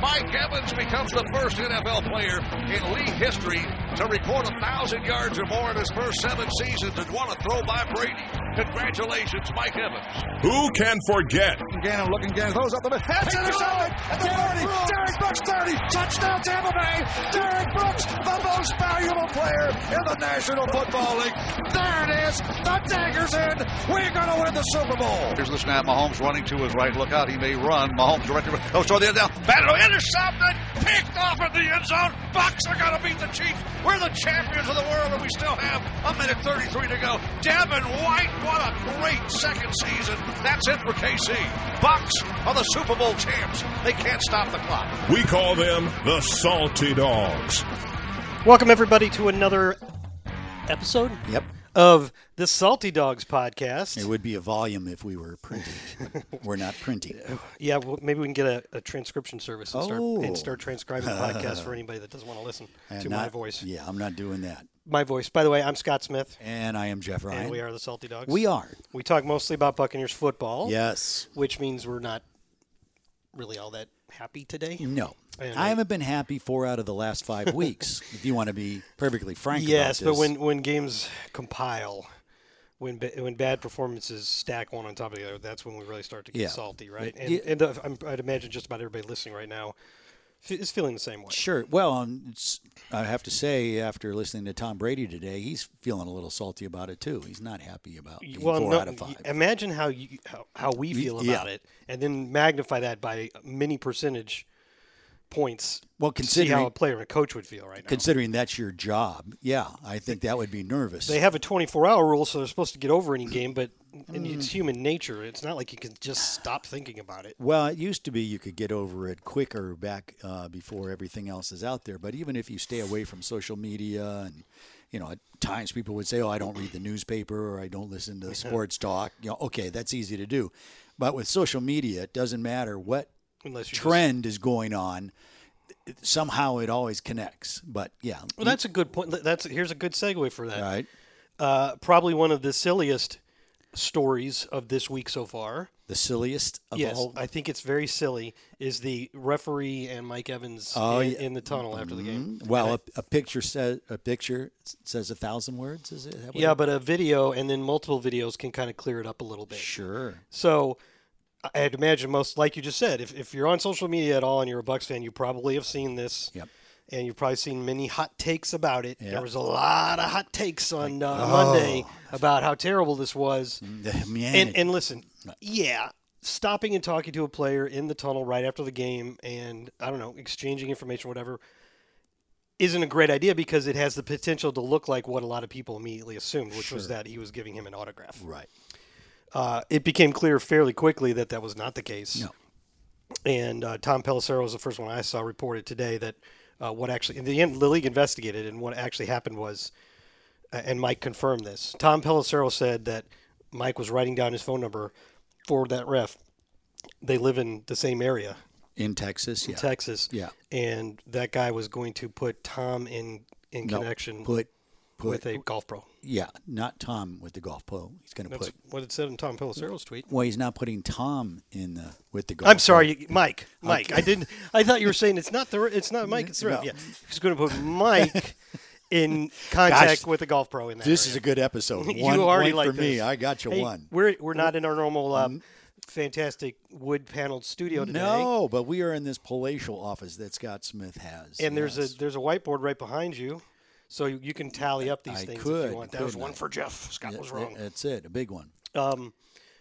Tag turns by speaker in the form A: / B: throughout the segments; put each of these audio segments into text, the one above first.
A: Mike Evans becomes the first NFL player in league history to record a thousand yards or more in his first seven seasons, and what a throw by Brady! Congratulations, Mike Evans.
B: who can forget?
A: Gannon looking, Gannon throws up the middle. That's intercepted at the 30. Derek Brooks 30. Touchdown Tampa Bay. Derek Brooks, the most valuable player in the National Football League. There it is. The dagger's in. We're going to win the Super Bowl. Here's the snap. Mahomes running to his right. Look out. He may run. Mahomes directly. Oh, throw the end down. Battle intercepted. Picked off in the end zone. Bucks are going to beat the Chiefs. We're the champions of the world, and we still have a minute 33 to go. Devin White, what a great second season. That's it for KC. Bucks are the Super Bowl champs. They can't stop the clock.
B: We call them the Salty Dogs.
C: Welcome everybody to another episode
D: Yep.
C: of the Salty Dogs podcast.
D: It would be a volume if we were printing. but We're not printing.
C: Yeah, well, maybe we can get a, a transcription service and start
D: Oh.
C: and start transcribing the podcast for anybody that doesn't want to listen
D: And
C: to my
D: not-
C: voice.
D: Yeah, I'm not doing that.
C: My voice. By the way, I'm Scott Smith,
D: And I am Jeff Ryan.
C: and we are the Salty Dogs.
D: We are.
C: We talk mostly about Buccaneers football.
D: Yes.
C: which means we're not really all that happy today.
D: No.
C: And
D: I
C: I-
D: haven't been happy four out of the last five weeks, if you want to be perfectly frank about
C: Yes, but
D: this.
C: when when games compile, when ba- when bad performances stack one on top of the other, that's when we really start to get
D: Yeah.
C: salty, right? And,
D: yeah.
C: and uh, I'm, I'd imagine just about everybody listening right now f- is feeling the same way.
D: Sure. Well, um, it's, I have to say, after listening to Tom Brady today, he's feeling a little salty about it, too. He's not happy about being four
C: no,
D: out of
C: y-
D: five.
C: imagine how you how, how we feel
D: yeah.
C: about it, and then magnify that by many percentage points.
D: Well,
C: to see how
D: considering-
C: a player and a coach would feel right now.
D: Considering that's your job, yeah, I think that would be nervous.
C: they have a 24-hour rule, so they're supposed to get over any game, but and it's
D: Mm.
C: human nature. It's not like you can just stop thinking about it.
D: Well, it used to be you could get over it quicker back uh, before everything else is out there. But even if you stay away from social media, and you know, at times people would say, "Oh, I don't read the newspaper or I don't listen to sports talk." You know, okay, that's easy to do. But with social media, it doesn't matter what
C: Unless you're just-
D: trend is going on. it- Somehow it always connects. But yeah,
C: Well, that's a good point. That's here's a good segue for that.
D: right.
C: Uh, probably one of the silliest stories of this week so far.
D: The silliest of
C: yes,
D: all.
C: I think it's very silly. Is the referee and Mike Evans
D: Oh,
C: in,
D: yeah. Mm-hmm.
C: in the tunnel after the game?
D: well, a, a picture says a picture says a thousand words. Is it? Is that what
C: Yeah,
D: it-
C: but a video and then multiple videos can kind of clear it up a little bit.
D: Sure.
C: So I- I'd imagine most, like you just said, if, if you're on social media at all and you're a Bucks fan, you probably have seen this.
D: Yep.
C: And you've probably seen many hot takes about it. There
D: Yep. oh.
C: was a lot of hot takes on uh, Monday about how terrible this was.
D: The humanity.
C: And, and listen, yeah, stopping and talking to a player in the tunnel right after the game and, I don't know, exchanging information, whatever, isn't a great idea because it has the potential to look like what a lot of people immediately assumed, which was that he was giving him an autograph.
D: right.
C: Uh, it became clear fairly quickly that that was not the case.
D: No.
C: And uh, Tom Pelissero was the first one I saw reported today that uh, what actually, in the end, the league investigated, and what actually happened was, uh, and Mike confirmed this. Tom Pelissero said that Mike was writing down his phone number for that ref. They live in the same area,
D: In Texas, yeah.
C: Texas.
D: Yeah.
C: And that guy was going to put Tom in in
D: No,
C: connection
D: Put, put,
C: with a golf pro.
D: yeah, not Tom with the golf pro. He's going to
C: That's
D: put.
C: what it said in Tom Pelissero's tweet.
D: Well, he's not putting Tom in the with the golf.
C: I'm sorry, you- Mike. Mike, I didn't. I thought you were saying it's not the. It's not Mike. It's the.
D: No.
C: Yeah, he's going to put Mike in contact
D: Gosh,
C: with a golf pro in that.
D: Pro. This is a
C: area.
D: good episode. One
C: You already
D: point
C: like
D: for me.
C: this.
D: I got you
C: Hey,
D: one. Mm-hmm.
C: We're we're not in our normal um, fantastic wood paneled studio today.
D: No, but we are in this palatial office that Scott Smith has.
C: And there's
D: yes.
C: a there's a whiteboard right behind you, so you, you can tally up these
D: I
C: things if
D: could,
C: you want. That was
D: couldn't
C: one
D: I?
C: for Jeff. Scott was wrong.
D: That's it. A big one.
C: Um,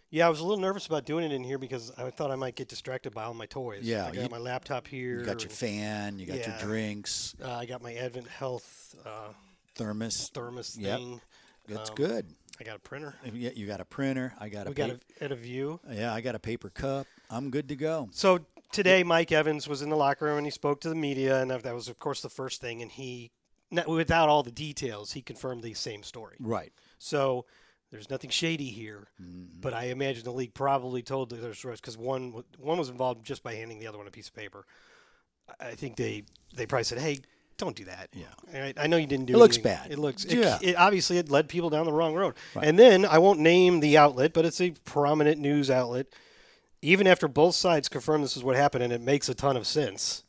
C: yeah, I was a little nervous about doing it in here because I thought I might get distracted by all my toys.
D: Yeah,
C: I got
D: you-
C: my laptop here.
D: You got your
C: and,
D: fan. You got
C: Yeah.
D: your drinks.
C: uh, I got my Advent Health uh,
D: Thermos.
C: thermos
D: Yep.
C: thing.
D: That's good.
C: I got a printer.
D: You you got a printer. I got a.
C: We got
D: pa-
C: a, at a view.
D: yeah, I got a paper cup. I'm good to go.
C: So today, Mike Evans was in the locker room and he spoke to the media, and that was, of course, the first thing. And he not, without all the details, he confirmed the same story.
D: Right.
C: So there's nothing shady here,
D: Mm-hmm.
C: but I imagine the league probably told the other stories because one w- one was involved just by handing the other one a piece of paper. I- I think they they probably said, "Hey, don't do that." Yeah, I, know you didn't do.
D: It looks
C: anything.
D: bad.
C: It looks.
D: Yeah.
C: It, it obviously it led people down the wrong road. And then I won't name the outlet, but it's a prominent news outlet. Even after both sides confirm this is what happened, and it makes a ton of sense.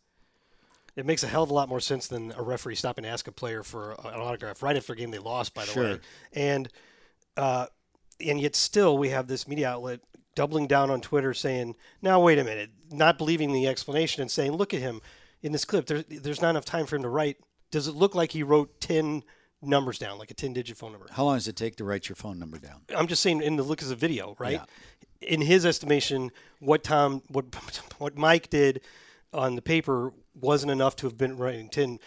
C: It makes a hell of a lot more sense than a referee stopping to ask a player for an autograph right after a game they lost, by the way.
D: Sure.
C: And uh, and yet still we have this media outlet doubling down on Twitter saying, "Now wait a minute," not believing the explanation and saying, "Look at him in this clip. There's there's not enough time for him to write. Does it look like he wrote ten numbers down, like a ten digit phone number?"
D: How long does it take to write your phone number down?
C: I'm just saying in the look of the video, right? In his estimation, what Tom, what what Mike did on the paper wasn't enough to have been writing 10,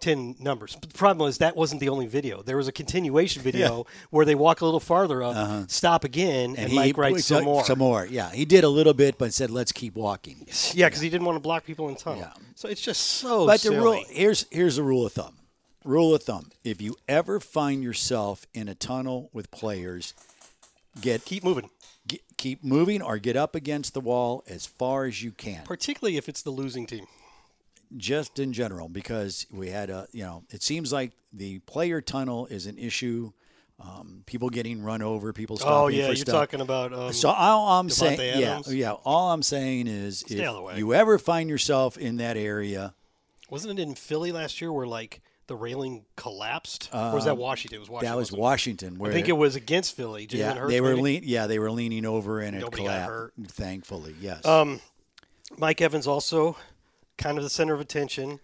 C: 10 numbers. But the problem is that wasn't the only video. There was a continuation video where they walk a little farther up, stop again, Uh-huh. and, Mike writes some more.
D: Some more. Yeah. He did a little bit, but said, let's keep walking.
C: Yeah, because he didn't want to block people in tunnel. So it's just so
D: But
C: silly.
D: the rule here's here's the rule of thumb. Rule of thumb: If you ever find yourself in a tunnel with players, get keep,
C: Keep moving,
D: keep moving or get up against the wall as far as you can.
C: particularly if it's the losing team.
D: Just in general, because we had a you know, it seems like the player tunnel is an issue. Um, people getting run over, people stopping
C: Oh, yeah,
D: for
C: you're
D: stuff.
C: talking about. Um,
D: So all I'm saying, yeah,
C: Adams?
D: yeah, all I'm saying is, if
C: out of the way.
D: you ever find yourself in that area,
C: Wasn't it in Philly last year where like the railing collapsed? or was that Washington? It was Washington.
D: Um, that was
C: wasn't it?
D: Washington. Where
C: I think it was against Philly. Jalen
D: Yeah,
C: Hurts,
D: they were
C: maybe?
D: lean. Yeah, they were leaning over and it
C: Nobody got
D: collapsed.
C: hurt. Um,
D: Thankfully, yes.
C: Mike Evans also kind of the center of attention.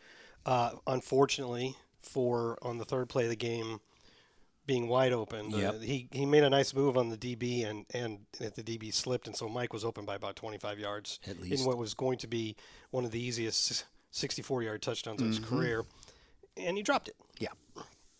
C: Uh, unfortunately, for on the third play of the game, being wide open, The-
D: Yep.
C: he he made a nice move on the DB and and the DB slipped, and so Mike was open by about 25 yards
D: At least.
C: in what was going to be one of the easiest 64-yard touchdowns of his
D: Mm-hmm.
C: career, and he dropped it.
D: yeah,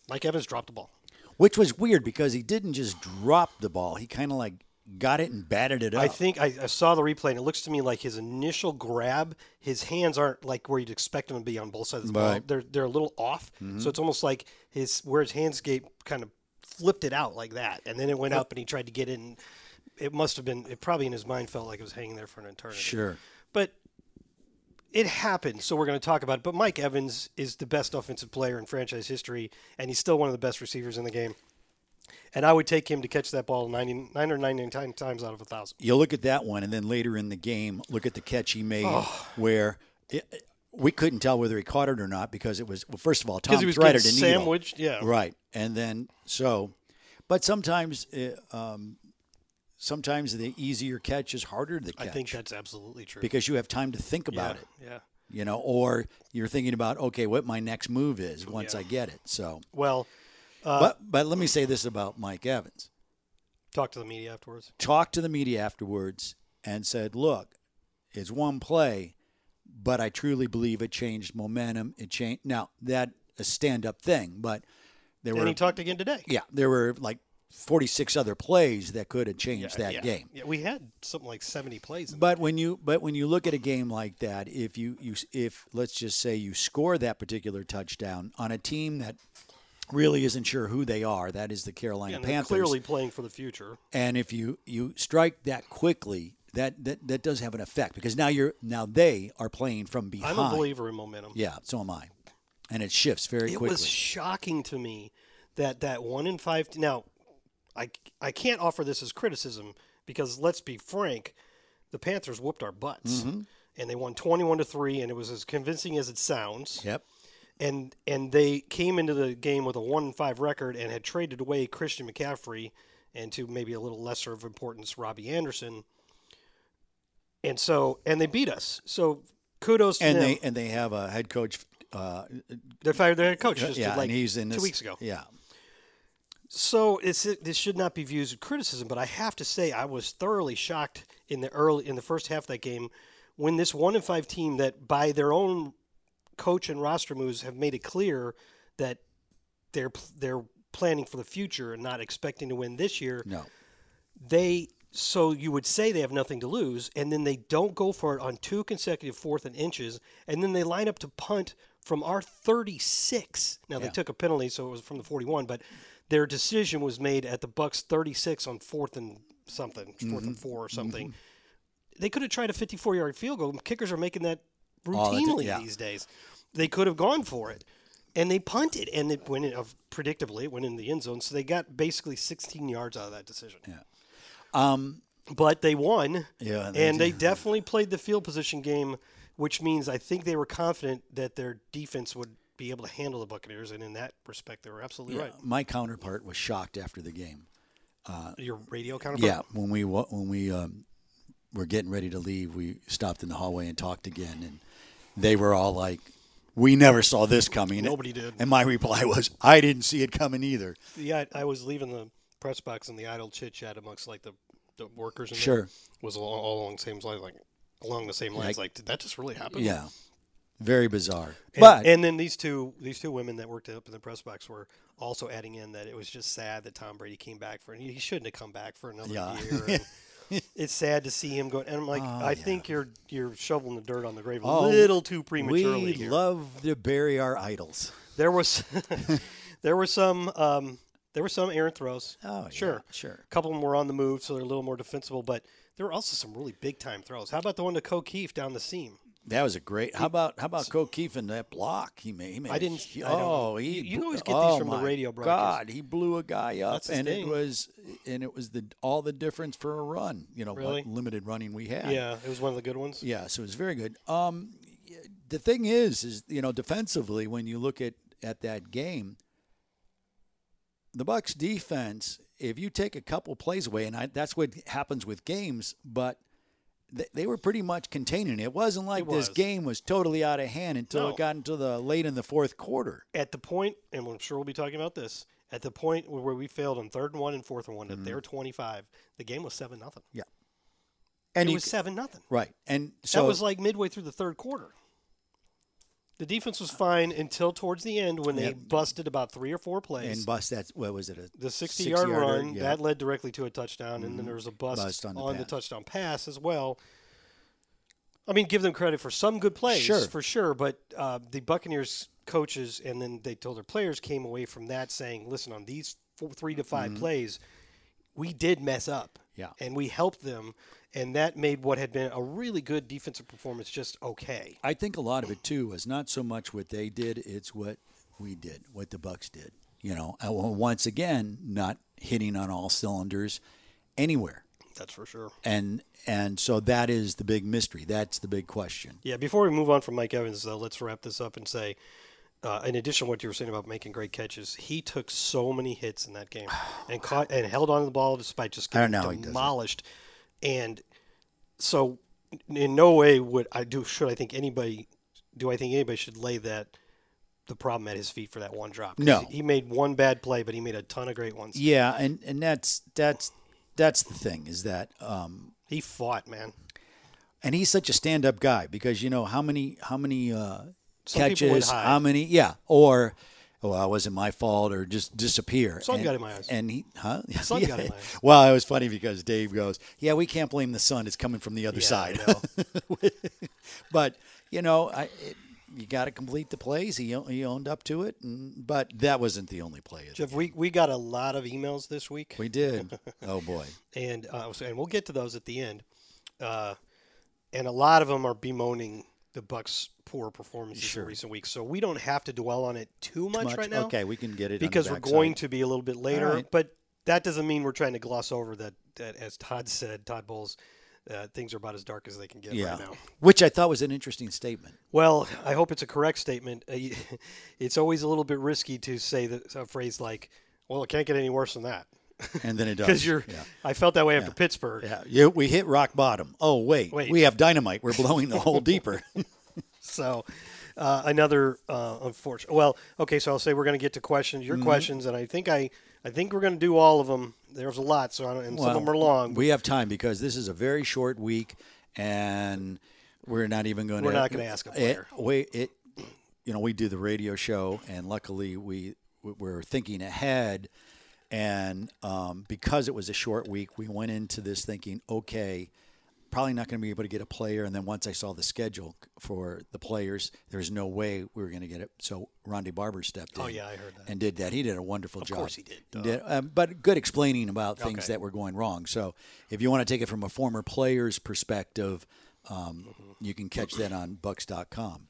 C: Mike Evans dropped the ball.
D: which was weird because he didn't just drop the ball. He kind of like got it and batted it up.
C: I think I, I saw the replay, and it looks to me like his initial grab, his hands aren't like where you'd expect them to be on both sides of the ball.
D: Right. Mm-hmm.
C: They're they're a little off, so it's almost like his where his hands gate kind of flipped it out like that, and then it went up, and he tried to get it. And it must have been it probably in his mind felt like it was hanging there for an eternity.
D: sure.
C: but it happened, so we're going to talk about it. But Mike Evans is the best offensive player in franchise history, and he's still one of the best receivers in the game. And I would take him to catch that ball 99 or 99 times out of a thousand.
D: You look at that one, and then later in the game, look at the catch he made
C: Oh.
D: where. It, we couldn't tell whether he caught it or not because it was well, first of all Tom
C: Because he was
D: threaded
C: getting
D: a needle.
C: sandwiched, yeah.
D: right, and then so, but sometimes, uh, um, sometimes the easier catch is harder to catch
C: I think that's absolutely true.
D: because you have time to think
C: yeah,
D: about it.
C: yeah.
D: you know, or you're thinking about okay, what my next move is once I get it. So,
C: Well, Uh,
D: but but let me say this about Mike Evans:
C: talk to the media afterwards.
D: talked to the media afterwards and said, "Look, it's one play, but I truly believe it changed momentum. It changed. Now that a stand-up thing, but there
C: And
D: were
C: he talked again today.
D: yeah, there were like 46 other plays that could have changed that
C: yeah.
D: game.
C: Yeah, we had something like 70 plays. In
D: But when you but when you look at a game like that, if you you if let's just say you score that particular touchdown on a team that really isn't sure who they are, that is the Carolina
C: and they're
D: Panthers.
C: clearly playing for the future.
D: And if you you strike that quickly, that that that does have an effect because now you're now they are playing from
C: I'm
D: behind.
C: a believer in momentum.
D: Yeah, so am I. And it shifts very
C: it
D: quickly.
C: was shocking to me that that one in five. now, I I can't offer this as criticism because let's be frank, the Panthers whooped our butts.
D: Mm-hmm.
C: And they won twenty-one to three, and it was as convincing as it sounds.
D: yep.
C: and and they came into the game with a one and five record and had traded away Christian McCaffrey and to maybe a little lesser of importance Robbie Anderson. And so and they beat us. So kudos to
D: And
C: them.
D: they and they have a head coach. Uh,
C: they fired their head coach just
D: yeah,
C: like
D: and he's in
C: two
D: this-
C: weeks ago.
D: Yeah,
C: So it's this should not be viewed as criticism, but I have to say I was thoroughly shocked in the early in the first half of that game when this one and five team that by their own coach and roster moves have made it clear that they're they're planning for the future and not expecting to win this year.
D: no.
C: They so you would say they have nothing to lose, and then they don't go for it on two consecutive fourth and inches, and then they line up to punt from our 36. Now they took a penalty, so it was from the 41, but their decision was made at the Bucks 36 on fourth and something, 4th and four or something. They could have tried a 54-yard field goal. Kickers are making that
D: that's it,
C: routinely
D: yeah.
C: these days. They could have gone for it, and they punted, and it went in, uh, predictably it went in the end zone. So they got basically 16 yards out of that decision. Yeah. Um, but they won.
D: Yeah, they
C: and they definitely played the field position game, which means I think they were confident that their defense would be able to handle the Buccaneers, and in that respect, they were absolutely right.
D: My counterpart was shocked after the game.
C: Your radio counterpart.
D: uh, Yeah, when we wa- when we um, were getting ready to leave, we stopped in the hallway and talked again, and they were all like, "We never saw this coming."
C: Nobody did.
D: And my reply was, "I didn't see it coming either."
C: Yeah, I, I was leaving the press box and the idle chit chat amongst like the, the workers. And
D: Sure.
C: was all, all along the same lines, like along the same lines. Like, did that just really happen?
D: Yeah, very bizarre.
C: And,
D: but
C: and then these two these two women that worked up in the press box were also adding in that it was just sad that Tom Brady came back for and he shouldn't have come back for another
D: Yeah.
C: year. and it's sad to see him go. And I'm like, I think you're you're shoveling the dirt on the grave a
D: Oh,
C: little too
D: we
C: prematurely. here.
D: love to bury our idols.
C: There was there were some um, there were some errant throws.
D: Oh, yeah,
C: sure,
D: sure.
C: A couple of them were on the move, so they're a little more defensible. But there were also some really big time throws. How about the one to O'Keefe down the seam?
D: That was a great. How about how about O'Keefe and that block he made? He made
C: I didn't-
D: hu-
C: I don't know.
D: oh, he.
C: You- you
D: bl-
C: always get these
D: oh
C: from the
D: my
C: radio broadcast.
D: God, he blew a guy up,
C: That's his
D: and
C: thing.
D: it was and it was the all the difference for a run. You know,
C: Really?
D: what limited running we had.
C: Yeah, it was one of the good ones.
D: Yeah, so it was very good. Um, y- the thing is, is you know, defensively, when you look at at that game, the Bucks defense. If you take a couple plays away, and I, that's what happens with games, but they, they were pretty much containing it. It wasn't like
C: It was.
D: this game was totally out of hand until
C: No.
D: it got into the late in the fourth quarter.
C: At the point, and I'm sure we'll be talking about this. At the point where we failed on third and one and fourth and one, at
D: Mm-hmm.
C: their 25, the game was seven nothing.
D: Yeah, and
C: it
D: you,
C: was seven nothing.
D: right, and so
C: that was like midway through the third quarter. The defense was fine until towards the end when they busted about three or four plays.
D: and bust that what was it a
C: the 60
D: six
C: yard
D: yarder?
C: run
D: Yeah. Mm-hmm.
C: that led directly to a touchdown and then there was a bust,
D: Bust
C: on,
D: on
C: the,
D: the pass.
C: touchdown pass as well i mean give them credit for some good plays
D: Sure.
C: for sure but uh, the buccaneers coaches and then they told their players came away from that saying listen on these four, three to 5 plays we did mess up
D: Mm-hmm. Yeah.
C: and we helped them and that made what had been a really good defensive performance just okay
D: I think a lot of it too was not so much what they did; it's what we did, what the Bucks did. You know, and well, once again, not hitting on all cylinders anywhere,
C: that's for sure
D: and and so that is the big mystery. That's the big question.
C: Yeah, before we move on from Mike Evans, though, let's wrap this up and say, uh, in addition to what you were saying about making great catches, he took so many hits in that game and caught and held on to the ball despite just
D: I
C: getting
D: don't know how he does it.
C: demolished. And so, in no way would I do should I think anybody do I think anybody should lay that the problem at his feet for that one drop. 'Cause
D: No.
C: he made one bad play, but he made a ton of great ones.
D: Yeah, and and that's that's that's the thing is that um,
C: He fought, man.
D: and he's such a stand-up guy because you know how many how many uh,
C: Some people went
D: catches,
C: high.
D: how many, yeah, or oh, well, it wasn't my fault, or just disappear.
C: Sun
D: and,
C: got in my eyes.
D: and he, huh?
C: Sun
D: yeah.
C: got in my eyes.
D: Well, it was funny because Dave goes, "Yeah, we can't blame the sun; it's coming from the other
C: Yeah, I
D: side."
C: know.
D: but you know, I. It, you got to complete the plays. He, o- he owned up to it, and, but that wasn't the only play.
C: Jeff, we, we got a lot of emails this week.
D: We did. Oh boy.
C: and uh, so- and we'll get to those at the end. Uh, and a lot of them are bemoaning the Bucks' poor performances in recent weeks. So we don't have to dwell on it too much,
D: Much-
C: right now.
D: okay, we can get it on the
C: because we're
D: backside.
C: going to be a little bit later.
D: right.
C: But that doesn't mean we're trying to gloss over that. that as Todd said, Todd Bowles, uh, things are about as dark as they can get
D: Yeah,
C: right now.
D: which I thought was an interesting statement.
C: Well, I hope it's a correct statement. Uh, y- It's always a little bit risky to say that, a phrase like, "Well, it can't get any worse than that,"
D: And then it does
C: because you're.
D: Yeah.
C: I felt that way after Pittsburgh.
D: Yeah, you, we hit rock bottom. Oh wait,
C: Wait.
D: we have dynamite. We're blowing the hole deeper.
C: So, uh, another uh, unfortunate. Well, okay. So I'll say we're going to get to questions, your
D: Mm-hmm.
C: questions, and I think I, I think we're going to do all of them. There's a lot, so I don't, and some of them are long.
D: We have time because this is a very short week, and we're not even going.
C: We're
D: to,
C: not gonna ask a player.
D: It, we it, you know, we do the radio show, and luckily we we're thinking ahead, and um, because it was a short week, we went into this thinking, okay, probably not going to be able to get a player. And then once I saw the schedule for the players, there's no way we were going to get it. So Rondé Barber stepped in.
C: Oh, yeah, I heard that.
D: And did that. He did a wonderful job.
C: course he did, duh.
D: um, but good explaining about things
C: Okay.
D: that were going wrong. So if you want to take it from a former player's perspective, um, you can catch that on Bucks.com.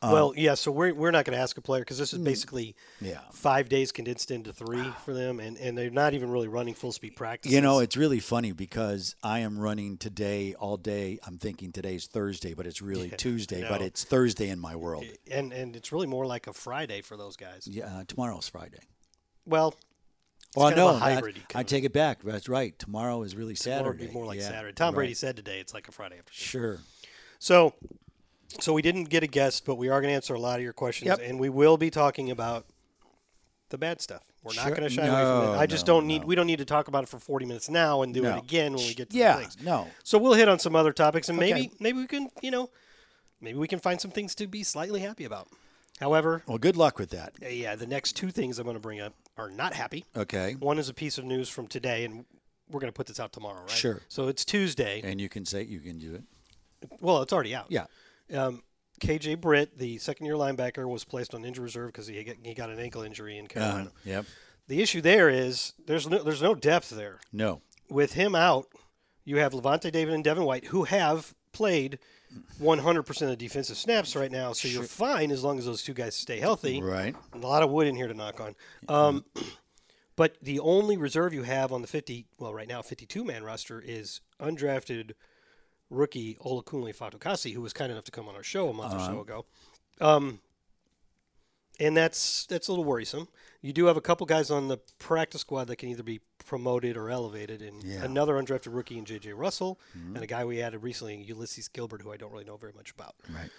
D: uh,
C: well, yeah. So we're, we're not going to ask a player because this is basically
D: Mm, Yeah.
C: five days condensed into three for them, and, and they're not even really running full speed practice.
D: You know, it's really funny because I am running today all day. I'm thinking today's Thursday, but it's really Tuesday, but
C: know.
D: it's Thursday in my world.
C: and and it's really more like a Friday for those guys.
D: Yeah, uh, tomorrow's Friday.
C: Well,
D: Well,
C: kind of a
D: no, I,
C: hybrid, you
D: I
C: could-
D: take it back. That's right. Tomorrow is really
C: or
D: Saturday.
C: it'd be more like
D: Yeah,
C: Saturday. Tom
D: right.
C: Brady said today it's like a Friday after.
D: Sure.
C: So, so we didn't get a guest, but we are going to answer a lot of your questions,
D: Yep.
C: and we will be talking about the bad stuff. We're not
D: Sure.
C: going to shy away from
D: No,
C: it. I just
D: no,
C: don't need. We don't need to talk about it for forty minutes now and do
D: No.
C: it again when we get to
D: Yeah,
C: the things.
D: no.
C: So we'll hit on some other topics, and
D: Okay.
C: maybe maybe we can you know maybe we can find some things to be slightly happy about. However, eh,
D: Well, good luck with that.
C: yeah, the next two things I'm going to bring up are not happy.
D: Okay.
C: One is a piece of news from today, and we're going to put this out tomorrow, right?
D: Sure.
C: So it's Tuesday.
D: And you can say you can do it.
C: Well, it's already out.
D: Yeah.
C: Um, KJ Britt, the second-year linebacker, was placed on injury reserve because he, got- he got an ankle injury in Carolina.
D: Yep.
C: The issue there is there's no, there's no depth there.
D: No.
C: With him out, you have Levante David and Devin White who have played 100% of the defensive snaps right now, so you're fine as long as those two guys stay healthy.
D: Right.
C: A lot of wood in here to knock on. Um, but the only reserve you have on the 50, well, right now, 52 man roster is undrafted rookie Olakunle Fatukasi, who was kind enough to come on our show a month or so ago. Um, and that's that's a little worrisome. You do have a couple guys on the practice squad that can either be promoted or elevated, and another undrafted rookie in J.J. Russell, and a guy we added recently, Ulysses Gilbert, who I don't really know very much about.
D: Right.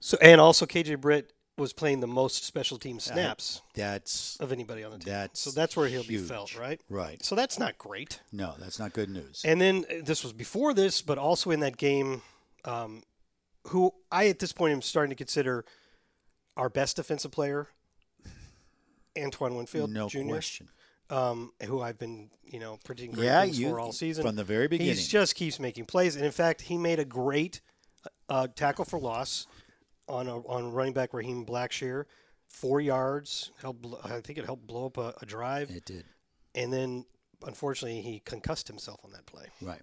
C: So and also KJ Britt was playing the most special team snaps
D: That's
C: of anybody on the team.
D: That's
C: so that's where he'll be
D: huge.
C: felt, right?
D: right.
C: So that's not great.
D: No, that's not good news.
C: And then uh, this was before this, but also in that game, um, who I at this point am starting to consider our best defensive player, Antoine Winfield
D: no
C: Jr.,
D: question.
C: Um, who I've been you know predicting great
D: Yeah,
C: things
D: you
C: for all season
D: from the very beginning.
C: He just keeps making plays, and in fact, he made a great uh, tackle for loss on a, on running back Raheem Blackshear, four yards. Helped, bl- I think it helped blow up a, a drive,
D: It did.
C: and then unfortunately he concussed himself on that play.
D: Right.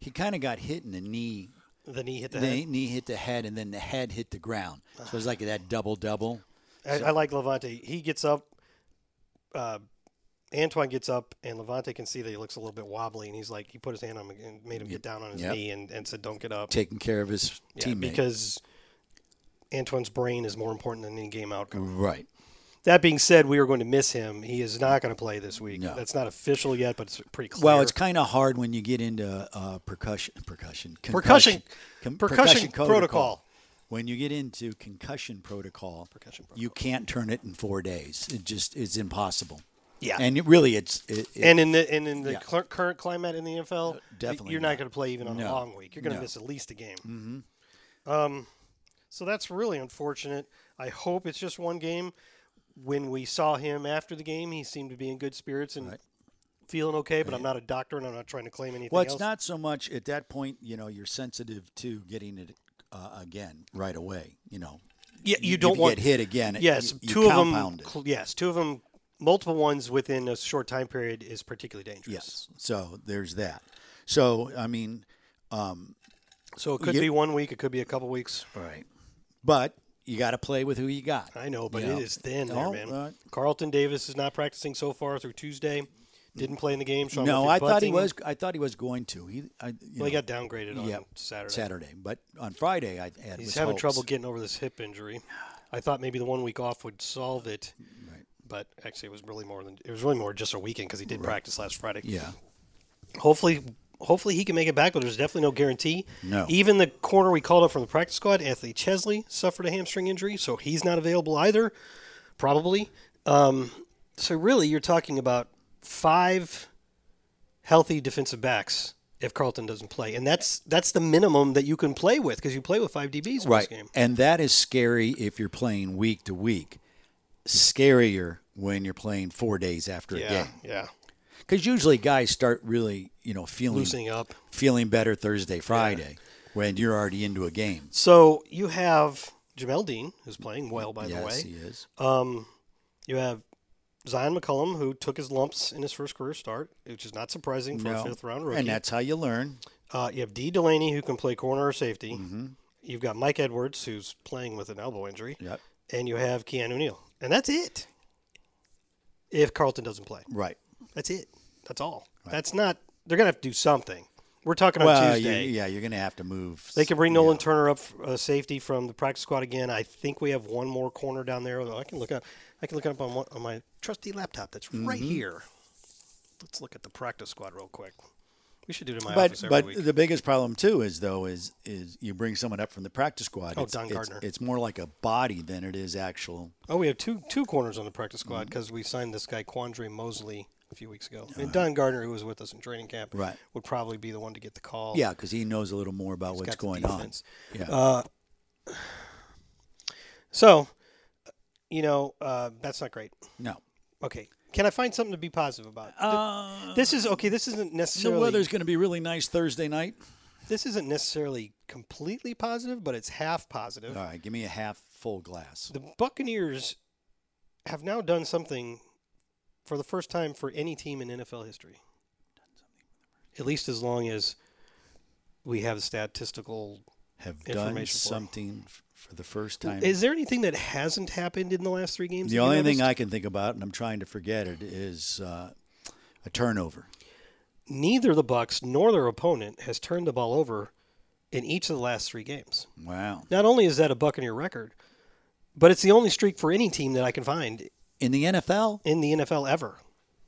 D: He kind of got hit in the knee
C: Then he hit the.
D: the
C: head. Ah.
D: knee hit the head, and then the head hit the ground. So it was like that double double.
C: I, I like Levante. He gets up. Uh, Antoine gets up, and Levante can see that he looks a little bit wobbly, and he's like, he put his hand on him and made him get down on his
D: Yep.
C: knee and, and said, "Don't get up,"
D: Taking care of his
C: Yeah,
D: teammate.
C: because Antoine's brain is more important than any game outcome.
D: right. Mm.
C: That being said, we are going to miss him. He is not going to play this week.
D: No.
C: That's not official yet, but it's pretty clear.
D: Well, it's kind of hard when you get into uh, percussion, percussion,
C: Percussion-
D: concussion- con-
C: percussion protocol.
D: When you get into concussion protocol, you can't turn it in four days. It just it's impossible.
C: Yeah.
D: and it really, it's it, it-
C: and in the and in the
D: Yeah.
C: cur- current climate in the NFL,
D: definitely
C: you're not,
D: not.
C: going to play even on a
D: No.
C: long week. You're going to
D: No. Mm-hmm.
C: miss at least a game. Um, so that's really unfortunate. I hope it's just one game. When we saw him after the game, he seemed to be in good spirits and feeling okay. But I'm not a doctor, and I'm not trying to claim anything.
D: well, it's
C: else.
D: not so much at that point. You know, you're sensitive to getting it uh, again right away. You know,
C: Yeah, you,
D: if
C: don't want
D: get hit again. it-
C: Yes,
D: you- you
C: two of them.
D: compound it.
C: cl- Yes, two of them. Multiple ones within a short time period is particularly dangerous.
D: Yes. So there's that. So I mean,
C: So it could
D: You-
C: be one week. It could be a couple weeks.
D: right. But you got to play with who you got.
C: I know, but
D: Yeah.
C: it is thin there,
D: Oh,
C: man.
D: right.
C: Carlton Davis is not practicing so far through Tuesday. Didn't play in the game. Sean
D: No,
C: Murphy
D: I thought he
C: bunting.
D: was. I thought he was going to. He, I, you
C: Well, he
D: know,
C: got downgraded on
D: yeah,
C: Saturday.
D: Saturday, but on Friday, I had
C: He's
D: was
C: having
D: hopes.
C: trouble getting over this hip injury. I thought maybe the one week off would solve it,
D: Right.
C: but actually it was really more than it was really more just a weekend because he did practice last Friday.
D: Yeah,
C: Hopefully, hopefully he can make it back, but there's definitely no guarantee.
D: No.
C: Even the corner we called up from the practice squad, Anthony Chesley, suffered a hamstring injury, so he's not available either, probably. Um, so really, you're talking about five healthy defensive backs if Carlton doesn't play, and that's that's the minimum that you can play with because you play with five DBs in
D: right.
C: this game.
D: And that is scary if you're playing week to week. Scarier when you're playing four days after a
C: Yeah,
D: game.
C: yeah.
D: because usually guys start really, you know, feeling
C: loosening up.
D: feeling better Thursday, Friday, when you're already into a game.
C: So you have Jamel Dean, who's playing well, by the
D: yes,
C: way.
D: he is.
C: Um, you have Zion McCollum, who took his lumps in his first career start, which is not surprising for a fifth round rookie.
D: and that's how you learn.
C: uh, you have D. Delaney, who can play corner or safety.
D: Mm-hmm.
C: You've got Mike Edwards, who's playing with an elbow injury.
D: Yep.
C: And you have Keanu Neal. And that's it. If Carlton doesn't play,
D: Right.
C: that's it. That's all. That's not, they're going to have to do something. We're talking on
D: Well, you,
C: Tuesday.
D: yeah, you're going to have to move.
C: They can bring Nolan Turner up uh, safety from the practice squad again. I think we have one more corner down there. Although I can look up, I can look up on, one, on my trusty laptop that's right
D: Mm-hmm.
C: here. Let's look at the practice squad real quick. We should do it in my
D: but
C: office every
D: but
C: week.
D: the biggest problem too is though is is you bring someone up from the practice squad.
C: Oh,
D: it's,
C: Don
D: it's-
C: Gardner.
D: It's, more like a body than it is actual.
C: oh, we have two two corners on the practice
D: Mm-hmm.
C: squad because we signed this guy Quandre Mosley a few weeks ago, and Don Gardner, who was with us in training camp,
D: Uh-huh. Right.
C: would probably be the one to get the call.
D: Yeah, because he knows a little more about what's
C: Oh. got the
D: going on.
C: defense.
D: Yeah,
C: So, you know, uh, that's not great.
D: no.
C: Okay. Can I find something to be positive about? Th- this is okay. This isn't
D: The
C: necessarily.
D: weather's going to be really nice Thursday night.
C: this isn't necessarily completely positive, but it's half positive.
D: All right, give me a half full glass.
C: The Buccaneers have now done something for the first time for any team in NFL history. At least as long as we have statistical.
D: Have done
C: Information for you.
D: something f- for the first time.
C: Is there anything that hasn't happened in the last three games?
D: the
C: that you
D: only thing
C: noticed?
D: I can think about, and I'm trying to forget it, is uh, a turnover.
C: neither the Bucks nor their opponent has turned the ball over in each of the last three games.
D: Wow.
C: Not only is that a Buccaneer record, but it's the only streak for any team that I can find
D: In the NFL,
C: in the NFL ever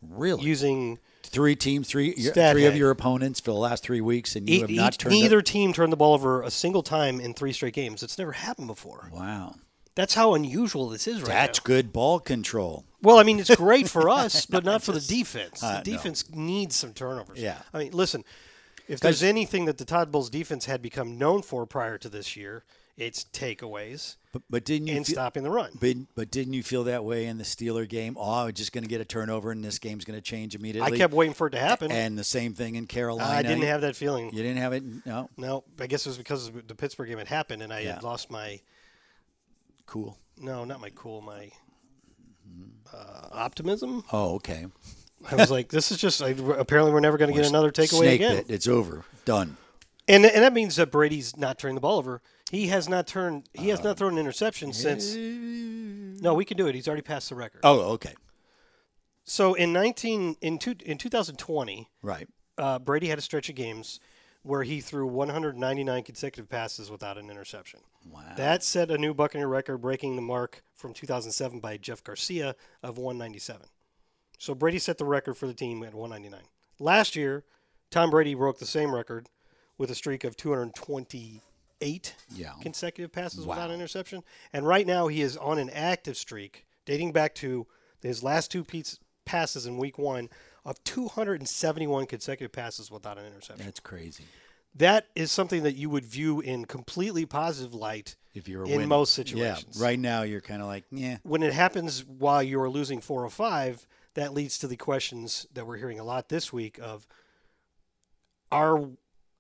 D: really?
C: using
D: three teams, three your-
C: Stat
D: three of
C: head.
D: your opponents for the last three weeks, and you
C: E-
D: have not
C: each-
D: turned
C: neither
D: Up.
C: team turned the ball over a single time in three straight games. It's never happened before.
D: Wow,
C: That's how unusual this is right
D: that's
C: now.
D: good ball control.
C: Well, I mean, it's great for us, but not for the defense. The
D: uh, no.
C: defense needs some turnovers.
D: Yeah.
C: I mean, listen, if there's anything that the Todd Bulls defense had become known for prior to this year, it's takeaways
D: But, but didn't you?
C: and
D: Feel,
C: stopping the run.
D: but, but didn't you feel that way in the Steeler game? Oh, we're just going to get a turnover, and this game's going to change
C: I
D: immediately.
C: kept waiting for it to happen.
D: And the same thing in Carolina.
C: I didn't have that feeling.
D: You didn't have it. No,
C: No, I guess it was because of the Pittsburgh game had happened, and I
D: Yeah.
C: had lost my
D: cool.
C: no, not my cool, my uh, optimism.
D: Oh, okay.
C: I was like, this is just I, apparently we're never going to get another takeaway
D: Snake
C: again,
D: bit. It's over. Done.
C: and and that means that Brady's not turning the ball over. He has not turned. He has
D: Uh,
C: not thrown an interception since. No, we can do it. He's already passed the record.
D: Oh, okay.
C: So in nineteen in two in two thousand twenty,
D: Right.
C: uh, Brady had a stretch of games where he threw 199 consecutive passes without an interception. Wow. That set a new Buccaneer record, breaking the mark from 2007 by Jeff Garcia of 197. So Brady set the record for the team at 199. Last year, Tom Brady broke the same record with a streak of 228
D: Yeah.
C: consecutive passes without interception. And right now, he is on an active streak dating back to his last two piece, passes in week one of 271 consecutive passes without an interception.
D: That's crazy.
C: That is something that you would view in completely positive light
D: If you're
C: in
D: winning.
C: most
D: Yeah.
C: situations.
D: Right now, you're kind of like, yeah.
C: When it happens while you're losing four or five, that leads to the questions that we're hearing a lot this week of are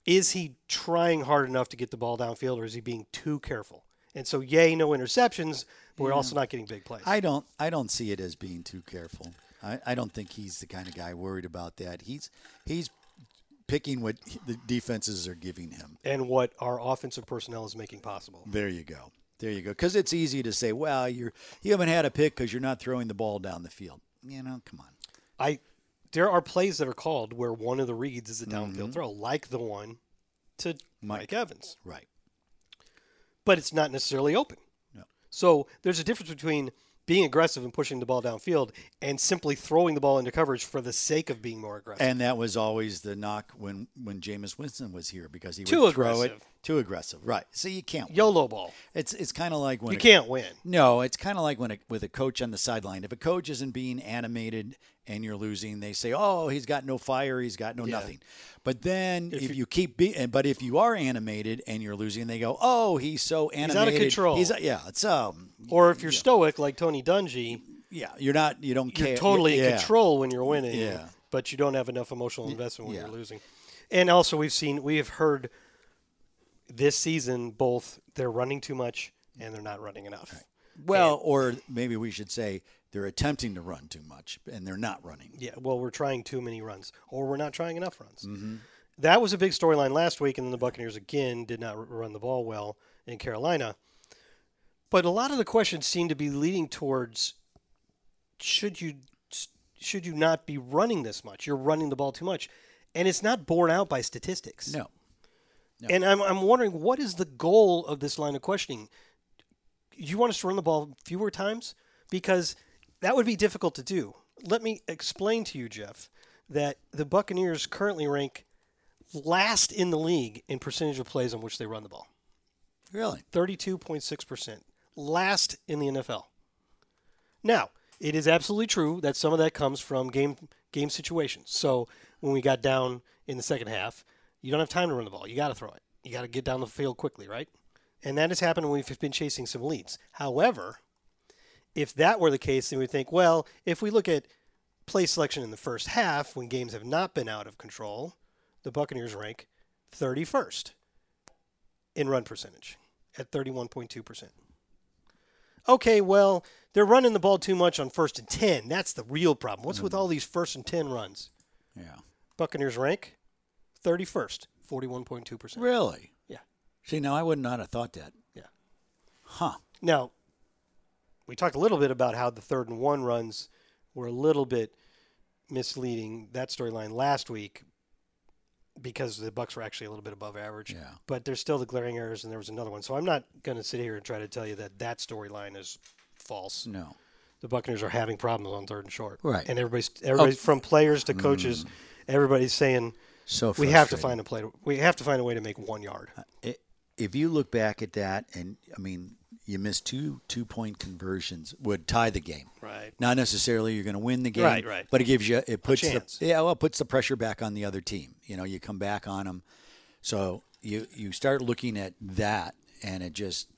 C: is he trying hard enough to get the ball downfield or is he being too careful? And so yay, no interceptions, but we're also not getting big plays.
D: I don't I don't see it as being too careful. I, I don't think he's the kind of guy worried about that. He's he's picking what he- the defenses are giving him.
C: and what our offensive personnel is making possible.
D: There you go. There you go. Because it's easy to say, well, you're you haven't had a pick because you're not throwing the ball down the field. You know, come on.
C: I there are plays that are called where one of the reads is a downfield throw, like the one to Mike. Evans,
D: Right.
C: but it's not necessarily open.
D: No.
C: So there's a difference between being aggressive and pushing the ball downfield and simply throwing the ball into coverage for the sake of being more aggressive.
D: And that was always the knock when when Jameis Winston was here because he
C: Too
D: would throw
C: aggressive.
D: it too aggressive. Right. So you can't. win.
C: YOLO ball.
D: It's it's kind of like when
C: You
D: a-
C: can't win.
D: No, it's kind of like when a, with a coach on the sideline. If a coach isn't being animated and you're losing, they say, "Oh, he's got no fire, he's got no nothing." But then if, you, keep be, and- but if you are animated and you're losing, they go, "Oh, he's so animated,
C: control."
D: He's yeah, it's um,
C: Or if you're stoic like Tony Dungy,
D: yeah, you're not, you don't
C: you're
D: care,
C: totally in
D: yeah,
C: control when you're winning.
D: Yeah.
C: but you don't have enough emotional investment when
D: yeah.
C: you're losing. And also, we've seen, we have heard this season both they're running too much and they're not running enough.
D: Well, or maybe we should say they're attempting to run too much and they're not running.
C: Yeah, well, we're trying too many runs, or we're not trying enough runs. That was a big storyline last week, and then the Buccaneers again did not r- run the ball well in Carolina. But a lot of the questions seem to be leading towards: should you should you not be running this much? You're running the ball too much, and it's not borne out by statistics.
D: No.
C: And I'm, I'm wondering what is the goal of this line of questioning? You want us to run the ball fewer times? Because that would be difficult to do. Let me explain to you, Jeff, that the Buccaneers currently rank last in the league in percentage of plays on which they run the ball
D: Really?
C: 32.6%, last in the NFL. Now, it is absolutely true that some of that comes from game game situations. So when we got down in the second half, you don't have time to run the ball. You got to throw it. You got to get down the field quickly, right? And that has happened when we've been chasing some leads. However, if that were the case, then we think, well, if we look at play selection in the first half when games have not been out of control, the Buccaneers rank 31st in run percentage at 31.2%. Okay, well, they're running the ball too much on first and 10. That's the real problem. What's with all these first and 10 runs?
D: Yeah.
C: Buccaneers rank 31st, 41.2%.
D: Really?
C: Yeah.
D: See, now I would not have thought that.
C: Yeah.
D: Huh.
C: Now, we talked a little bit about how the third and one runs were a little bit misleading that storyline last week because the Bucks were actually a little bit above average.
D: Yeah.
C: But there's still the glaring errors, and there was another one. So I'm not going to sit here and try to tell you that that storyline is false.
D: No.
C: The Buccaneers are having problems on third and short.
D: Mm. Right. Oh. Mm.
C: And everybody's everybody's from players to coaches, everybody's saying
D: So
C: we have to
D: frustrating. Uh,
C: find a play. We have to find a way to make one yard.
D: I- if you look back at that, and I mean, you missed two two point conversions would tie the game.
C: Right.
D: Not necessarily you're going to win the game.
C: Right, right.
D: But it gives you it puts the
C: chance.
D: yeah well it puts the pressure back on the other team. You know, you come back on them, so you you start looking at that, and it just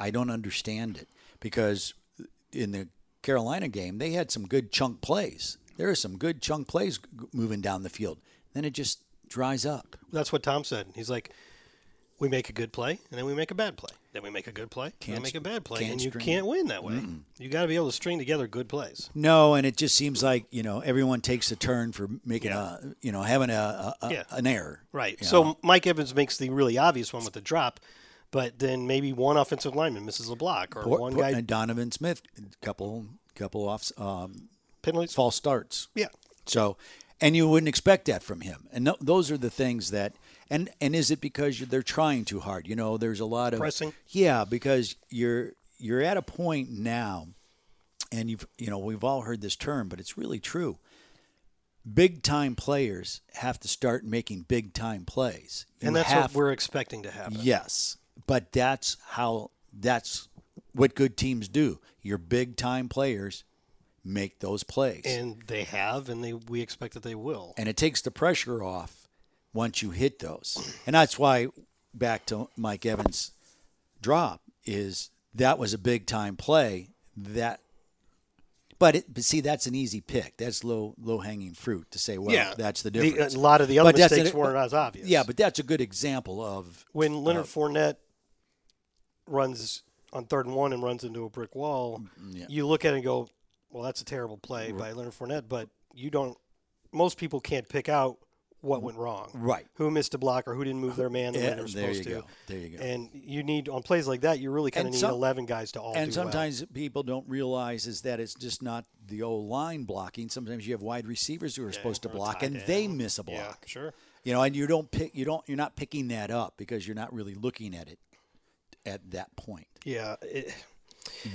D: I don't understand it because in the Carolina game they had some good chunk plays. There are some good chunk plays g- moving down the field. Then it just dries up.
C: That's what Tom said. He's like, we make a good play, and then we make a bad play. Then we make a good play, then
D: Can't
C: we make a
D: str-
C: bad play,
D: can't
C: and you
D: string
C: can't win that way. You got to be able to string together good plays.
D: No, and it just seems like you know everyone takes a turn for making a you know having a, a, a-
C: Yeah.
D: an error.
C: Right.
D: you
C: So
D: know.
C: Mike Evans makes the really obvious one with the drop, but then maybe one offensive lineman misses a block or
D: Port-
C: one
D: Port-
C: guy
D: and Donovan Smith, couple couple off um,
C: penalties.
D: false starts.
C: Yeah.
D: So, and you wouldn't expect that from him. And tho- those are the things that. And and is it because you they're trying too hard? You know, there's a lot of
C: Pressing?
D: Yeah, because you're you're at a point now, and you've you know we've all heard this term, but it's really true. Big time players have to start making big time plays, You
C: And that's what
D: have,
C: we're expecting to happen.
D: Yes, but that's how that's what good teams do. Your big time players make those plays,
C: And they have, and they we expect that they will.
D: and it takes the pressure off once you hit those. And that's why back to Mike Evans' drop is that was a big time play that. But, it, but see, that's an easy pick. That's low low hanging fruit to say, well, that's the difference.
C: a lot of the uh, other
D: But that's
C: mistakes
D: an-
C: weren't as obvious.
D: yeah, but that's a good example of
C: when Leonard Fournette runs on third and one and runs into a brick wall,
D: Mm,
C: you look at it and go, "Well, that's a terrible play by Leonard Fournette," but you don't. Most people can't pick out what went wrong,
D: Mm. Right.
C: Who missed a block or who didn't move their man the way
D: Yeah,
C: they were
D: there you
C: supposed to.
D: go. There you go.
C: And you need on plays like that, you really kind of
D: And
C: need
D: some-
C: eleven guys to all do
D: and
C: well.
D: sometimes people don't realize is that it's just not the old line blocking. Sometimes you have wide receivers who are supposed to
C: or
D: block
C: tight
D: and they
C: end.
D: miss a block.
C: Yeah, sure.
D: You know, and you don't pick you don't you're not picking that up because you're not really looking at it at that point.
C: Yeah. it-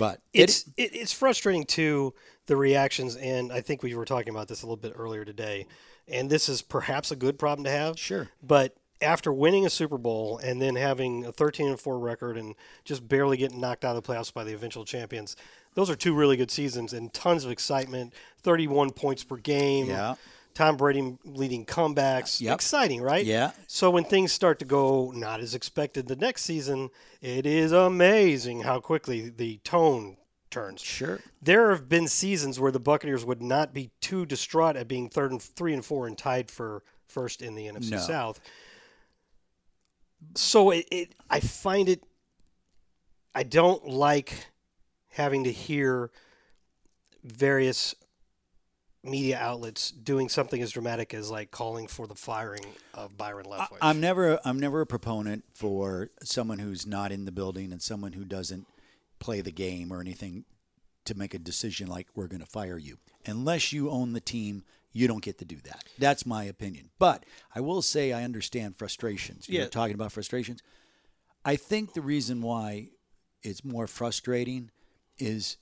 D: But it-
C: it's it, it's frustrating too the reactions and i think we were talking about this a little bit earlier today and this is perhaps a good problem to have
D: Sure.
C: but after winning a super bowl and then having a 13 and 4 record and just barely getting knocked out of the playoffs by the eventual champions those are two really good seasons and tons of excitement 31 points per game
D: Yeah.
C: Tom Brady leading comebacks.
D: Yep.
C: Exciting, right?
D: Yeah.
C: So when things start to go not as expected the next season, it is amazing how quickly the tone turns.
D: Sure.
C: There have been seasons where the Buccaneers would not be too distraught at being third and three and four and tied for first in the NFC
D: No.
C: South. So it, it, I find it. I don't like having to hear various media outlets doing something as dramatic as like calling for the firing of Byron Leftwich.
D: I'm never I'm never a proponent for someone who's not in the building and someone who doesn't play the game or anything to make a decision like we're going to fire you. Unless you own the team, you don't get to do that. That's my opinion. But I will say I understand frustrations. You're
C: Yeah.
D: talking about frustrations. I think the reason why it's more frustrating is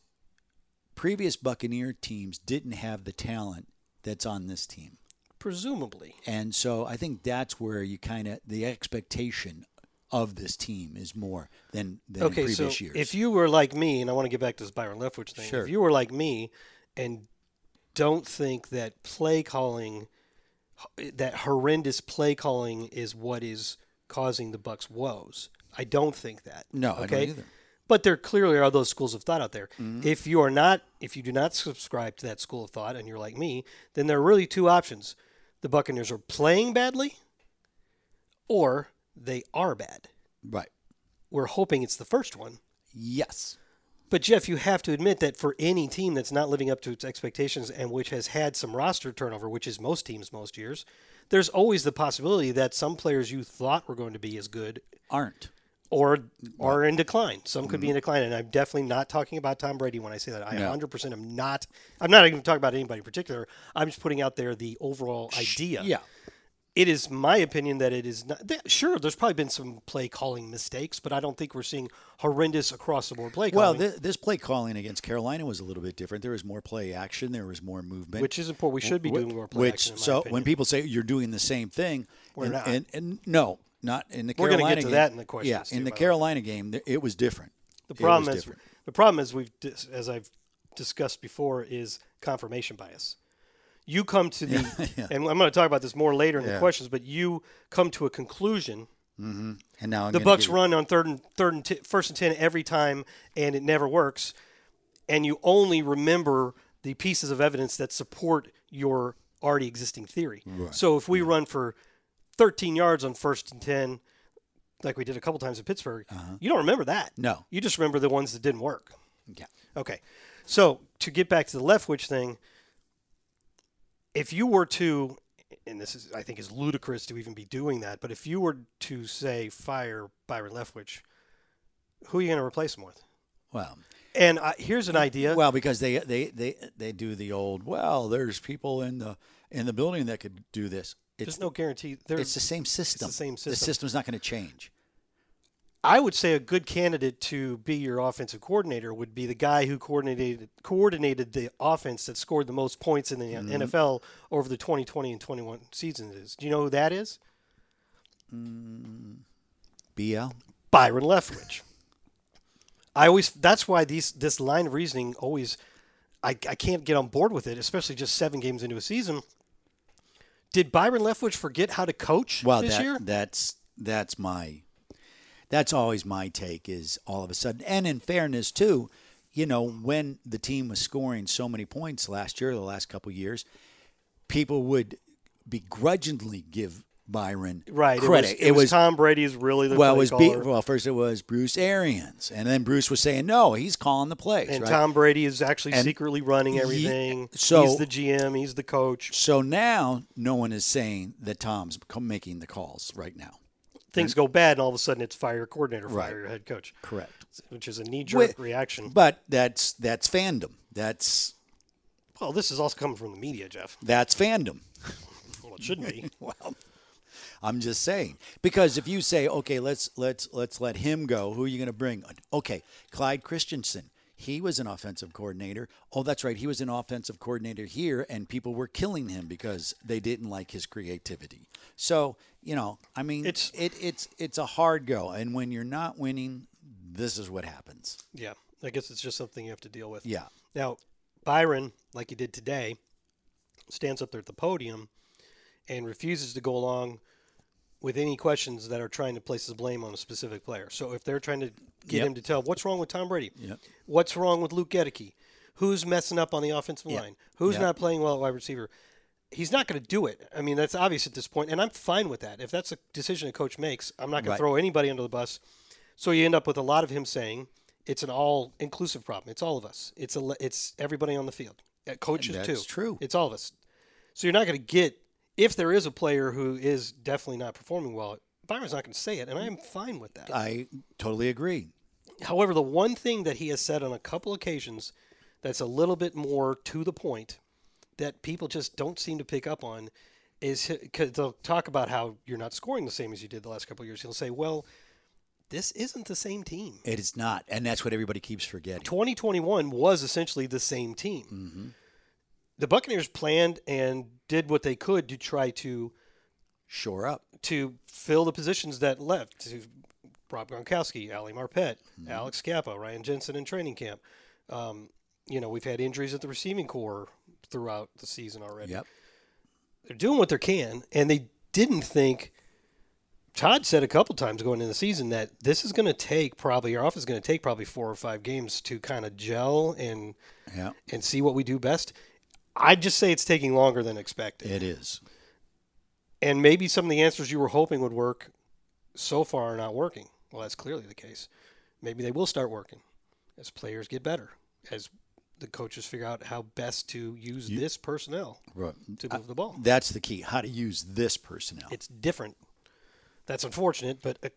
D: previous Buccaneer teams didn't have the talent that's on this team.
C: Presumably,
D: And so I think that's where you kind of the expectation of this team is more than than in
C: okay. So
D: previous years.
C: if you were like me, and I want to get back to this Byron Leftwich thing,
D: Sure.
C: if you were like me, and don't think that play calling, that horrendous play calling, is what is causing the Bucks' woes. I don't think that.
D: no,
C: okay?
D: I don't either. Mm-hmm.
C: But there clearly are those schools of thought out there. If you are not, if you do not subscribe to that school of thought, and you're like me, then there are really two options: the Buccaneers are playing badly, or they are bad.
D: Right.
C: We're hoping it's the first one.
D: Yes.
C: But Jeff, you have to admit that for any team that's not living up to its expectations and which has had some roster turnover, which is most teams most years, there's always the possibility that some players you thought were going to be as good
D: Aren't.
C: or are in decline. Some could
D: Mm-hmm.
C: be in decline, and I'm definitely not talking about Tom Brady when I say that. I 100% am not. I'm not even talking about anybody in particular. I'm just putting out there the overall idea.
D: Yeah.
C: It is my opinion that it is not. That, sure, there's probably been some play calling mistakes, but I don't think we're seeing horrendous across the board play calling.
D: Well, thi- this play calling against Carolina was a little bit different. There was more play action. There was more movement.
C: which is important. We should be doing more play
D: Which
C: action. in my
D: so
C: opinion.
D: when people say you're doing the same thing,
C: We're
D: and,
C: not.
D: And, and no, not in the
C: We're gonna get
D: Carolina
C: to
D: game.
C: that in the questions
D: Yeah,
C: too,
D: in
C: by
D: the
C: the way.
D: Carolina game, th- it was different.
C: the
D: It was
C: problem is
D: different.
C: the problem is we've dis- as I've discussed before is confirmation bias. You come to the and I'm going to talk about this more later in the questions, but you come to a conclusion.
D: and now I'm
C: The
D: gonna
C: Bucks
D: give you-
C: run on third and third and t- first and ten every time, and it never works. And you only remember the pieces of evidence that support your already existing theory. So if we run for 13 yards on first and ten, like we did a couple times in Pittsburgh, you don't remember that.
D: Uh-huh. No.
C: you just remember the ones that didn't work.
D: Yeah.
C: Okay. So to get back to the Leftwich thing, if you were to, and this is I think is ludicrous to even be doing that, but if you were to say fire Byron Leftwich, who are you going to replace him with?
D: Well,
C: And uh, here's an idea.
D: Well, because they, they they they do the old well. There's people in the in the building that could do this. It's
C: There's no guarantee. There's,
D: it's the same system.
C: same
D: The
C: system.
D: system's not going to change.
C: I would say a good candidate to be your offensive coordinator would be the guy who coordinated coordinated the offense that scored the most points in the
D: Mm-hmm.
C: NFL over the 2020 and 21 seasons. Is do you know who that is?
D: BL.
C: Byron Leftwich. I always that's why these this line of reasoning always I, I can't get on board with it, especially just seven games into a season. Did Byron Leftwich forget how to coach
D: Well,
C: this
D: that,
C: year?
D: that's that's my that's always my take. Is all of a sudden, and in fairness too, you know, when the team was scoring so many points last year, the last couple years, people would begrudgingly give Byron
C: right. It
D: credit.
C: was, it was Tom Brady's really the
D: Well, it
C: play
D: was be-
C: caller.
D: well. First, it was Bruce Arians, and then Bruce was saying, "No, he's calling the plays."
C: and
D: right?
C: Tom Brady is actually
D: And
C: secretly running everything.
D: so-
C: he's the GM, he's the coach.
D: so now no one is saying that Tom's co- making the calls right now.
C: Things go bad, and all of a sudden it's fire your coordinator, fire
D: Right.
C: your head coach,
D: Correct.
C: which is a knee jerk
D: Wait,
C: reaction.
D: But that's that's fandom. That's
C: Well, this is also coming from the media, Jeff.
D: that's fandom.
C: Well, it shouldn't be.
D: Well, I'm just saying because if you say, "Okay, let's let's let's let him go," who are you going to bring? Okay, Clyde Christensen. He was an offensive coordinator. Oh, that's right. He was an offensive coordinator here, and people were killing him because they didn't like his creativity. So you know, I mean,
C: It's-
D: it's it, it's it's a hard go, and when you're not winning, this is what happens.
C: yeah, I guess it's just something you have to deal with.
D: Yeah,
C: Now, Byron, like he did today, stands up there at the podium and refuses to go along with any questions that are trying to place the blame on a specific player. So if they're trying to get
D: Yep.
C: him to tell what's wrong with Tom Brady,
D: Yep.
C: what's wrong with Luke Getteke, who's messing up on the offensive line, who's
D: Yep.
C: not playing well at wide receiver, he's not going to do it. I mean, that's obvious at this point, and I'm fine with that. If that's a decision a coach makes, I'm not going
D: Right.
C: to throw anybody under the bus. So you end up with a lot of him saying it's an all-inclusive problem. It's all of us. It's a, it's everybody on the field, Uh, coaches
D: And
C: too.
D: that's true.
C: It's all of us. So you're not going to get if there is a player who is definitely not performing well. Byron's not going to say it, and I am fine with that.
D: I totally agree.
C: However, the one thing that he has said on a couple occasions that's a little bit more to the point that people just don't seem to pick up on is he- 'cause they'll talk about how you're not scoring the same as you did the last couple of years. He'll say, "Well, this isn't the same team.
D: It is not, and that's what everybody keeps forgetting.
C: 2021 was essentially the same team. The Buccaneers planned and did what they could to try to
D: Shore up.
C: to fill the positions that left to Rob Gronkowski, Ali Marpet, Alex Scappa, Ryan Jensen in training camp. Um, you know, we've had injuries at the receiving core throughout the season already.
D: Yep.
C: They're doing what they can, and they didn't think. Todd said a couple times going into the season that this is going to take probably your offense is going to take probably four or five games to kind of gel and
D: Yeah.
C: and see what we do best. I'd just say it's taking longer than expected
D: It is.
C: and maybe some of the answers you were hoping would work so far are not working. Well, that's clearly the case. Maybe they will start working as players get better, as the coaches figure out how best to use this personnel
D: Right.
C: to move the ball.
D: That's the key. How to use this personnel.
C: It's different. That's unfortunate, but it,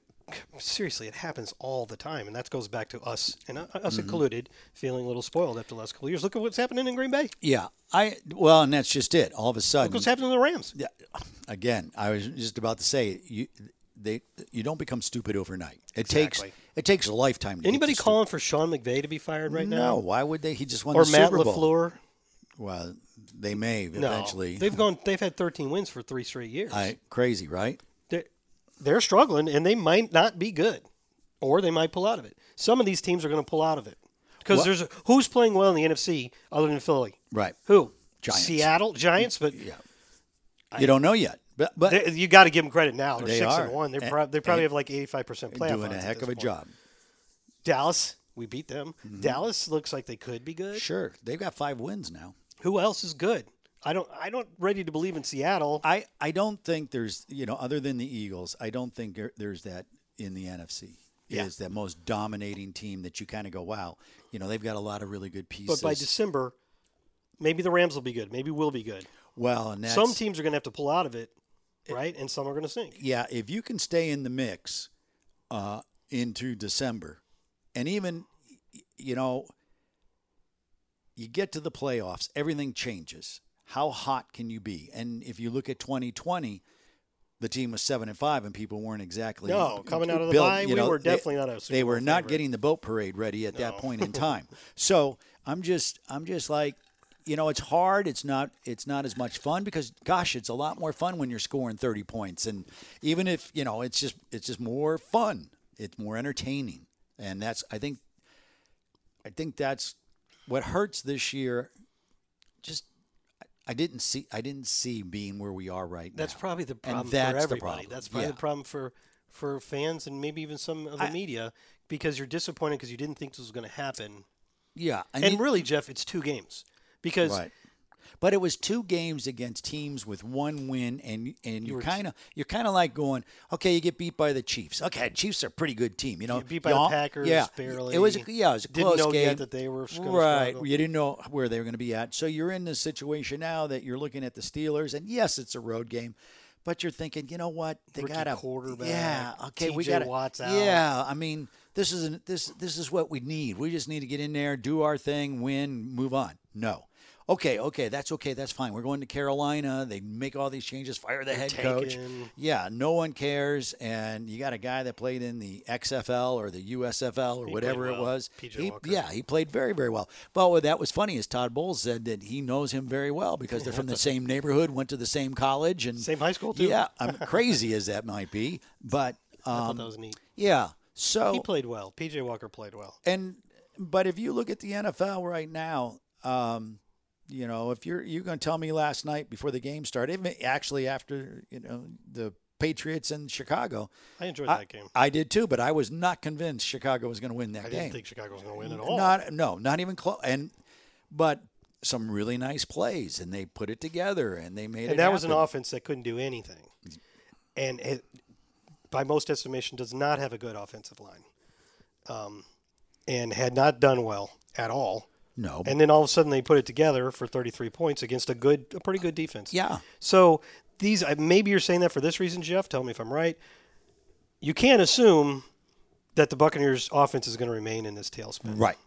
C: seriously, it happens all the time, and that goes back to us and uh, us
D: Mm-hmm.
C: included feeling a little spoiled after the last couple of years. Look at what's happening in Green Bay. Look
D: yeah. I well, and that's just it. All of a sudden,
C: what's happening to the Rams.
D: Mm. Yeah. Again, I was just about to say you they you don't become stupid overnight. It takes
C: Exactly.
D: it takes a lifetime. To get
C: Anybody
D: to stu-
C: calling for Sean McVay to be fired right
D: No,
C: now?
D: why would they? He just won
C: Or
D: the
C: Matt
D: Super Bowl.
C: LaFleur?
D: Well, they may eventually.
C: They've gone. They've had 13 wins for three straight years.
D: I, crazy, right?
C: They're, they're struggling, and they might not be good, or they might pull out of it. Some of these teams are going to pull out of it because
D: What-
C: there's a, who's playing well in the NFC other than Philly.
D: Right.
C: Who?
D: Giants.
C: Seattle Giants, but
D: you don't know yet, but but
C: they- you got to give them credit now. They're
D: They
C: six
D: are.
C: and one. They're
D: And-
C: prob- they probably
D: and-
C: have like 85 percent playoff.
D: doing
C: odds
D: a
C: at
D: heck
C: this
D: of a
C: point.
D: job. Mm-hmm.
C: Dallas, we beat them. Dallas looks like they could be good.
D: Sure, they've got five wins now.
C: Who else is good? I don't. I don't ready to believe in Seattle.
D: I I don't think there's you know other than the Eagles, I don't think there- there's that in the NFC.
C: Yeah.
D: Is that most dominating team that you kind of go, wow, you know they've got a lot of really good
C: but
D: pieces.
C: by December, maybe the Rams will be good. Maybe we'll be good.
D: well, and that's,
C: some teams are going to have to pull out of it, right? And some are going to sink.
D: yeah, if you can stay in the mix uh, into December, and even y- you know, you get to the playoffs, everything changes. How hot can you be? And if you look at 2020, the team was seven and five, and people weren't exactly
C: No, coming out of the
D: built-
C: bye,
D: you
C: we
D: know,
C: were
D: they-
C: definitely not a Super
D: they
C: Bowl
D: were not
C: favorite.
D: getting the boat parade ready at that point in time. so I'm just I'm just like, you know, it's hard. It's not it's not as much fun because gosh, it's a lot more fun when you're scoring 30 points. And even if you know, it's just it's just more fun. It's more entertaining, and that's I think I think that's what hurts this year. Just I didn't see I didn't see being where we are right
C: That's
D: now.
C: probably the problem
D: that's
C: for
D: the
C: everybody.
D: problem,
C: That's probably
D: yeah.
C: the problem for for fans and maybe even some of the media because you're disappointed because you didn't think this was going to happen.
D: yeah, I
C: And
D: mean-
C: really, Jeff, it's two games because
D: Right. But it was two games against teams with one win, and and you are kind of you're kind of like going, okay, you get beat by the Chiefs. Okay, Chiefs are a pretty good team, you know.
C: You beat by the
D: all-
C: Packers
D: yeah,
C: barely.
D: It was a- yeah, it was a
C: Didn't
D: close
C: know
D: game
C: yet that they were gonna
D: right.
C: struggle.
D: You didn't know where they were going to be at, so you're in this situation now that you're looking at the Steelers, and yes, it's a road game. But you're thinking, you know what? They
C: Rookie
D: got a
C: quarterback,
D: Yeah, okay, we
C: TJ
D: got
C: Watt's out.
D: Yeah, I mean, this isn't this this is what we need. We just need to get in there, do our thing, win, move on. No. Okay, okay, that's okay, that's fine. We're going to Carolina. They make all these changes, fire the head coach.
C: taken.
D: Yeah, no one cares, and you got a guy that played in the XFL or the USFL or whatever it
C: well,
D: was.
C: PJ
D: He-
C: Walker.
D: yeah, he played very, very well. But what that was funny is Todd Bowles said that he knows him very well because they're from the same neighborhood, went to the same college, and
C: Same high school, too.
D: Yeah, I'm crazy as that might be, but
C: I
D: um, oh.
C: thought that was neat.
D: yeah.
C: He
D: So
C: played well. PJ Walker played well.
D: and but if you look at the NFL right now, um, you know, if you're you're going to tell me last night before the game started, even actually after you know the Patriots and Chicago.
C: I enjoyed
D: I,
C: that game.
D: I did too, but I was not convinced Chicago was going to win that
C: I
D: game.
C: didn't think Chicago was going to win at all.
D: Not no, not even close. And but some really nice plays, and they put it together, and they made it.
C: and that was an
D: happen.
C: offense that couldn't do anything, and it, by most estimation, does not have a good offensive line, um, and had not done well at all.
D: No,
C: And then all of a sudden they put it together for 33 points against a good, a pretty good defense.
D: yeah,
C: So these, I- maybe you're saying that for this reason, Jeff. Tell me if I'm right. You can't assume that the Buccaneers' offense is going to remain in this tailspin.
D: right.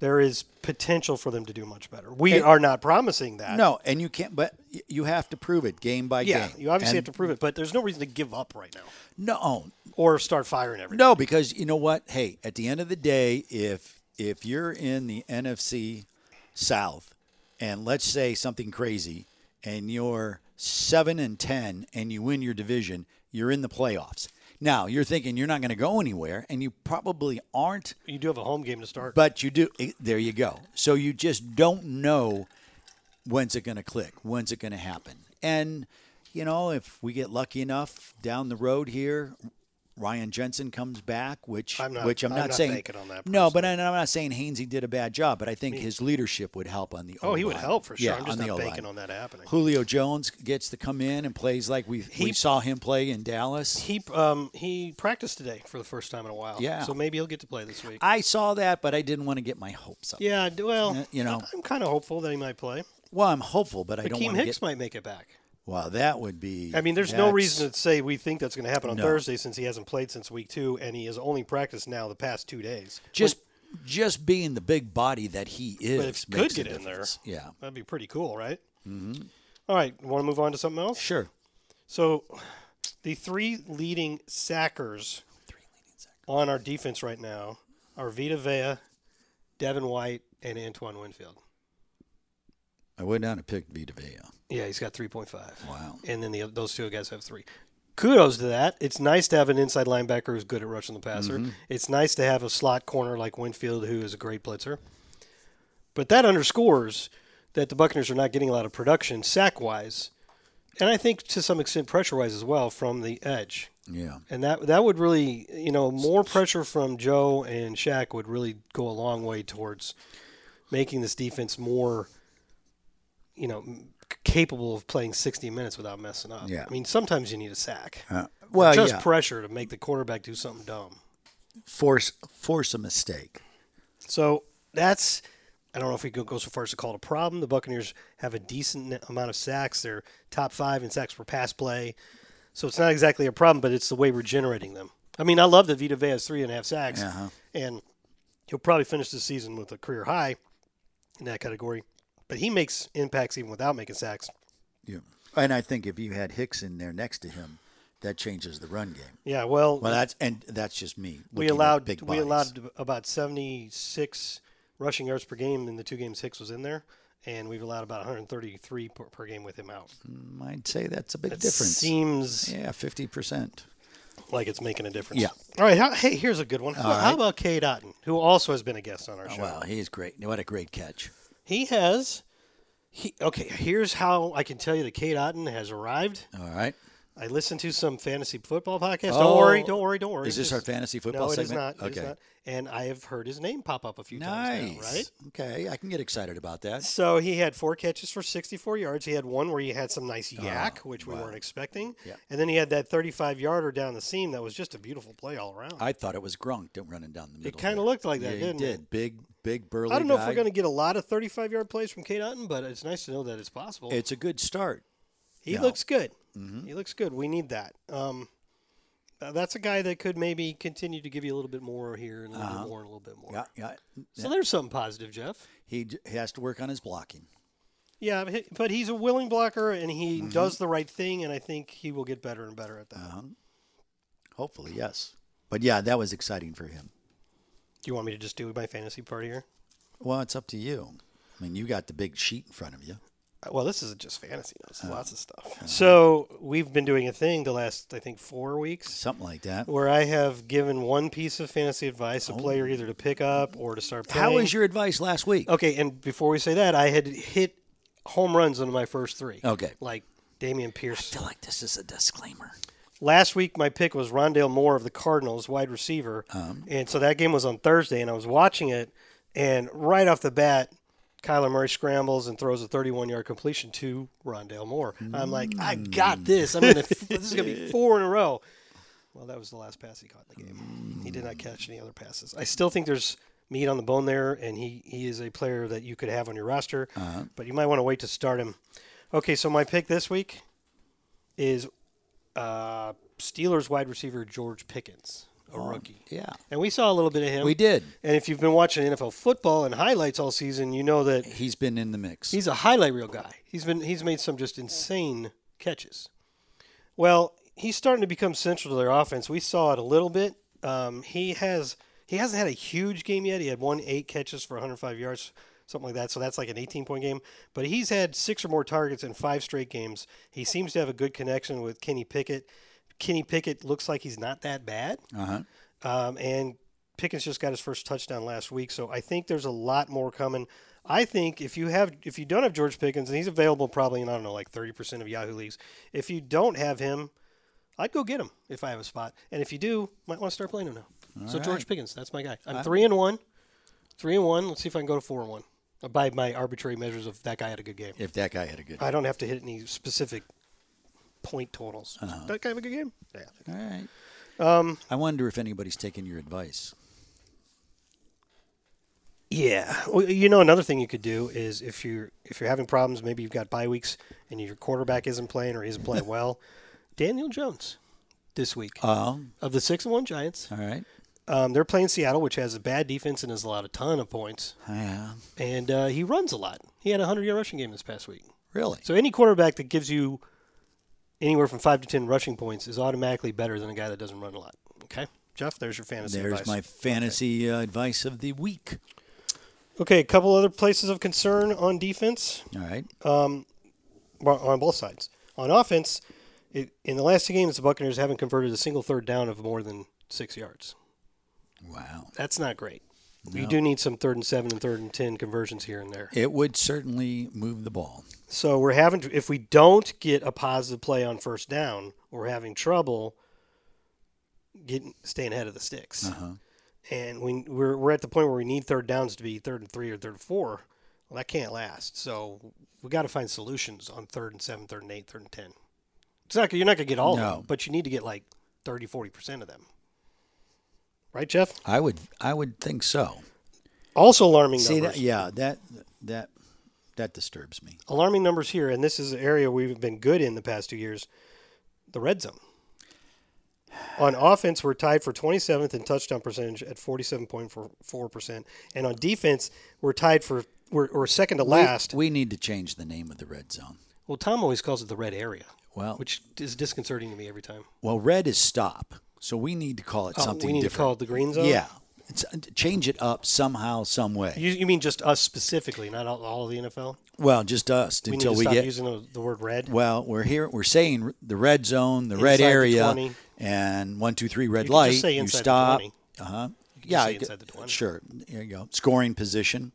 C: There is potential for them to do much better. We are not promising that.
D: No, and you can't. But y- you have to prove it game by
C: Yeah,
D: game.
C: you obviously
D: And
C: have to prove it, but there's no reason to give up right now
D: No,
C: or start firing everything.
D: No, because you know what? Hey, at the end of the day, if if you're in the NFC South, and let's say something crazy, and you're seven and ten, and you win your division, you're in the playoffs. Now you're thinking you're not going to go anywhere, and you probably aren't.
C: You do have a home game to start.
D: But you do. eh, There you go. So you just don't know when's it going to click, when's it going to happen. And, you know, if we get lucky enough down the road here, Ryan Jensen comes back, which
C: I'm not-
D: which I'm,
C: I'm
D: not,
C: not
D: saying
C: banking on that
D: no, but I, am not saying Hainsey did a bad job, but I think his leadership would help on the.
C: oh, he would
D: O-line.
C: help for sure.
D: Yeah,
C: I'm just
D: on
C: not
D: the
C: banking
D: O-line.
C: on that happening.
D: Julio Jones gets to come in and plays like we we saw him play in Dallas.
C: He um he practiced today for the first time in a while.
D: Yeah.
C: So maybe he'll get to play this week.
D: I saw that, but I didn't want to get my hopes up.
C: yeah. d- Well,
D: you know.
C: I'm kind of hopeful that he might play.
D: Well, I'm hopeful, but I don't
C: Akeem
D: want to
C: Hicks
D: get.
C: might make it back.
D: Wow, that would be.
C: I mean, there's no
D: that's-
C: reason to say we think that's going to happen on
D: No.
C: Thursday since he hasn't played since week two and he has only practiced now the past two days.
D: just just being the big body that he is.
C: But if he
D: makes
C: could
D: a
C: get in there,
D: difference. yeah,
C: that'd be pretty cool, right? Mm-hmm. All right. Want to move on to something else?
D: sure.
C: So, the three leading sackers on our defense right now are Vita Vea, Devin White, and Antoine Winfield.
D: I would not have picked Vita Vea.
C: Yeah, he's got 3.5.
D: Wow.
C: And then the, those two guys have three. Kudos to that. It's nice to have an inside linebacker who's good at rushing the passer. It's nice to have a slot corner like Winfield, who is a great blitzer. But that underscores that the Buccaneers are not getting a lot of production sack wise, and I think to some extent pressure wise as well from the edge.
D: Yeah,
C: And that that would really, you know, more pressure from Joe and Shaq would really go a long way towards making this defense more, you know, m- capable of playing 60 minutes without messing up.
D: Yeah.
C: I mean, sometimes you need a sack.
D: Uh, well,
C: Just
D: yeah.
C: pressure to make the quarterback do something dumb.
D: force force a mistake.
C: So that's I don't know if we could go so far as to call it a problem. The Buccaneers have a decent n- amount of sacks. They're top five in sacks per pass play. So it's not exactly a problem, but it's the way we're generating them. I mean, I love that Vita Vea has three and a half sacks, and he'll probably finish the season with a career high in that category. But he makes impacts even without making sacks.
D: Yeah, and I think if you had Hicks in there next to him, that changes the run game.
C: Yeah, well,
D: Well, that's and that's just me.
C: we
D: looking at
C: allowed
D: big
C: we
D: bodies.
C: allowed about 76 rushing yards per game in the two games Hicks was in there, and we've allowed about 133 per, per game with him out.
D: I'd say that's a big
C: That
D: difference.
C: seems
D: yeah, fifty percent.
C: like it's making a difference.
D: Yeah.
C: All right. How, hey, here's a good one. How, how about Kate Otten, who also has been a guest on our show?
D: Oh, Wow, he's great. What a great catch!
C: He has. He okay. Here's how I can tell you that Kate Otten has arrived.
D: All right,
C: I listened to some fantasy football podcast. don't worry. Don't worry. Don't worry.
D: Is this our
C: Just-
D: fantasy football
C: No, it is
D: segment?
C: not. it is
D: Okay.
C: not. And I have heard his name pop up a few times.
D: nice.
C: Now, right.
D: Okay, I can get excited about that.
C: So he had four catches for 64 yards. He had one where he had some nice yak, which we weren't expecting.
D: Yeah.
C: And then he had that 35 yarder down the seam that was just a beautiful play all around.
D: I thought it was Gronk d- running down the middle.
C: It kind
D: there.
C: of looked like
D: yeah,
C: that,
D: he
C: didn't
D: did.
C: it?
D: Big, big, burly.
C: I don't know if
D: guy.
C: we're going to get a lot of 35 yard plays from Kate Otten, but it's nice to know that it's Mm-hmm. possible.
D: It's a good start.
C: he
D: yeah.
C: looks good. He looks good. We need that. Um, uh, that's a guy that could maybe continue to give you a little bit more here and a little bit more and a little bit more.
D: Yeah, yeah.
C: So there's something positive, Jeff.
D: He, j- he has to work on his blocking.
C: Yeah, but he- but he's a willing blocker and he does the right thing, and I think he will get better and better at that.
D: Hopefully, yes. But yeah, that was exciting for him.
C: Do you want me to just do my fantasy part here?
D: Well, it's up to you. I mean, you got the big sheet in front of you.
C: Uh, Well, this isn't just fantasy. This is lots of stuff. Uh, So we've been doing a thing the last, I think, four weeks.
D: Something like that.
C: where I have given one piece of fantasy advice a player either to pick up or to start playing.
D: Oh. How was your advice last week?
C: Okay, and before we say that, I had hit home runs on my first three.
D: Okay.
C: Like Damian Pierce.
D: feel like this is a disclaimer.
C: Last week, my pick was Rondale Moore of the Cardinals, wide receiver,
D: Um.
C: and so that game was on Thursday, and I was watching it, and right off the bat, Kyler Murray scrambles and throws a 31-yard completion to Rondale Moore. I'm like, I got this. I'm gonna. this is gonna be four in a row. Well, that was the last pass he caught in the game. He did not catch any other passes. I still think there's meat on the bone there, and he, he is a player that you could have on your roster, but you might want to wait to start him. Okay, so my pick this week is uh, Steelers wide receiver George Pickens, a rookie.
D: Yeah.
C: And we saw a little bit of him.
D: We did.
C: And if you've been watching NFL football and highlights all season, you know that
D: He's been in the mix.
C: He's a highlight reel guy. He's been he's made some just insane catches. Well, he's starting to become central to their offense. We saw it a little bit. Um, he has he hasn't had a huge game yet. He had one eight catches for 105 yards, something like that. So that's like an 18 point game. But he's had six or more targets in five straight games. He seems to have a good connection with Kenny Pickett. Kenny Pickett looks like he's not that bad.
D: uh-huh.
C: Um, and Pickens just got his first touchdown last week, so I think there's a lot more coming. I think if you have if you don't have George Pickens and he's available probably in I don't know like 30% of Yahoo leagues, if you don't have him, I'd go get him if I have a spot. And if you do, might want to start playing him now. so George
D: right.
C: Pickens, that's my guy. I'm 3 and 1. 3 and 1. Let's see if I can go to 4 and 1. By my arbitrary measures of that guy had a good game.
D: If that guy had a good
C: I don't have to hit any specific point totals. That guy have a good game? Yeah.
D: All right. Um, I wonder if anybody's taking your advice.
C: Yeah, well, you know another thing you could do is if you're if you're having problems, maybe you've got bye weeks and your quarterback isn't playing or isn't playing well. Daniel Jones this week
D: Oh,
C: of the six and one Giants,
D: all right.
C: um, they're playing Seattle, which has a bad defense and has allowed a ton of points,
D: Yeah.
C: and uh, he runs a lot. He had a hundred yard rushing game this past week.
D: Really?
C: So any quarterback that gives you anywhere from five to ten rushing points is automatically better than a guy that doesn't run a lot. Okay, Jeff, there's your fantasy.
D: There's
C: advice.
D: my fantasy uh, advice of the week.
C: okay. A couple other places of concern on defense.
D: All right.
C: well, on both sides. On offense, it, in the last two games, the Buccaneers haven't converted a single third down of more than six yards.
D: wow.
C: That's not great. You do need some third and seven and third and ten conversions here and there.
D: It would certainly move the ball.
C: So we're having to, if we don't get a positive play on first down, we're having trouble getting staying ahead of the sticks.
D: Uh-huh.
C: And we we're we're at the point where we need third downs to be third and three or third and four. Well, that can't last. So we got to find solutions on third and seven, third and eight, third and ten. It's not you're not gonna get all of
D: No.
C: them, but you need to get like 30, 40 percent of them. Right, Jeff?
D: I would. I would think so.
C: Also alarming
D: See
C: numbers.
D: that? Yeah. That. That. That disturbs me.
C: alarming numbers here, and this is an area we've been good in the past two years the red zone. On offense, we're tied for 27th in touchdown percentage at 47.44%. And on defense, we're tied for, we're, we're second to last.
D: We, we need to change the name of the red zone.
C: well, Tom always calls it the red area,
D: Well,
C: which is disconcerting to me every time.
D: well, red is stop. So we need to call it
C: Oh,
D: something
C: we need to
D: different.
C: call it the green zone?
D: yeah. It's, uh, change it up somehow, some way.
C: You, you mean just us specifically, not all, all of the NFL?
D: well, just us
C: We
D: until
C: need to
D: we
C: stop
D: get
C: using the, the word red.
D: Well, we're here. We're saying the red zone, the
C: Inside
D: red
C: the
D: area,
C: 20.
D: and one, two, three, red
C: You
D: light.
C: can just say
D: you
C: inside the
D: stop.
C: 20.
D: Uh huh. Yeah.
C: say
D: I g-
C: inside the 20.
D: Sure. There you go. Scoring position.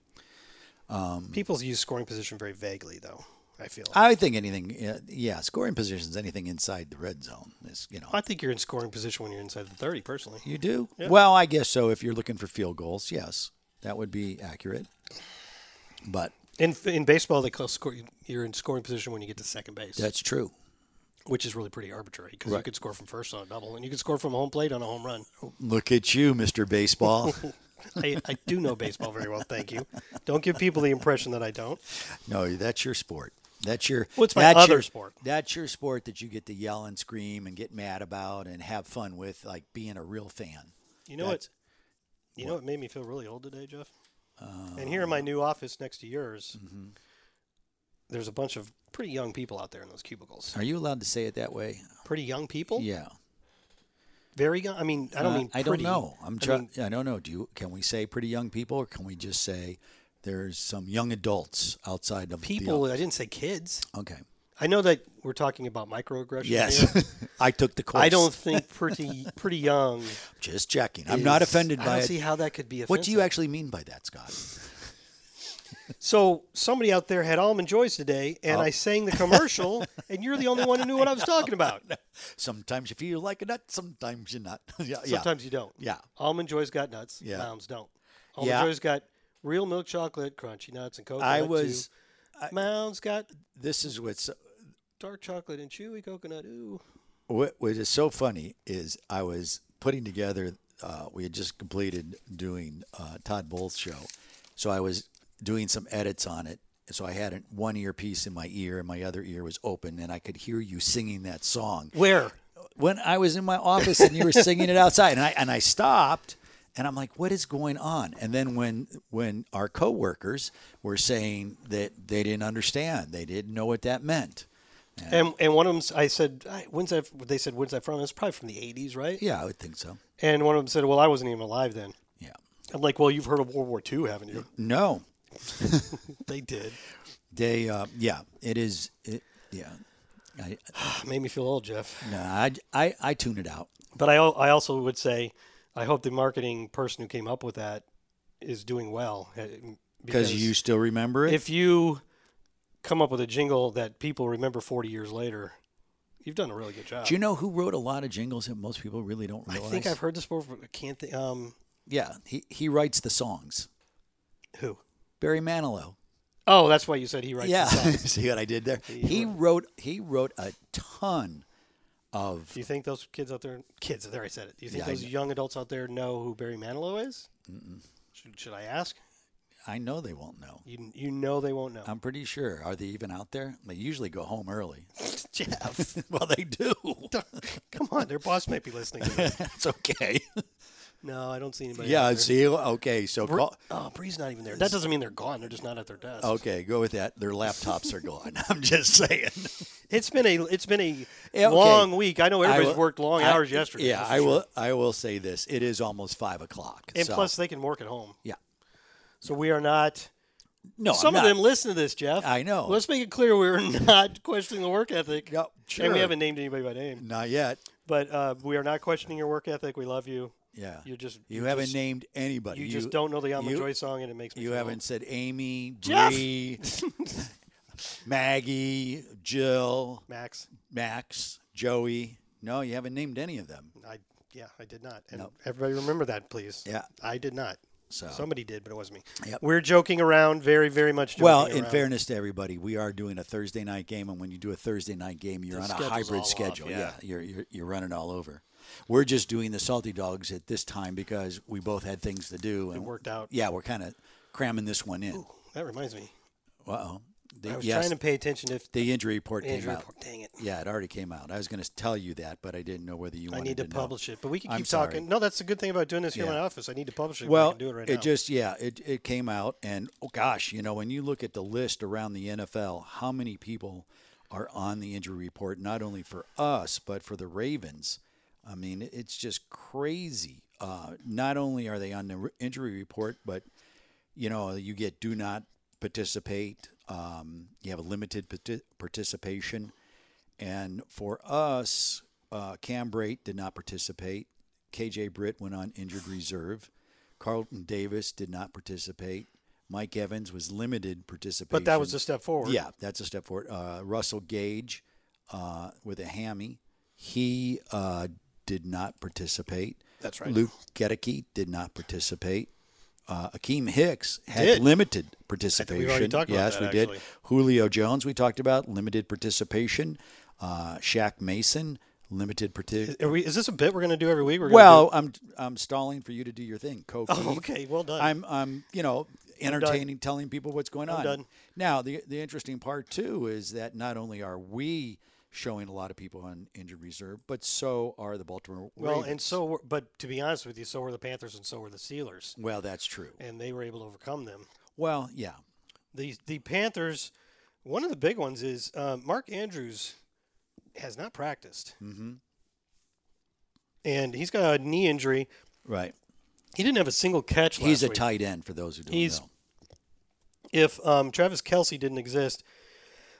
C: People use scoring position very vaguely, though, I feel. I,
D: I think anything. yeah, Yeah. Scoring positions. Anything inside the red zone is you know.
C: think you're in scoring position when you're inside the 30, personally.
D: You do. Well, I guess so. If you're looking for field goals, yes, that would be accurate. But
C: In, in baseball, they call score, you're in scoring position when you get to second base,
D: that's true.
C: which is really pretty arbitrary because you
D: Right.
C: could score from first on a double and you could score from home plate on a home run.
D: Look at you, Mr. Baseball.
C: I, I do know baseball very well, thank you. Don't give people the impression that I don't.
D: No, that's your sport. That's your.
C: What's my
D: that's
C: other
D: your-
C: sport?
D: That's your sport that you get to yell and scream and get mad about and have fun with, like being a real fan.
C: You know
D: That's-
C: what? You know what made me feel really old today, Jeff?
D: Uh,
C: and here in my new office next to yours,
D: Mm-hmm.
C: there's a bunch of pretty young people out there in those cubicles.
D: Are you allowed to say it that way?
C: Pretty young people?
D: Yeah.
C: Very young? I mean, I don't
D: Uh,
C: mean
D: I don't
C: pretty.
D: know. I'm
C: I
D: trying.
C: mean,
D: I don't know. Do you? Can we say pretty young people, or can we just say there's some young adults outside of the-
C: people, I didn't say kids.
D: okay.
C: I know that we're talking about microaggressions. here.
D: Yes, I took the course.
C: I don't think pretty pretty young.
D: Just checking. I'm not
C: is-
D: offended
C: I
D: by
C: don't
D: it.
C: see how that could be offensive.
D: what do you actually mean by that, Scott?
C: So somebody out there had almond joys today,
D: Oh.
C: and I sang the commercial, and you're the only one who knew what I was talking about.
D: Sometimes you feel like a nut, sometimes you're not. yeah,
C: Sometimes you don't.
D: Yeah.
C: Almond joys got nuts.
D: Yeah.
C: Mounds don't. Almond
D: Yeah.
C: joys got real milk chocolate, crunchy nuts, and coconut.
D: I
C: too.
D: was-
C: Mounds got
D: yeah. This is what's
C: dark chocolate and chewy coconut. Ooh.
D: what, what is so funny is I was putting together. Uh, we had just completed doing uh, Todd Bowles' show, so I was doing some edits on it. So I had an- one earpiece in my ear, and my other ear was open, and I could hear you singing that song.
C: Where?
D: when I was in my office and you were singing it outside, and I and I stopped, and I'm like, "What is going on?" And then when when our coworkers were saying that they didn't understand, they didn't know what that meant.
C: And and one of them, I said, "I- when's that? They said, when's that from? It's probably from the 80s, right?
D: Yeah, I would think so.
C: And one of them said, well, I wasn't even alive then.
D: Yeah,
C: I'm like, well, you've heard of World War II, haven't you?
D: no,
C: they did.
D: they. Uh, yeah, it is. It, yeah, I,
C: Ah, Made me feel old, Jeff.
D: no, I, I I tune it out.
C: But I, al- I also would say, I hope the marketing person who came up with that is doing well. uh,
D: Because you still remember it?
C: if you come up with a jingle that people remember 40 years later, you've done a really good job.
D: Do you know who wrote a lot of jingles that most people really don't
C: I
D: realize?
C: think I've heard this before. But I can't think. Um,
D: Yeah, he, he writes the songs.
C: who?
D: Barry Manilow.
C: Oh, that's why you said he writes.
D: Oh. Yeah,
C: The song.
D: see what I did there. He wrote he wrote a ton of
C: Do you think those kids out there, kids, there I said it. Do you think
D: Yeah, I
C: those
D: kn- young
C: young adults out there know who Barry Manilow is? Should, should I ask?
D: I know they won't know.
C: You you know they won't know.
D: I'm pretty sure. Are they even out there? They usually go home early.
C: Jeff,
D: well, they do.
C: come on, their boss might be listening. To this.
D: That's okay.
C: No, I don't see anybody. out
D: yeah,
C: there.
D: see okay, so call,
C: Oh, Bree's not even there. That doesn't mean they're gone. They're just not at their desk.
D: Oh, okay, go with that. Their laptops are gone. I'm just saying.
C: It's been a it's been a
D: Yeah, okay.
C: long week. I know
D: I
C: everybody's
D: will-
C: worked long
D: I-
C: hours yesterday.
D: Yeah,
C: that's for
D: I
C: sure.
D: will I will say this. It is almost five o'clock.
C: And
D: so-
C: plus, they can work at home.
D: Yeah.
C: So we are not.
D: No, I'm
C: Some of
D: not-
C: them listen to this, Jeff.
D: I know.
C: Let's make it clear we're not questioning the work ethic.
D: No,
C: And
D: sure.
C: we haven't named anybody by name,
D: not yet.
C: but uh, we are not questioning your work ethic. We love you.
D: Yeah.
C: You just
D: You, haven't
C: just-
D: named anybody.
C: You, just don't know the Alma
D: you-
C: Joy song, and it makes me.
D: You
C: feel
D: haven't said Amy,
C: Jeff!
D: Bree, Maggie, Jill,
C: old. Max.
D: Max, Joey. No, you haven't named any of them.
C: I yeah, I did not. And everybody remember that, please.
D: Yeah.
C: I did not.
D: So-
C: somebody did, but it wasn't me.
D: Yep.
C: We're joking around, very, very much. Joking
D: Well, in
C: around.
D: fairness to everybody, we are doing a Thursday night game, and when you do a Thursday night game, you're on a
C: schedule's all
D: hybrid
C: off,
D: schedule.
C: yeah.
D: you're, you're you're running all over. We're just doing the salty dogs at this time because we both had things to do. And it
C: worked out.
D: Yeah, we're kind of cramming this one in.
C: that reminds me.
D: Uh oh.
C: I was
D: Yes,
C: trying to pay attention if
D: the injury report came
C: injury
D: out.
C: report. Dang it.
D: Yeah, it already came out. I was going to tell you that, but I didn't know whether you
C: I
D: wanted
C: need to,
D: know.
C: publish it, but we can
D: I'm
C: keep
D: sorry.
C: talking. No, that's the good thing about doing this here in
D: Yeah.
C: my office. I need to publish it. but I
D: Well,
C: can do it right now.
D: just yeah, it it came out, and oh gosh, you know when you look at the list around the NFL, how many people are on the injury report? Not only for us, but for the Ravens. I mean, it's just crazy. Uh, not only are they on the re- injury report, but you know you get do not participate. Um, you have a limited parti- participation. And for us, uh, Cam Brate did not participate. KJ Britt went on injured reserve. Carlton Davis did not participate. Mike Evans was limited participation.
C: but that was a step forward.
D: yeah, that's a step forward. Uh, Russell Gage uh, with a hammy, he uh, did not participate.
C: That's right.
D: Luke Gedeke did not participate. Uh, Akeem Hicks had
C: Did.
D: limited participation.
C: already talked about
D: yes,
C: that,
D: we
C: actually.
D: did. Julio Jones, we talked about limited participation. Uh, Shaq Mason, limited participation.
C: Are we, is this a bit we're going to do every week? We're gonna
D: Well, I'm I'm stalling for you to do your thing, Coke.
C: do- okay, well done.
D: I'm I'm you know entertaining, telling people what's going on.
C: done.
D: Now the the interesting part too is that not only are we showing a lot of people on injured reserve, but so are the Baltimore.
C: well,
D: Ravens.
C: and so, were, but to be honest with you, so were the Panthers and so were the Steelers,
D: well that's true.
C: and they were able to overcome them.
D: Well, yeah,
C: the the Panthers. One of the big ones is uh, Mark Andrews has not practiced, mm-hmm. and he's got a knee injury.
D: right.
C: He didn't have a single catch. last
D: He's a
C: week.
D: tight end for those who don't
C: He's-
D: know.
C: If um, Travis Kelsey didn't exist,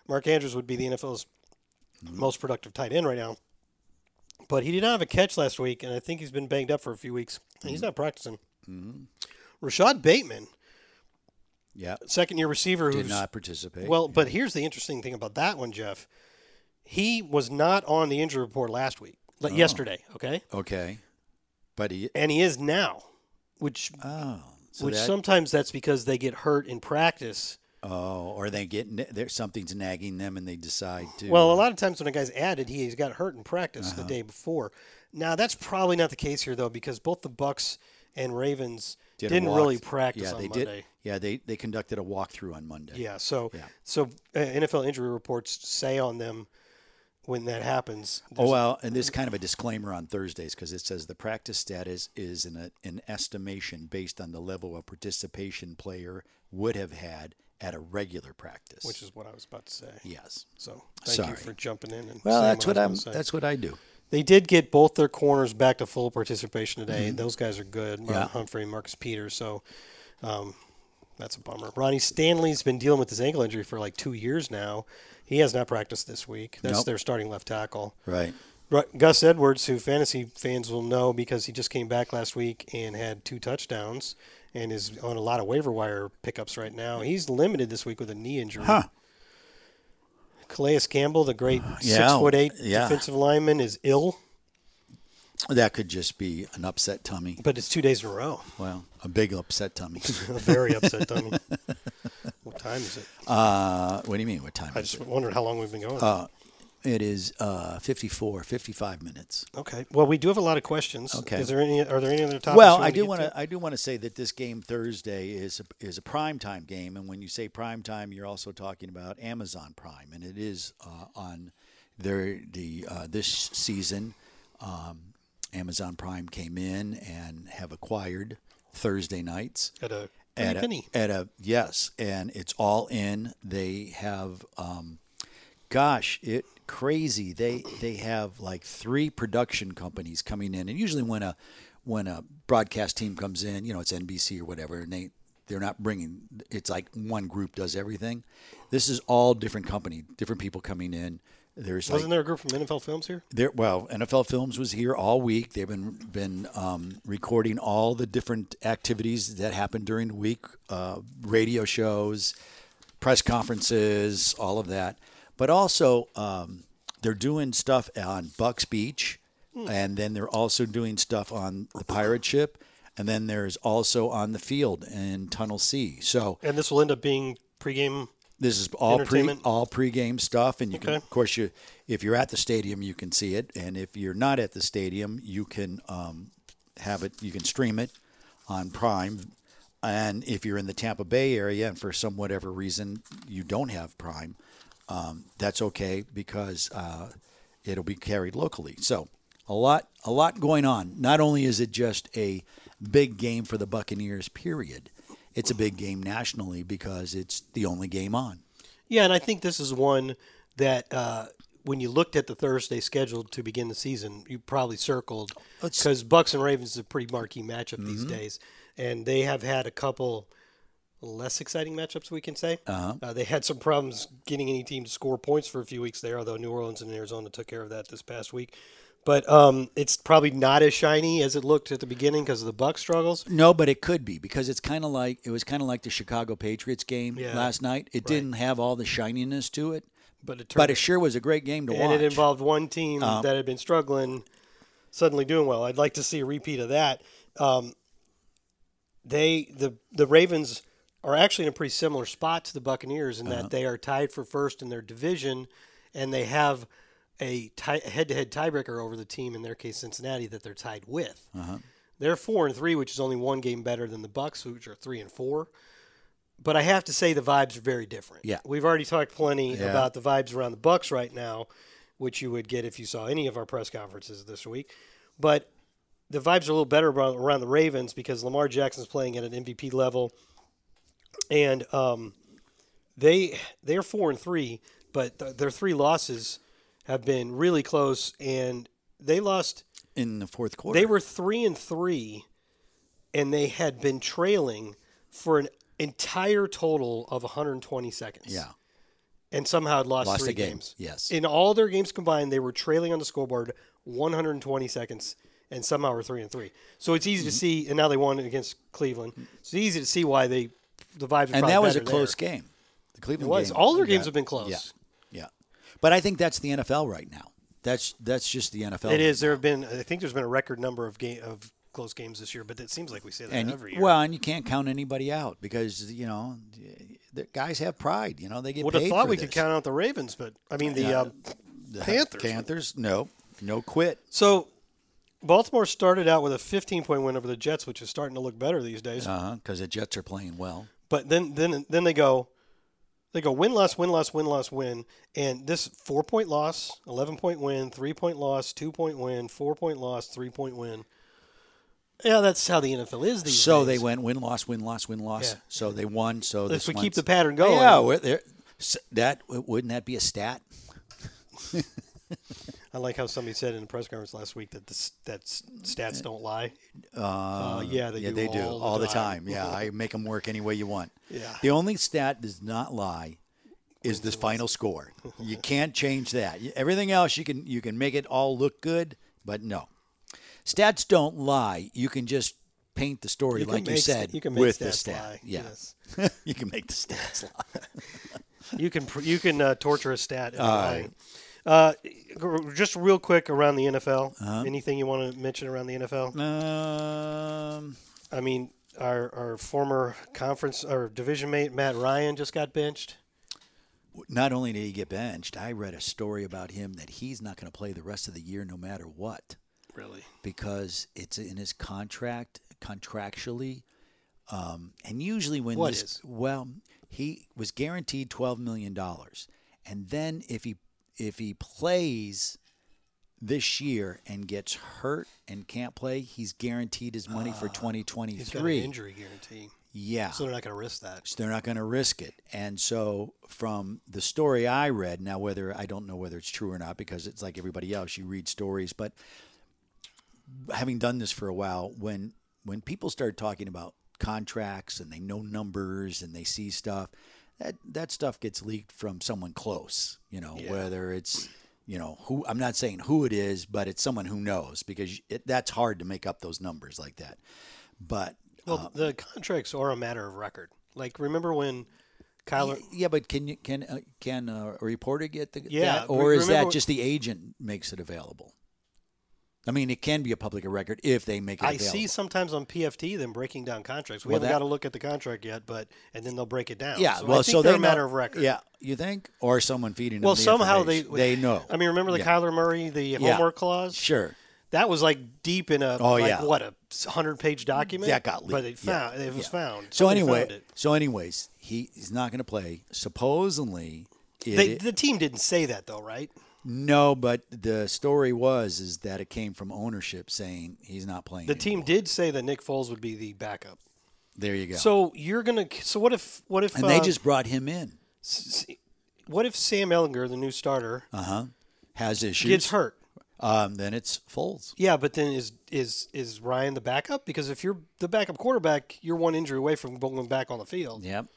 C: Mark Andrews would be the NFL's
D: Mm-hmm.
C: most productive tight end right now. But he did not have a catch last week, and I think he's been
D: Mm-hmm.
C: banged up for a few weeks. And He's not practicing. Rashad Bateman
D: Yeah.
C: second year receiver
D: Did
C: who's
D: not participate.
C: Well, but here's the interesting thing about that one, Jeff. He was not on the injury report last week,
D: Oh.
C: like yesterday, okay?
D: okay. But he.
C: And he is now, which
D: Oh. So
C: which
D: that-
C: sometimes that's because they get hurt in practice.
D: Oh, or they get na- there something's nagging them, and they decide to.
C: Well, a lot of times when a guy's added, he's got hurt in practice
D: Uh-huh.
C: the day before. Now that's probably not the case here though, because both the Bucks and Ravens
D: did a
C: not really
D: walk-
C: practice
D: Yeah,
C: on
D: they
C: Monday.
D: did. Yeah, they they conducted a walkthrough on Monday.
C: Yeah. So so uh, NFL injury reports say on them when that happens.
D: Oh well, and this is kind of a disclaimer on Thursdays because it says the practice status is an, an estimation based on the level of participation player would have had at a regular practice.
C: which is what I was about to say.
D: yes.
C: So thank you
D: Sorry.
C: for jumping in. And
D: Well,
C: saying
D: that's what
C: I
D: I'm.
C: was gonna say.
D: That's what I do.
C: They did get both their corners back to full participation today. Those guys are good. Marlon
D: Mm-hmm. Yeah.
C: Humphrey, and Marcus Peters. So um, that's a bummer. Ronnie Stanley's been dealing with his ankle injury for like two years now. He has not practiced this week. That's
D: Nope.
C: their starting left tackle.
D: Right.
C: Ru- Gus Edwards, who fantasy fans will know because he just came back last week and had two touchdowns and is on a lot of waiver wire pickups right now. He's limited this week with a knee injury.
D: Huh.
C: Calais Campbell, the great six
D: Yeah,
C: foot eight
D: yeah.
C: defensive lineman, is ill,
D: That could just be an upset tummy.
C: but it's two days in a row.
D: Well, a big upset tummy.
C: A very upset tummy. what time is it?
D: uh, what do you mean? What time
C: I
D: is
C: just
D: it?
C: wondered how long we've been going.
D: It is uh, 54, 55 minutes.
C: okay. Well, we do have a lot of questions.
D: Okay.
C: Is there any? Are there any other topics?
D: Well,
C: you
D: I do
C: get
D: want to I do want to say that this game Thursday is a, is a prime time game, and when you say prime time, you're also talking about Amazon Prime, and it is uh, on their the uh, this season. Um, Amazon Prime came in and have acquired Thursday nights
C: At a pretty
D: at a,
C: penny.
D: at a yes, and it's all in. They have, um, gosh, it crazy. They they have like three production companies coming in, and usually when a when a broadcast team comes in, you know it's NBC or whatever, and they they're not bringing. It's like one group does everything. This is all different company, different people coming in. There's like
C: Wasn't there a group from NFL Films here?
D: there, well, NFL Films was here all week. They've been been um, recording all the different activities that happened during the week, uh, radio shows, press conferences, all of that. But also, um, they're doing stuff on Bucks Beach, and then they're also doing stuff on the pirate ship, and then there's also on the field in Tunnel C. So
C: And this will end up being pregame.
D: this is all pre
C: Entertainment.
D: all pregame stuff, and you can
C: Okay.
D: of course you if you're at the stadium you can see it, and if you're not at the stadium you can um, have it you can stream it on Prime, and if you're in the Tampa Bay area and for some whatever reason you don't have Prime, um, that's okay because uh, it'll be carried locally. So a lot a lot going on. Not only is it just a big game for the Buccaneers, period. It's a big game nationally because it's the only game on.
C: Yeah, and I think this is one that uh, when you looked at the Thursday schedule to begin the season, you probably circled because Bucks and Ravens is a pretty marquee matchup these days, and they have had a couple less exciting matchups we can say. Uh-huh. they had some problems getting any team to score points for a few weeks there, although New Orleans and Arizona took care of that this past week. But um, it's probably not as shiny as it looked at the beginning because of the Buck struggles.
D: No, but it could be because it's kind of like it was kind of like the Chicago Patriots game last night. It didn't have all the shininess to it,
C: But it turned
D: but it sure was a great game to watch. Um,
C: and it involved one team that had been struggling suddenly doing well. I'd like to see a repeat of that. Um, they the the Ravens are actually in a pretty similar spot to the Buccaneers in
D: Uh-huh.
C: that they are tied for first in their division, and they have a tie, head-to-head tiebreaker over the team in their case Cincinnati that they're tied with.
D: Uh-huh.
C: They're four and three, which is only one game better than the Bucks, which are three and four. But I have to say the vibes are very different.
D: Yeah.
C: we've already talked plenty about the vibes around the Bucks right now, which you would get if you saw any of our press conferences this week. But the vibes are a little better around around the Ravens because Lamar Jackson's playing at an MVP level, and um, they they're four and three, but th- their three losses have been really close, and they lost.
D: in the fourth quarter.
C: They were three and three, and they had been trailing for an entire total of 120 seconds.
D: Yeah.
C: and somehow had lost,
D: Lost
C: three
D: a game,
C: games.
D: yes.
C: in all their games combined, they were trailing on the scoreboard 120 seconds, and
D: Mm-hmm.
C: somehow were three and three. So it's easy to see, and now they won against Cleveland. It's easy to see why they the vibes. Are
D: and
C: probably
D: that was a
C: better
D: close
C: there.
D: game. The Cleveland
C: was.
D: game.
C: All their
D: yeah,
C: games have been close.
D: Yeah, yeah. But I think that's the NFL right now. That's that's just the NFL.
C: It is. There have been. I think there's been a record number of game of close games this year, but it seems like we say that
D: And
C: every year.
D: well, and you can't count anybody out because you know the guys have pride. You know they get
C: would
D: paid.
C: have thought
D: for
C: we
D: this.
C: could count out the Ravens, but I mean the uh,
D: the
C: Panthers.
D: Panthers, no, no quit.
C: So Baltimore started out with a 15 point win over the Jets, which is starting to look better these days.
D: Uh Because the Jets are playing well.
C: But then then then they go they go win loss win loss win loss win and this 4 point loss, 11 point win, 3 point loss, 2 point win, 4 point loss, 3 point win. Yeah, that's how the NFL is these
D: So they
C: days.
D: went win loss win loss win loss.
C: Yeah.
D: So they won. So
C: If
D: this
C: we keep
D: one's-
C: the pattern going.
D: yeah, we're there. S- That wouldn't that be a stat?
C: I like how somebody said in the press conference last week that this, that s- stats don't lie. Uh, yeah, they
D: yeah,
C: do.
D: they
C: all
D: do
C: the
D: all the time. Yeah, I make them work any way you want.
C: Yeah.
D: The only stat does not lie is the final score. You can't change that. You- Everything else you can you can make it all look good, but no. Stats don't lie. You can just paint the story
C: can
D: like you
C: make st-
D: said
C: you can make
D: with the
C: stats
D: stat.
C: lie,
D: Yeah.
C: yes.
D: you can make the stats lie.
C: You can pr- you can uh, torture a stat. into lying. Uh, g- just real quick around the NFL.
D: Uh-huh.
C: Anything you want to mention around the NFL?
D: Um,
C: I mean, our our former conference or division mate Matt Ryan just got benched.
D: not only did he get benched, I read a story about him that he's not going to play the rest of the year no matter what.
C: Really?
D: because it's in his contract contractually um, and usually when
C: What
D: this
C: is?
D: well he was guaranteed 12 million dollars and then if he if he plays this year and gets hurt and can't play he's guaranteed his money for
C: Ah, He's got an
D: 2023
C: injury guarantee,
D: yeah
C: so they're not going to risk that.
D: so they're not going to risk it. And so, from the story I read, now whether I don't know whether it's true or not, because it's like everybody else, you read stories. But having done this for a while, when when people start talking about contracts and they know numbers and they see stuff, that that stuff gets leaked from someone close. You know, whether it's you know who I'm not saying who it is, but it's someone who knows because it, that's hard to make up those numbers like that. But Uh-huh.
C: Well, the contracts are a matter of record. Like remember when Kyler?
D: Yeah, but can you can uh, can uh, a reporter get the
C: Yeah,
D: that, or
C: re-
D: is that
C: remember-
D: just the agent makes it available? I mean, it can be a public record if they make it
C: I
D: available.
C: see sometimes on PFT them breaking down contracts. We
D: Well,
C: haven't
D: that-
C: got to look at the contract yet, but and then they'll break it down.
D: Yeah,
C: so
D: well,
C: I think
D: so
C: they're
D: they
C: a matter
D: know-
C: of record.
D: Yeah, you think, or someone feeding them?
C: Well,
D: the
C: somehow they
D: information. they know.
C: I mean, remember the
D: Yeah.
C: Kyler Murray the
D: Yeah.
C: homework clause?
D: Sure.
C: That was like deep in a
D: Oh,
C: like,
D: yeah.
C: what a hundred page document
D: That got leaked.
C: But it
D: Yeah.
C: found it was
D: Yeah.
C: found.
D: So
C: Somebody
D: anyway,
C: found it.
D: so anyways, he, he's not going to play. Supposedly, it,
C: They, the team didn't say that though, right?
D: no, but the story was is that it came from ownership saying he's not playing.
C: The team did say that Nick Foles would be the backup.
D: There you go.
C: So you're gonna. So what if what if
D: and they
C: uh,
D: just brought him in.
C: what if Sam Ellinger, the new starter,
D: Uh-huh. Has issues.
C: gets hurt?
D: Um, then it's Foles.
C: Yeah, but then is is is Ryan the backup? Because if you're the backup quarterback, you're one injury away from going back on the field.
D: Yep.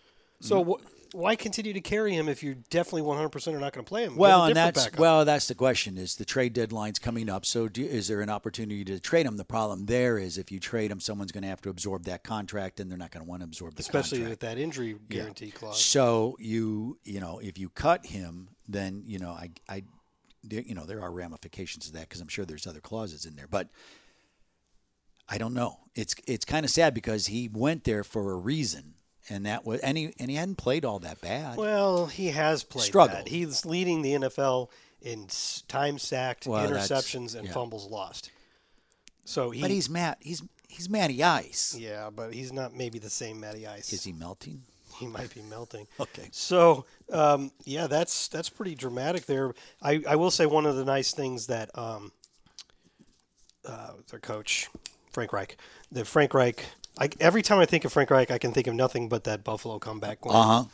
C: So wh- why continue to carry him if you definitely 100% are not going to play him? Get a
D: Well, and
C: different
D: that's
C: backup.
D: well, that's the question: is the trade deadline's coming up? So, do, is there an opportunity to trade him? The problem there is if you trade him, someone's going to have to absorb that contract, and they're not going to want to absorb the
C: especially
D: contract.
C: with that injury guarantee clause.
D: So you you know if you cut him, then you know I I there- you know there are ramifications to that because I'm sure there's other clauses in there, but I don't know. It's it's kind of sad because he went there for a reason, and that was and he and he hadn't played all that bad.
C: Well, he has played
D: Struggled.
C: that. He's leading the NFL in s- time sacked,
D: Well, that's-
C: interceptions, and
D: yeah.
C: fumbles lost. So he,
D: but he's Matt. He's he's Matty Ice.
C: yeah, but he's not maybe the same Matty Ice.
D: Is he melting?
C: he might be melting.
D: Okay.
C: So um, yeah, that's that's pretty dramatic there. I, I will say one of the nice things that um, uh, their coach Frank Reich, that Frank Reich. I, every time I think of Frank Reich, I can think of nothing but that Buffalo comeback. Uh
D: Uh-huh.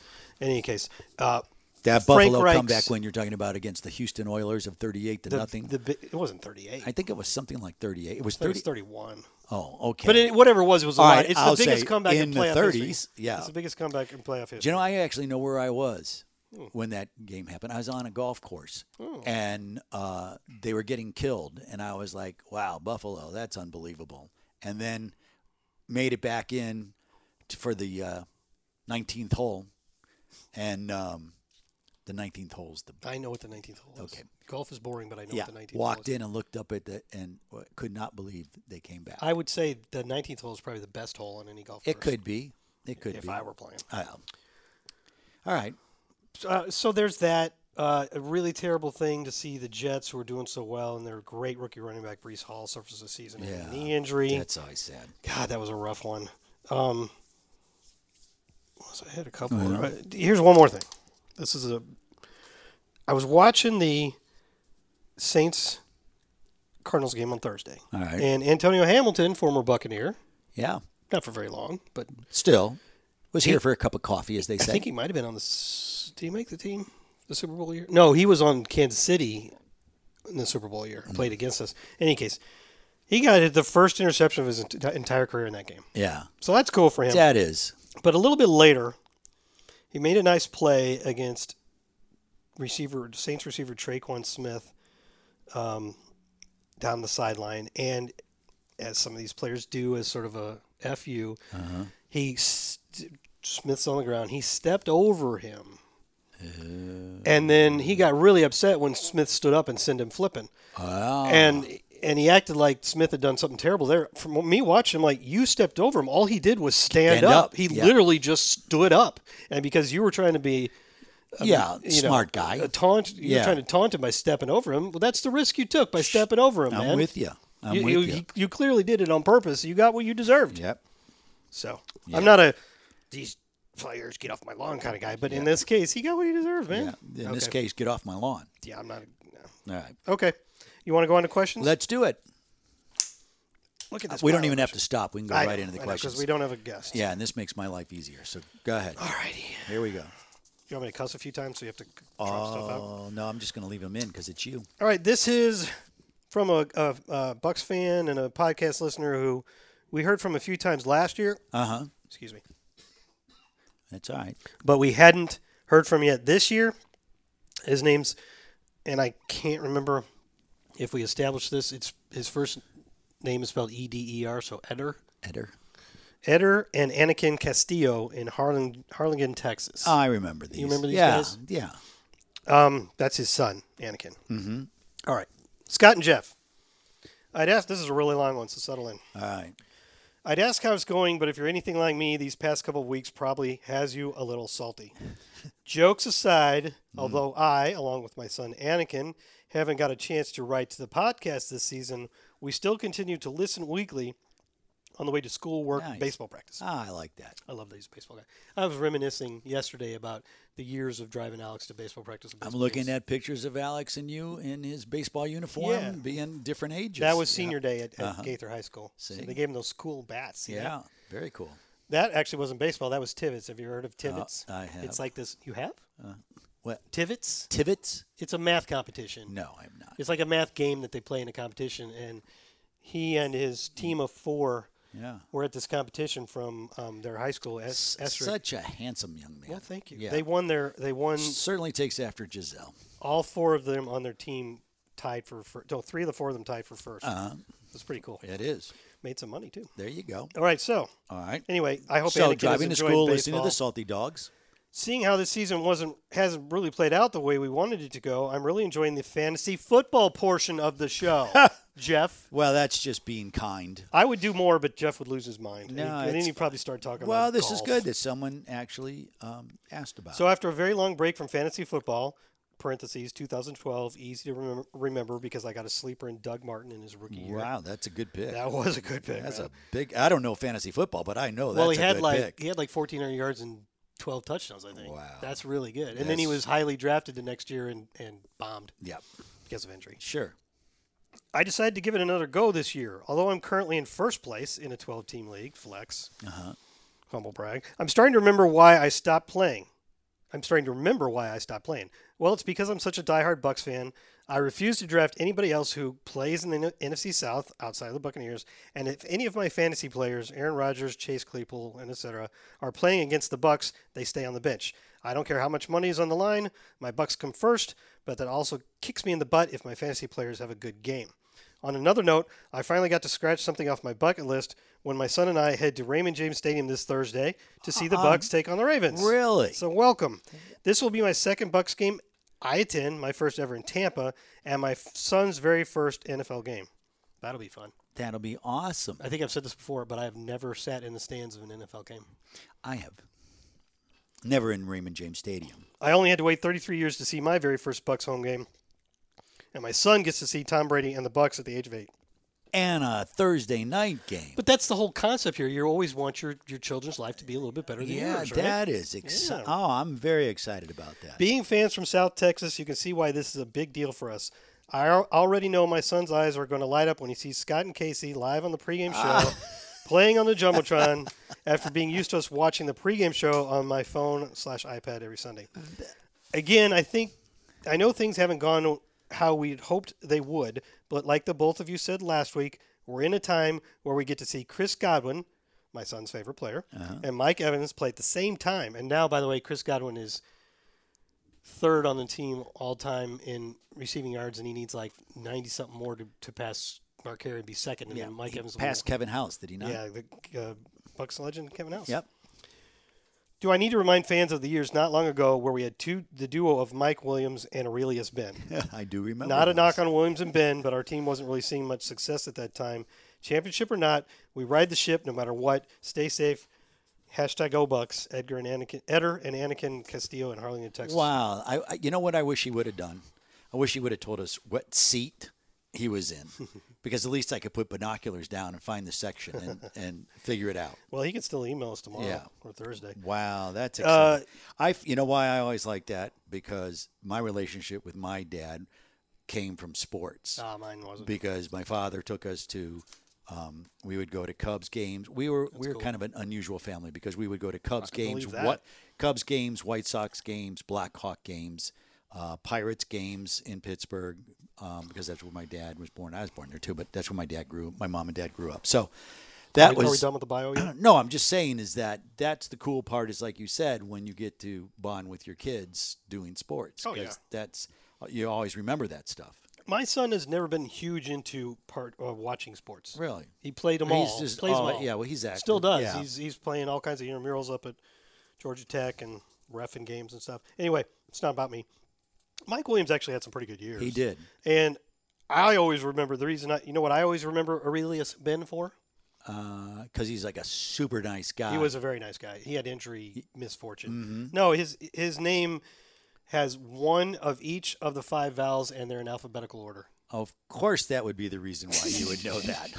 C: In any case, uh,
D: That
C: Frank
D: Buffalo
C: Reich's-
D: comeback when you're talking about against the Houston Oilers of 38 to
C: the,
D: nothing.
C: The, bi- it wasn't 38.
D: I think it was something like 38. It was
C: it was
D: 30.
C: 31.
D: Oh, okay.
C: But it, whatever it was, it was a
D: All
C: lot.
D: right,
C: It's
D: I'll
C: the biggest
D: say
C: comeback in,
D: in the
C: playoff
D: 30s,
C: history.
D: yeah.
C: It's the biggest comeback in playoff history.
D: Do you know, I actually know where I was
C: Hmm.
D: when that game happened. I was on a golf course and uh, they were getting killed. And I was like, wow, Buffalo, that's unbelievable. And then made it back in t- for the uh, 19th hole, and um, the 19th hole's the
C: I know what the 19th hole is.
D: Okay.
C: Golf is boring, but I know
D: yeah.
C: what the 19th hole
D: Walked
C: is.
D: in and looked up at the and uh, could not believe they came back.
C: I would say the 19th hole is probably the best hole on any golf
D: it
C: course.
D: could be. It could
C: If
D: be.
C: I were playing.
D: Uh, all right.
C: Uh, so there's that. Uh, a really terrible thing to see the Jets, who are doing so well, and their great rookie running back Brees Hall suffers a season
D: Yeah.
C: knee injury.
D: That's always sad.
C: God, that was a rough one. Um, was I had a couple. uh, here's one more thing. This is a. I was watching the Saints Cardinals game on Thursday,
D: All right.
C: and Antonio Hamilton, former Buccaneer,
D: Yeah.
C: not for very long, but
D: Still, was here for a cup of coffee, as they
C: I
D: say.
C: think he might have been on the. s- Did he make the team the Super Bowl year? No, he was on Kansas City in the Super Bowl year. Played against us. In any case, he got the first interception of his ent- entire career in that game.
D: yeah.
C: So that's cool for him.
D: That is.
C: But a little bit later, he made a nice play against receiver Saints receiver Traquan Smith um, down the sideline, and as some of these players do, as sort of a fu, he st- Smith's on the ground. He stepped over him. And then he got really upset when Smith stood up and sent him flipping,
D: Wow.
C: and
D: Oh.
C: and he acted like Smith had done something terrible there. From me watching, him, like you stepped over him. All he did was stand,
D: Stand
C: up.
D: up,
C: He
D: yeah.
C: literally just stood up, and because you were trying to be
D: yeah.
C: you know,
D: Smart guy.
C: a taunt, you were
D: Yeah.
C: trying to taunt him by stepping over him. Well, that's the risk you took by stepping over him,
D: I'm
C: man.
D: with you. I'm
C: you,
D: with
C: you,
D: you.
C: you- you clearly did it on purpose. You got what you deserved.
D: Yep.
C: So I'm not a these players get off my lawn kind of guy, but in this case, he got what he deserved, man.
D: In
C: okay.
D: this case, get off my lawn.
C: yeah, I'm not. no.
D: All right.
C: Okay, you want to go on to questions?
D: Let's do it.
C: Look at this.
D: We don't even have to stop. We can go
C: I
D: right
C: know,
D: into the
C: I know, 'cause
D: questions.
C: we don't have a guest.
D: Yeah, and this makes my life easier. So go ahead.
C: Alrighty.
D: Here we go.
C: You want me to cuss a few times so you have to c- drop stuff out?
D: Oh no, I'm just going to leave them in because it's you.
C: All right, this is from a, a, a Bucks fan and a podcast listener who we heard from a few times last year.
D: Uh huh.
C: Excuse me.
D: That's all right.
C: But we hadn't heard from yet this year. His name's, and I can't remember if we established this. It's his first name is spelled E D E R, so Eder.
D: Eder.
C: Eder and Anakin Castillo in Harlan, Harlingen, Texas.
D: I remember these.
C: remember these
D: yeah,
C: guys?
D: Yeah.
C: Um, that's his son, Anakin. Mm-hmm. right, Scott and Jeff. I'd ask. This is a really long one, so settle in.
D: All right.
C: I'd ask how it's going, but if you're anything like me, these past couple of weeks probably has you a little salty. Jokes aside,
D: Hmm.
C: although I, along with my son Anakin, haven't got a chance to write to the podcast this season, we still continue to listen weekly on the way to school, work,
D: Nice.
C: baseball practice.
D: Ah, I like that.
C: I love that he's a baseball guy. I was reminiscing yesterday about the years of driving Alex to baseball practice. and
D: I'm
C: baseball
D: looking
C: games.
D: at pictures of Alex and you in his baseball uniform,
C: Yeah.
D: being different ages.
C: That was
D: Yeah. Uh-huh.
C: senior day at, at Gaither High School. So
D: See?
C: they gave him those cool bats. see
D: Yeah.
C: that?
D: Very cool.
C: That actually wasn't baseball. That was Tivits. Have you heard of Tivits?
D: Oh, I have. Uh,
C: It's like this. You have?
D: What
C: Tivits?
D: Tibbetts?
C: It's a math competition.
D: No, I'm not.
C: It's like a math game that they play in a competition. And he and his team of four
D: Yeah.
C: were at this competition from um, their high school. Es- Esric.
D: Such a handsome young man.
C: Well, thank you.
D: Yeah.
C: They won their. They won
D: Certainly takes after Giselle.
C: all four of them on their team tied for first. No, three of the four of them tied for first.
D: Uh,
C: That's pretty cool.
D: it is.
C: Made some money too.
D: There you go.
C: All right, so
D: All right.
C: Anyway, I hope
D: so
C: Anakin
D: driving to
C: has
D: school,
C: enjoyed
D: listening to
C: baseball.
D: the Salty Dogs.
C: Seeing how this season wasn't hasn't really played out the way we wanted it to go, I'm really enjoying the fantasy football portion of the show. Jeff,
D: Well, that's just being kind.
C: I would do more, but Jeff would lose his mind. and,
D: No,
C: he- and then
D: it's
C: he'd probably start talking.
D: Well,
C: about
D: this is
C: golf.
D: good that someone actually um, asked about. it.
C: So after a very long break from fantasy football (parentheses 2012, easy to remember, remember because I got a sleeper in Doug Martin in his rookie year.
D: Wow, that's a good pick.
C: That was a good pick.
D: That's
C: man.
D: a big. I don't know fantasy football, but I know that's
C: well, he
D: a
C: had
D: good
C: like
D: pick.
C: he had like 1,400 yards and 12 touchdowns. I think.
D: Wow.
C: that's really good. And then he
D: Yes.
C: was highly drafted the next year and and bombed
D: Yeah,
C: because of injury.
D: sure.
C: I decided to give it another go this year. Although I'm currently in first place in a 12 team league, flex, humble brag, I'm starting to remember why I stopped playing. I'm starting to remember why I stopped playing. Well, it's because I'm such a diehard Bucks fan. I refuse to draft anybody else who plays in the N- NFC South outside of the Buccaneers. And if any of my fantasy players, Aaron Rodgers, Chase Claypool, and etc., are playing against the Bucks, they stay on the bench. I don't care how much money is on the line. My Bucks come first, but that also kicks me in the butt if my fantasy players have a good game. On another note, I finally got to scratch something off my bucket list when my son and I head to Raymond James Stadium this Thursday to see the Bucks take on the Ravens.
D: really?
C: So welcome. This will be my second Bucks game I attend, my first ever in Tampa, and my f- son's very first NFL game. That'll be fun.
D: That'll be awesome.
C: I think I've said this before, but I have never sat in the stands of an NFL game.
D: I have never in Raymond James Stadium.
C: I only had to wait 33 years to see my very first Bucks home game, and my son gets to see Tom Brady and the Bucks at the age of eight.
D: And a Thursday night game.
C: But that's the whole concept here. You always want your, your children's life to be a little bit better than
D: yeah,
C: yours, right?
D: that is exciting. Oh, I'm very excited about that.
C: Being fans from South Texas, you can see why this is a big deal for us. I al- already know my son's eyes are going to light up when he sees Scott and Casey live on the pregame show, playing on the jumbotron. after being used to us watching the pregame show on my phone slash iPad every Sunday. Again, I think I know things haven't gone how we'd hoped they would, but like the both of you said last week, we're in a time where we get to see Chris Godwin, my son's favorite player,
D: Uh-huh.
C: and Mike Evans play at the same time. And now, by the way, Chris Godwin is third on the team all time in receiving yards, and he needs like 90 something more to, to pass Mark Carey and be second. And then Mike
D: He
C: Evans will be-
D: passed Kevin House, did he not?
C: Yeah, the uh, Bucks legend, Kevin House.
D: Yep.
C: Do I need to remind fans of the years not long ago where we had two the duo of Mike Williams and Aurelius Ben?
D: I do remember.
C: Not a
D: those.
C: knock on Williams and Ben, but our team wasn't really seeing much success at that time. Championship or not, we ride the ship no matter what. Stay safe. Hashtag O Bucks. Edgar and Anakin, Edder and Anakin Castillo in Harlingen, Texas.
D: Wow. I, I, you know what I wish he would have done? I wish he would have told us what seat he was in because at least I could put binoculars down and find the section and, and figure it out.
C: Well, he can still email us tomorrow
D: Yeah.
C: or Thursday.
D: Wow, that's
C: Uh,
D: exciting. I you know why I always like that because my relationship with my dad came from sports
C: Ah, mine wasn't.
D: because my father took us to um, we would go to Cubs games. We were we were kind of an unusual family because we would go to Cubs games,
C: believe that.
D: what Cubs games, White Sox games, Black Hawk games, uh, Pirates games in Pittsburgh um, because that's where my dad was born. I was born there too, but that's where my dad grew. My mom and dad grew up. So that
C: Are we-
D: was
C: are we done with the bio yet?
D: no, I'm just saying is that that's the cool part is like you said when you get to bond with your kids doing sports.
C: Oh, yeah.
D: 'cause That's you always remember that stuff.
C: My son has never been huge into part of watching sports.
D: Really?
C: He played them all.
D: He's just-
C: plays 'em
D: oh,
C: all.
D: yeah, well, he's active.
C: Still does.
D: Yeah.
C: He's he's playing all kinds of intramurals up at Georgia Tech and refing games and stuff. Anyway, it's not about me. Mike Williams actually had some pretty good years.
D: He did.
C: And I always remember the reason I you know what I always remember Aurelius Ben for?
D: because uh, he's like a super nice guy.
C: He was a very nice guy. He had injury misfortune.
D: Mm-hmm.
C: No, his his name has one of each of the five vowels and they're in alphabetical order.
D: Of course, that would be the reason why you would know that.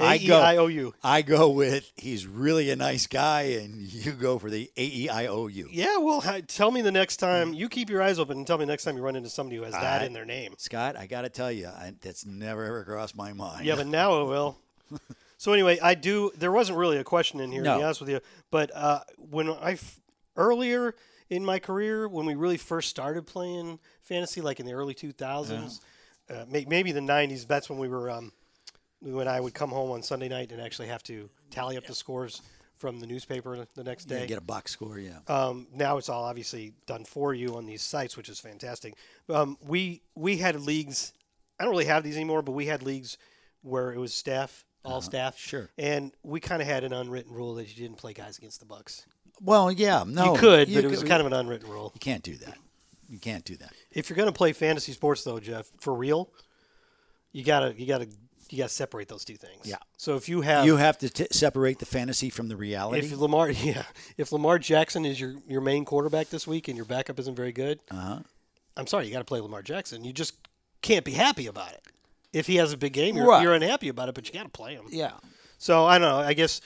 C: A
D: I
C: E
D: go.
C: I O U.
D: I go with he's really a nice guy, and you go for the A E I O U.
C: Yeah, well, hi- tell me the next
D: Mm.
C: time. You keep your eyes open and tell me next time you run into somebody who has that in their name.
D: Scott, I got to tell you, I, that's never ever crossed my mind.
C: Yeah, but now it will. So anyway, I do. There wasn't really a question in here, to be
D: No.
C: honest with you. But uh, when I f- earlier in my career, when we really first started playing fantasy, like in the early two thousands, uh, may- maybe the nineties. That's when we were. Um, Lou and I would come home on Sunday night and actually have to tally up the scores from the newspaper the next day.
D: You get a box score, yeah.
C: Um, now it's all obviously done for you on these sites, which is fantastic. Um, we we had leagues. I don't really have these anymore, but we had leagues where it was staff, all staff.
D: Uh-huh. sure.
C: And we kind of had an unwritten rule that you didn't play guys against the Bucks.
D: well, yeah, no,
C: You could, but it was kind of an unwritten rule.
D: You can't do that. You can't do that.
C: If you're going to play fantasy sports, though, Jeff, for real, you gotta you gotta you gotta separate those two things.
D: Yeah.
C: So if you have
D: You have to t- separate the fantasy from the reality.
C: Um, if Lamar, yeah, if Lamar Jackson is your, your main quarterback this week and your backup isn't very good, uh-huh. I'm sorry, you got to play Lamar Jackson. You just can't be happy about it. If he has a big game, you're,
D: Right.
C: you're unhappy about it, but you got to play him.
D: yeah.
C: So I don't know. I guess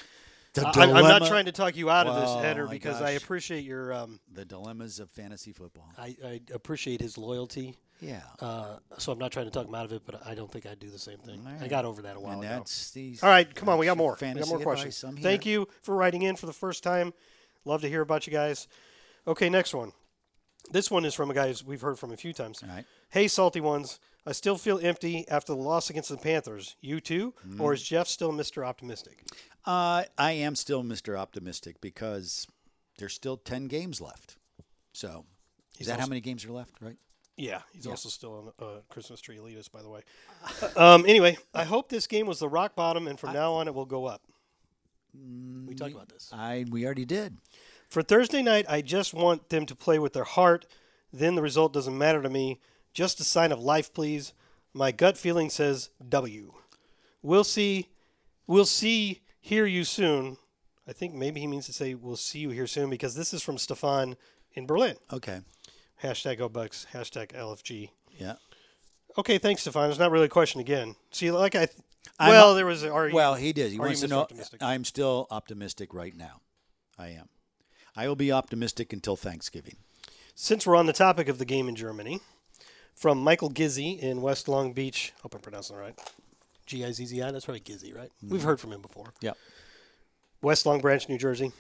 D: The
C: I, I'm I'm not
D: dilemma-
C: trying to talk you out of
D: Wow,
C: this, Eder,
D: my
C: because I
D: gosh.
C: appreciate your um,
D: The dilemmas of fantasy football.
C: I, I appreciate his loyalty.
D: Yeah.
C: Uh, so I'm not trying to talk him out of it, but I don't think I'd do the same thing. I got over that a while
D: and
C: ago.
D: that's these.
C: All right, come on, we
D: that's
C: got
D: your
C: more. We got
D: fantasy
C: more
D: advice.
C: questions.
D: I'm here.
C: Thank you for writing in for the first time. Love to hear about you guys. Okay, next one. This one is from a guy who's- we've heard from a few times.
D: All right.
C: Hey, salty ones. I still feel empty after the loss against the Panthers. You too,
D: Mm.
C: or is Jeff still Mr. Optimistic?
D: Uh, I am still Mr. Optimistic because there's still 10 games left. So, is that how many games are left, right?
C: Yeah, he's also still on uh, Christmas tree elitist, by the way. um, anyway, I hope this game was the rock bottom, and from now on it will go up.
D: Mm,
C: We talked about this.
D: I we already did.
C: For Thursday night, I just want them to play with their heart. Then the result doesn't matter to me. Just a sign of life, please. My gut feeling says W. We'll see. We'll see. Hear you soon. I think maybe he means to say we'll see you here soon because this is from Stefan in Berlin.
D: Okay.
C: Hashtag go Bucks. Hashtag LFG.
D: Yeah.
C: Okay, thanks, Stefan. It's not really a question again. See, like I. Th-
D: I'm-
C: well, there was. E Are you,
D: Well, he did. He
C: Are
D: wants
C: you
D: to know.
C: misoptimistic?
D: I'm still optimistic right now. I am. I will be optimistic until Thanksgiving.
C: Since we're on the topic of the game in Germany, from Michael Gizzi in West Long Beach. Hope I'm pronouncing it right. G I Z Z I. That's probably Gizzi, right?
D: Mm-hmm.
C: We've heard from him before.
D: Yeah.
C: West Long Branch, New Jersey.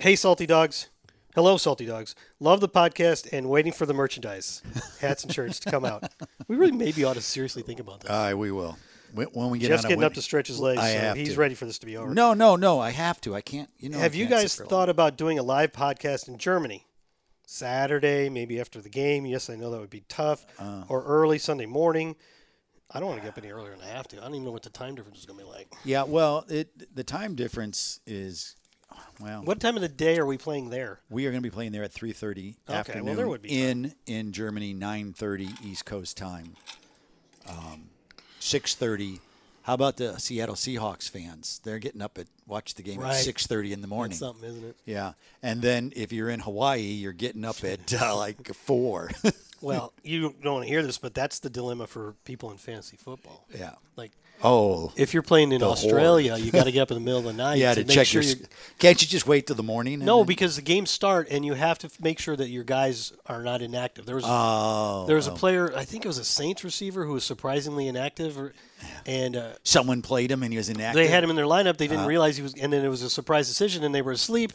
C: Hey, Salty Dogs. Hello, Salty Dogs. Love the podcast and waiting for the merchandise, hats and shirts to come out. We really maybe ought to seriously think about that.
D: Uh, we will. When, when we get
C: Jeff's
D: on a
C: getting
D: win-
C: up to stretch his legs.
D: I
C: so
D: have
C: he's
D: to.
C: ready for this to be over.
D: No, no, no. I have to. I can't. You know. I
C: Have you
D: can't sit
C: guys
D: for Oh, a
C: thought about doing a live podcast in Germany? Saturday, maybe after the game. Yes, I know that would be tough.
D: Uh.
C: or early Sunday morning. I don't want to get up any earlier than I have to. I don't even know what the time difference is going to be like.
D: Yeah, well, it the time difference is well,
C: What time of the day are we playing there?
D: we are going to be playing there at 3:30
C: well, there
D: afternoon
C: would be
D: in in Germany 9:30 East Coast time. Um 6:30 how about the Seattle Seahawks fans? They're getting up at watch the game
C: Right.
D: at 6:30 in the morning.
C: Something, isn't it?
D: Yeah. And then if you're in Hawaii, you're getting up at uh, like 4.
C: Well, you don't want to hear this, but that's the dilemma for people in fantasy football.
D: yeah.
C: Like,
D: Oh.
C: if you're playing in
D: whore.
C: Australia, you got to get up in the middle of the night.
D: yeah,
C: to,
D: to
C: make
D: check
C: sure
D: your
C: you-
D: s- Can't you just wait till the morning? and
C: No,
D: then-
C: because the games start and you have to f- make sure that your guys are not inactive. There was
D: Oh,
C: there was a player, I think it was a Saints receiver who was surprisingly inactive, or, and uh,
D: someone played him and he was inactive.
C: they had him in their lineup. They
D: Uh-huh.
C: didn't realize he was, and then it was a surprise decision, and they were asleep.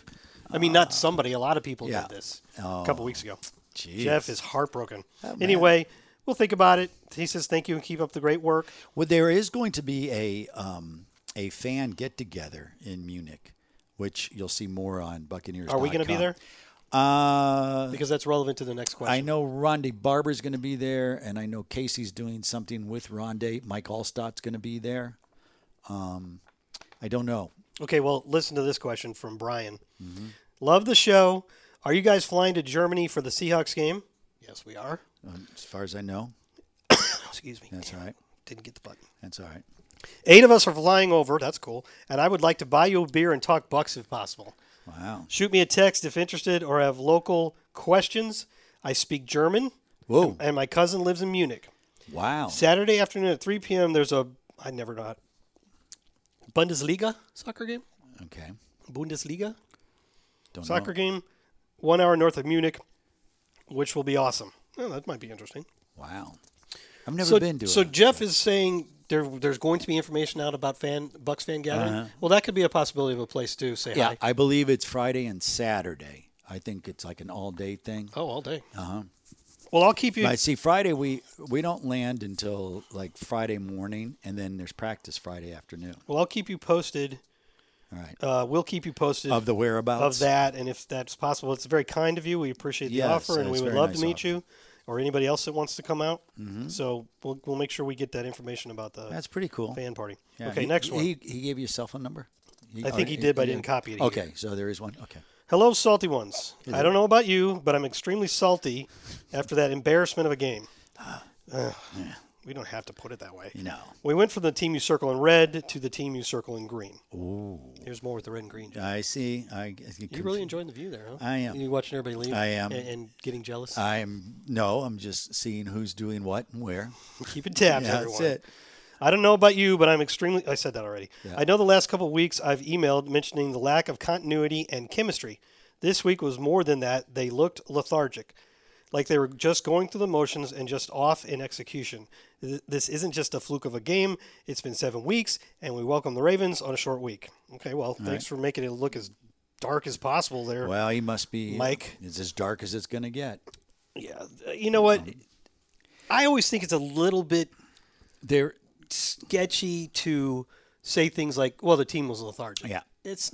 C: I mean, not somebody. A lot of people
D: Uh-huh. yeah. Oh.
C: did this a couple weeks ago.
D: Jeez.
C: Jeff is heartbroken. anyway, we'll think about it. He says thank you and keep up the great work.
D: Well, there is going to be a um, a fan get together in Munich, which you'll see more on Buccaneers.
C: Are we going to be there?
D: Uh,
C: Because that's relevant to the next question.
D: I know Rondé Barber's going to be there, and I know Casey's doing something with Rondé. Mike Allstott's going to be there. Um, I don't know.
C: Okay, well, listen to this question from Brian. Love the show. Are you guys flying to Germany for the Seahawks game? Yes, we are.
D: Um, as far as I know,
C: Oh, Excuse me.
D: that's all right.
C: Didn't get the button.
D: That's all right.
C: Eight of us are flying over. That's cool. And I would like to buy you a beer and talk bucks if possible.
D: Wow.
C: Shoot me a text if interested or have local questions. I speak German,
D: Whoa.
C: and my cousin lives in Munich.
D: Wow.
C: Saturday afternoon at 3 p.m., there's a, I never know, how- Bundesliga soccer game?
D: Okay.
C: Bundesliga?
D: Don't
C: soccer
D: know.
C: game, one hour north of Munich, which will be awesome. Oh, that might be interesting.
D: Wow. I've never
C: so,
D: been to
C: so
D: a-
C: Jeff is saying there, there's going to be information out about fan Bucks fan gathering. Well, that could be a possibility of a place to say
D: Uh-huh. Yeah,
C: hi.
D: I believe it's Friday and Saturday. I think it's like an all-day thing.
C: Oh, all day. Uh-huh. Well, I'll keep you.
D: But see, Friday we we don't land until like Friday morning, and then there's practice Friday afternoon.
C: Well, I'll keep you posted.
D: All right,
C: Uh, we'll keep you posted
D: of the whereabouts
C: of that, and if that's possible, it's very kind of you. We appreciate the
D: Yes,
C: offer, and
D: it's
C: we would
D: very
C: love
D: nice
C: to meet
D: offer.
C: you or anybody else that wants to come out. So we'll, we'll make sure we get that information about the
D: That's pretty cool.
C: fan party.
D: Yeah,
C: okay,
D: he-
C: next one.
D: He, he gave you a cell phone number. oh,
C: I think he did, but I didn't copy it here.
D: Okay, so there is one. Okay,
C: Hello, salty ones. I don't know about you, but I'm extremely salty after that embarrassment of a game.
D: Ah,
C: Ugh. We don't have to put it that way.
D: no,
C: We went from the team you circle in red to the team you circle in green. Ooh. Here's more with the red and green.
D: I see. I guess
C: You really enjoying the view there, huh?
D: I am.
C: You watching everybody leave?
D: I am. Ah.
C: And, and getting jealous?
D: I am no. I'm just seeing who's doing what and where.
C: Keeping tabs,
D: Yeah,
C: everyone.
D: that's it.
C: I don't know about you, but I'm extremely. I said that already. I know the last couple of weeks I've emailed mentioning the lack of continuity and chemistry. This week was more than that. They looked lethargic, like they were just going through the motions and just off in execution. Th- This isn't just a fluke of a game. It's been seven weeks, and we welcome the Ravens on a short week. Okay, well, thanks for making it look as dark as possible there.
D: Well, he must be
C: Mike.
D: It's as dark as it's gonna get.
C: yeah, you know what? I always think it's a little bit
D: There,
C: sketchy to say things like, "Well, the team was lethargic."
D: Yeah.
C: it's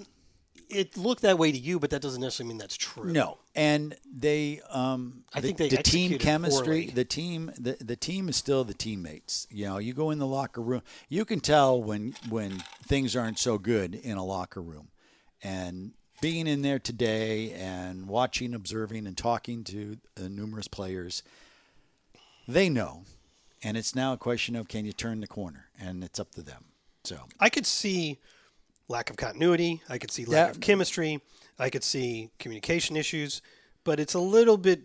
C: it looked that way to you, but that doesn't necessarily mean that's true.
D: No, and they. Um,
C: I
D: the,
C: think they
D: the team
C: executed
D: chemistry.
C: poorly.
D: The team. The, the team is still the teammates. You know, you go in the locker room, you can tell when when things aren't so good in a locker room, and being in there today and watching, observing, and talking to uh, numerous players, they know, and it's now a question of can you turn the corner, and it's up to them. So
C: I could see lack of continuity. I could see lack
D: That-
C: of chemistry. I could see communication issues, but it's a little bit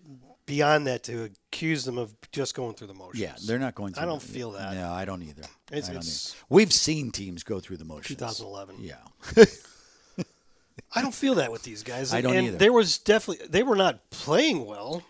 C: beyond that to accuse them of just going through the motions.
D: yeah, they're not going.
C: I
D: Through
C: don't
D: the-
C: feel that.
D: No, I don't either.
C: It's-
D: I don't
C: it's-
D: either. We've seen teams go through the motions.
C: 2011.
D: Yeah.
C: I don't feel that with these guys.
D: I don't
C: and
D: either.
C: There was definitely they were not playing well,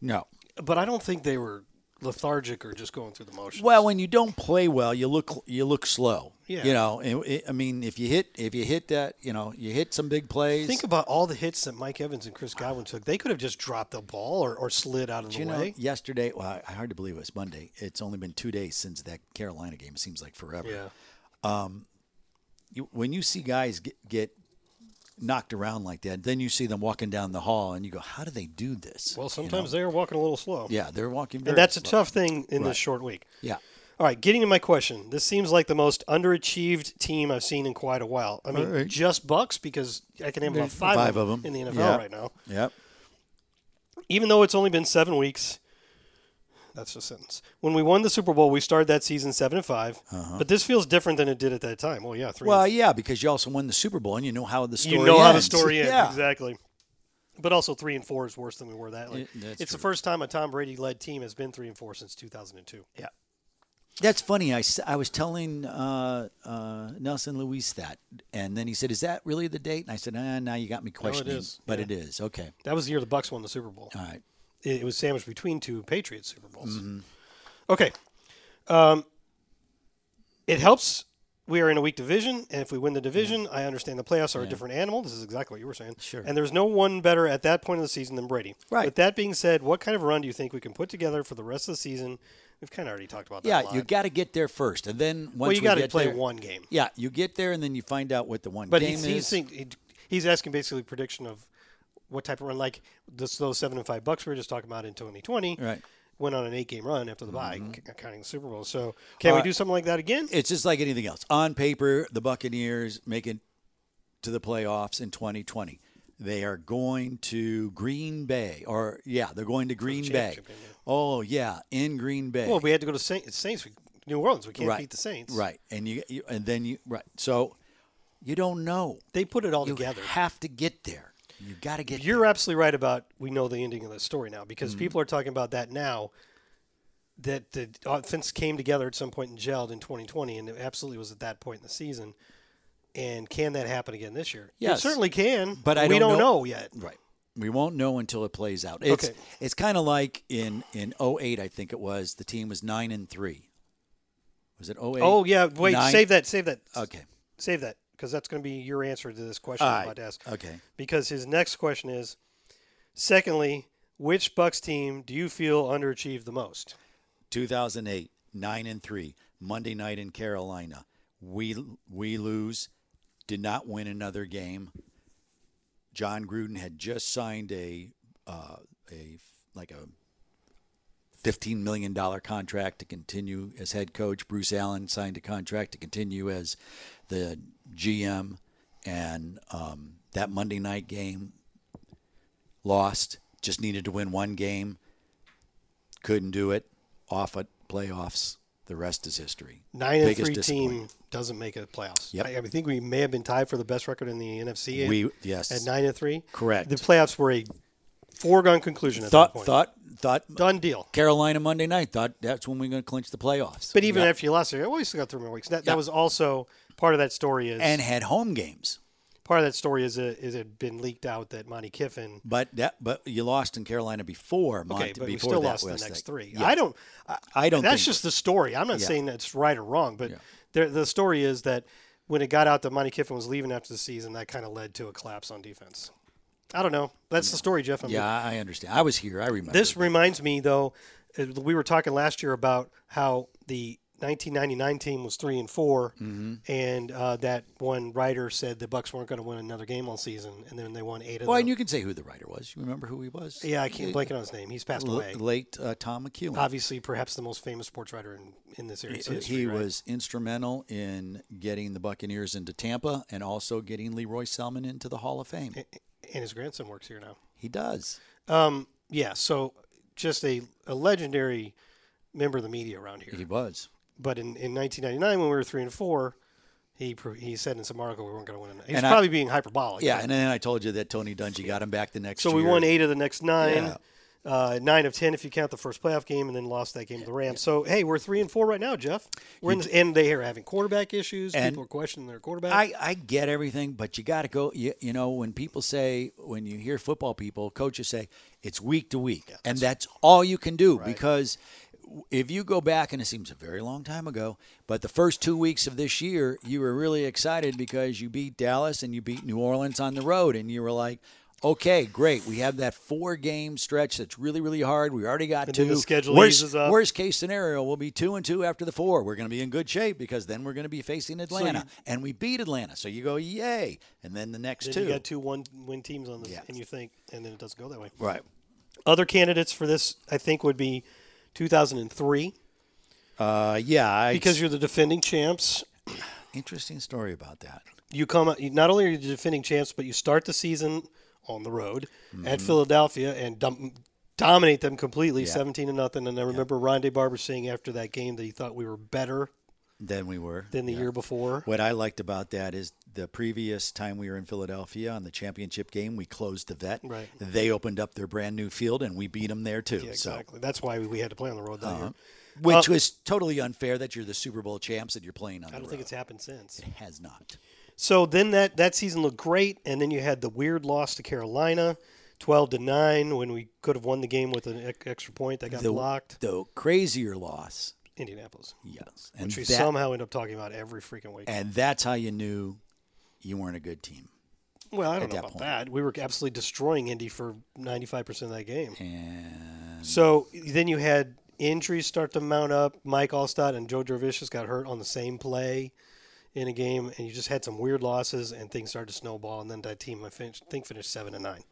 D: No.
C: but I don't think they were lethargic or just going through the motions.
D: Well, when you don't play well, you look you look slow.
C: Yeah.
D: You know, and it- I mean, if you hit if you hit that, you know, you hit some big plays.
C: think about all the hits that Mike Evans and Chris Godwin took. They could have just dropped the ball or, or slid out of
D: Do
C: the
D: you know,
C: way.
D: yesterday, well, I- I hard to believe it was Monday. It's only been two days since that Carolina game. It seems like forever.
C: Yeah.
D: You, when you see guys get, get knocked around like that, then you see them walking down the hall, and you go, "How do they do this?"
C: Well, sometimes they are walking a little slow.
D: yeah, they're walking. Very
C: And that's a
D: slow.
C: tough thing in
D: Right.
C: this short week.
D: Yeah.
C: All right, getting to my question. This seems like the most underachieved team I've seen in quite a while. I mean,
D: right.
C: just Bucks because I can name about five,
D: Five
C: of
D: of
C: them
D: them
C: in the NFL
D: Yeah.
C: right now.
D: Yep.
C: Even though it's only been seven weeks, that's a sentence. When we won the Super Bowl, we started that season seven and 5 but this feels different than it did at that time. Well, yeah, three.
D: Uh-huh. Well,
C: and
D: yeah, because you also won the Super Bowl, and you know how the story.
C: you know how the
D: ends.
C: story ends
D: Yeah.
C: exactly. But also three and four is worse than we were that. Like,
D: It- that's
C: it's the
D: true.
C: first time a Tom Brady led team has been three and four since 2002.
D: Yeah. That's funny. I, s- I was telling uh, uh, Nelson Luis that, and then he said, "Is that really the date?" And I said, "Ah, now you got me questioning."
C: is.
D: But it is okay.
C: That was the year the Bucks won the Super Bowl.
D: All right.
C: it, it was sandwiched between two Patriots Super Bowls.
D: Mm-hmm.
C: Okay. Um, it helps. We are in a weak division, and if we win the division, I understand the playoffs are a different animal. This is exactly what you were saying. Sure. And there's no one better at that point of the season than Brady.
D: Right.
C: With that being said, what kind of run do you think we can put together for the rest of the season? We've kind of already talked about that. a
D: Yeah,
C: lot.
D: you got to get there first, and then once
C: well, you
D: we
C: got to
D: get
C: play
D: there-
C: one game.
D: Yeah, you get there, and then you find out what the one
C: But
D: game
C: he's,
D: is.
C: he's, think, he- he's asking basically prediction of what type of run, like this, those seven and five bucks we were just talking about in 2020.
D: Right. Mm-hmm.
C: Went on an eight game run after the bye, c- counting the Super Bowl. So can we
D: Uh,
C: do something like that again?
D: it's just like anything else. On paper, the Buccaneers make it to the playoffs in 2020. They are going to Green Bay, or yeah, they're going to Green Bay.
C: championship game, yeah.
D: Oh yeah, in Green Bay.
C: well, we had to go to Saint, Saints, we, New Orleans. We can't beat the Saints.
D: Right, and you, you and then you right. So you don't know.
C: They put it all
D: You
C: together.
D: have to get there. You got to get. there.
C: You're absolutely right about we know the ending of the story now because
D: Mm-hmm.
C: people are talking about that now. That the offense came together at some point and gelled in 2020, and it absolutely was at that point in the season. And can that happen again this year?
D: Yes.
C: it certainly can.
D: But I
C: we
D: don't
C: don't
D: know-
C: know yet.
D: Right. We won't know until it plays out. It's
C: Okay.
D: it's kind of like in in 08, I think it was. The team was nine and three. Was it 08?
C: Oh yeah, wait,
D: Nine-
C: save that, save that,
D: Okay.
C: save that, because that's going to be your answer to this question
D: All
C: I'm about
D: right.
C: to ask.
D: Okay.
C: Because his next question is, secondly, which Bucks team do you feel underachieved the most?
D: 2008, nine and three. Monday night in Carolina, we we lose. Did not win another game. John Gruden had just signed a uh, a like a fifteen million dollar contract to continue as head coach. Bruce Allen signed a contract to continue as the GM, and um, that Monday night game lost. Just needed to win one game. Couldn't do it. Off at playoffs. The rest is history.
C: Nine and
D: Biggest
C: three team
D: disappointment.
C: doesn't make it playoffs.
D: Yep.
C: I, I think we may have been tied for the best record in the NFC.
D: We
C: at,
D: yes.
C: at nine and three.
D: Correct.
C: The playoffs were a foregone conclusion at that
D: thought
C: point.
D: thought thought
C: Done deal.
D: Carolina Monday night. Thought that's when we're going to clinch the playoffs.
C: But even
D: Yeah.
C: after you lost, you're like, oh, we still got three more weeks. That,
D: Yeah.
C: that was also part of that story. Is
D: and had home games.
C: part of that story is it, is it had been leaked out that Monty Kiffin
D: But that but you lost in Carolina before Mont,
C: Okay, but we
D: before
C: still
D: that
C: lost the
D: West
C: next
D: State.
C: three.
D: Yeah.
C: I don't. I,
D: I don't
C: That's
D: think-
C: just the story. I'm not
D: Yeah.
C: saying that's right or wrong, but there, the story is that when it got out that Monty Kiffin was leaving after the season, that kind of led to a collapse on defense. I don't know. That's the story, Jeff. I mean,
D: Yeah, I understand. I was here. I remember.
C: This reminds me, though, uh, we were talking last year about how the 1999 team was three and 4
D: Mm-hmm.
C: and uh, that one writer said the Bucks weren't going to win another game all season, and then they won eight of
D: Well,
C: them.
D: and you can say who the writer was. You remember who he was?
C: yeah, I can't blanking on his name. He's passed
D: L-
C: away.
D: late uh, Tom McEwen.
C: Obviously, perhaps the most famous sports writer in in this series.
D: he he was instrumental in getting the Buccaneers into Tampa and also getting Leroy Selman into the Hall of
C: Eh,
D: Fame.
C: and his grandson works here now.
D: He does.
C: Um, yeah, so just a, a legendary member of the media around here.
D: He was.
C: But in, in 1999, when we were three and four, he pro- he said in some article we weren't going to win. He's
D: And I-
C: probably being hyperbolic.
D: Yeah, and then I told you that Tony Dungy got him back the next
C: So
D: year.
C: we won eight of the next nine,
D: Yeah.
C: uh, nine of ten if you count the first playoff game, and then lost that game to the Rams. So hey, we're three and four right now, Jeff. We're in this, and they are having quarterback issues.
D: And-
C: People are questioning their quarterback.
D: I, I get everything, but you got to go. You, you know, when people say, when you hear football people, coaches say, it's week to week. and that's all you can do because if you go back, and it seems a very long time ago, but the first two weeks of this year, you were really excited because you beat Dallas and you beat New Orleans on the road. And you were like, okay, great. We have that four game stretch that's really, really hard. We already got
C: And
D: two.
C: then the schedule
D: worst,
C: eases up.
D: worst case scenario, we'll be two and two after the four. We're going to be in good shape because then we're going to be facing Atlanta, and we beat Atlanta. So you go, yay! And then the next
C: then
D: two,
C: you got two one win teams on this,
D: Yeah.
C: and you think, and then it doesn't go that way.
D: right?
C: Other candidates for this, I think, would be 2003
D: Uh, yeah, I,
C: because you're the defending champs.
D: interesting story about that.
C: you come out- you- not only are you defending champs, but you start the season on the road at
D: Mm-hmm.
C: Philadelphia and dom- dominate them completely, seventeen to nothing. And I remember Ron Rondé Barber saying after that game that he thought we were better
D: Then we were.
C: than the year before.
D: What I liked about that is the previous time we were in Philadelphia on the championship game, we closed the vet.
C: Right.
D: They opened up their brand new field, and we beat them there too.
C: Yeah,
D: so. Uh-huh.
C: exactly. That's why we had to play on the road that year.
D: Which was totally unfair that you're the Super Bowl champs that you're playing on
C: I
D: the
C: don't
D: road.
C: think it's happened since.
D: it has not.
C: So then that that season looked great, and then you had the weird loss to Carolina, twelve to nine, when we could have won the game with an e- extra point that got
D: The-
C: blocked.
D: The crazier loss
C: Indianapolis,
D: Yes, and
C: which we
D: that,
C: somehow end up talking about every freaking week.
D: and that's how you knew you weren't a good team.
C: Well, I don't know
D: that
C: about
D: point.
C: that. We were absolutely destroying Indy for 95% of that game.
D: And
C: So then you had injuries start to mount up. Mike Allstott and Joe Dravicius got hurt on the same play in a game, and you just had some weird losses, and things started to snowball. And then that team, I fin- think, finished 7 and 9.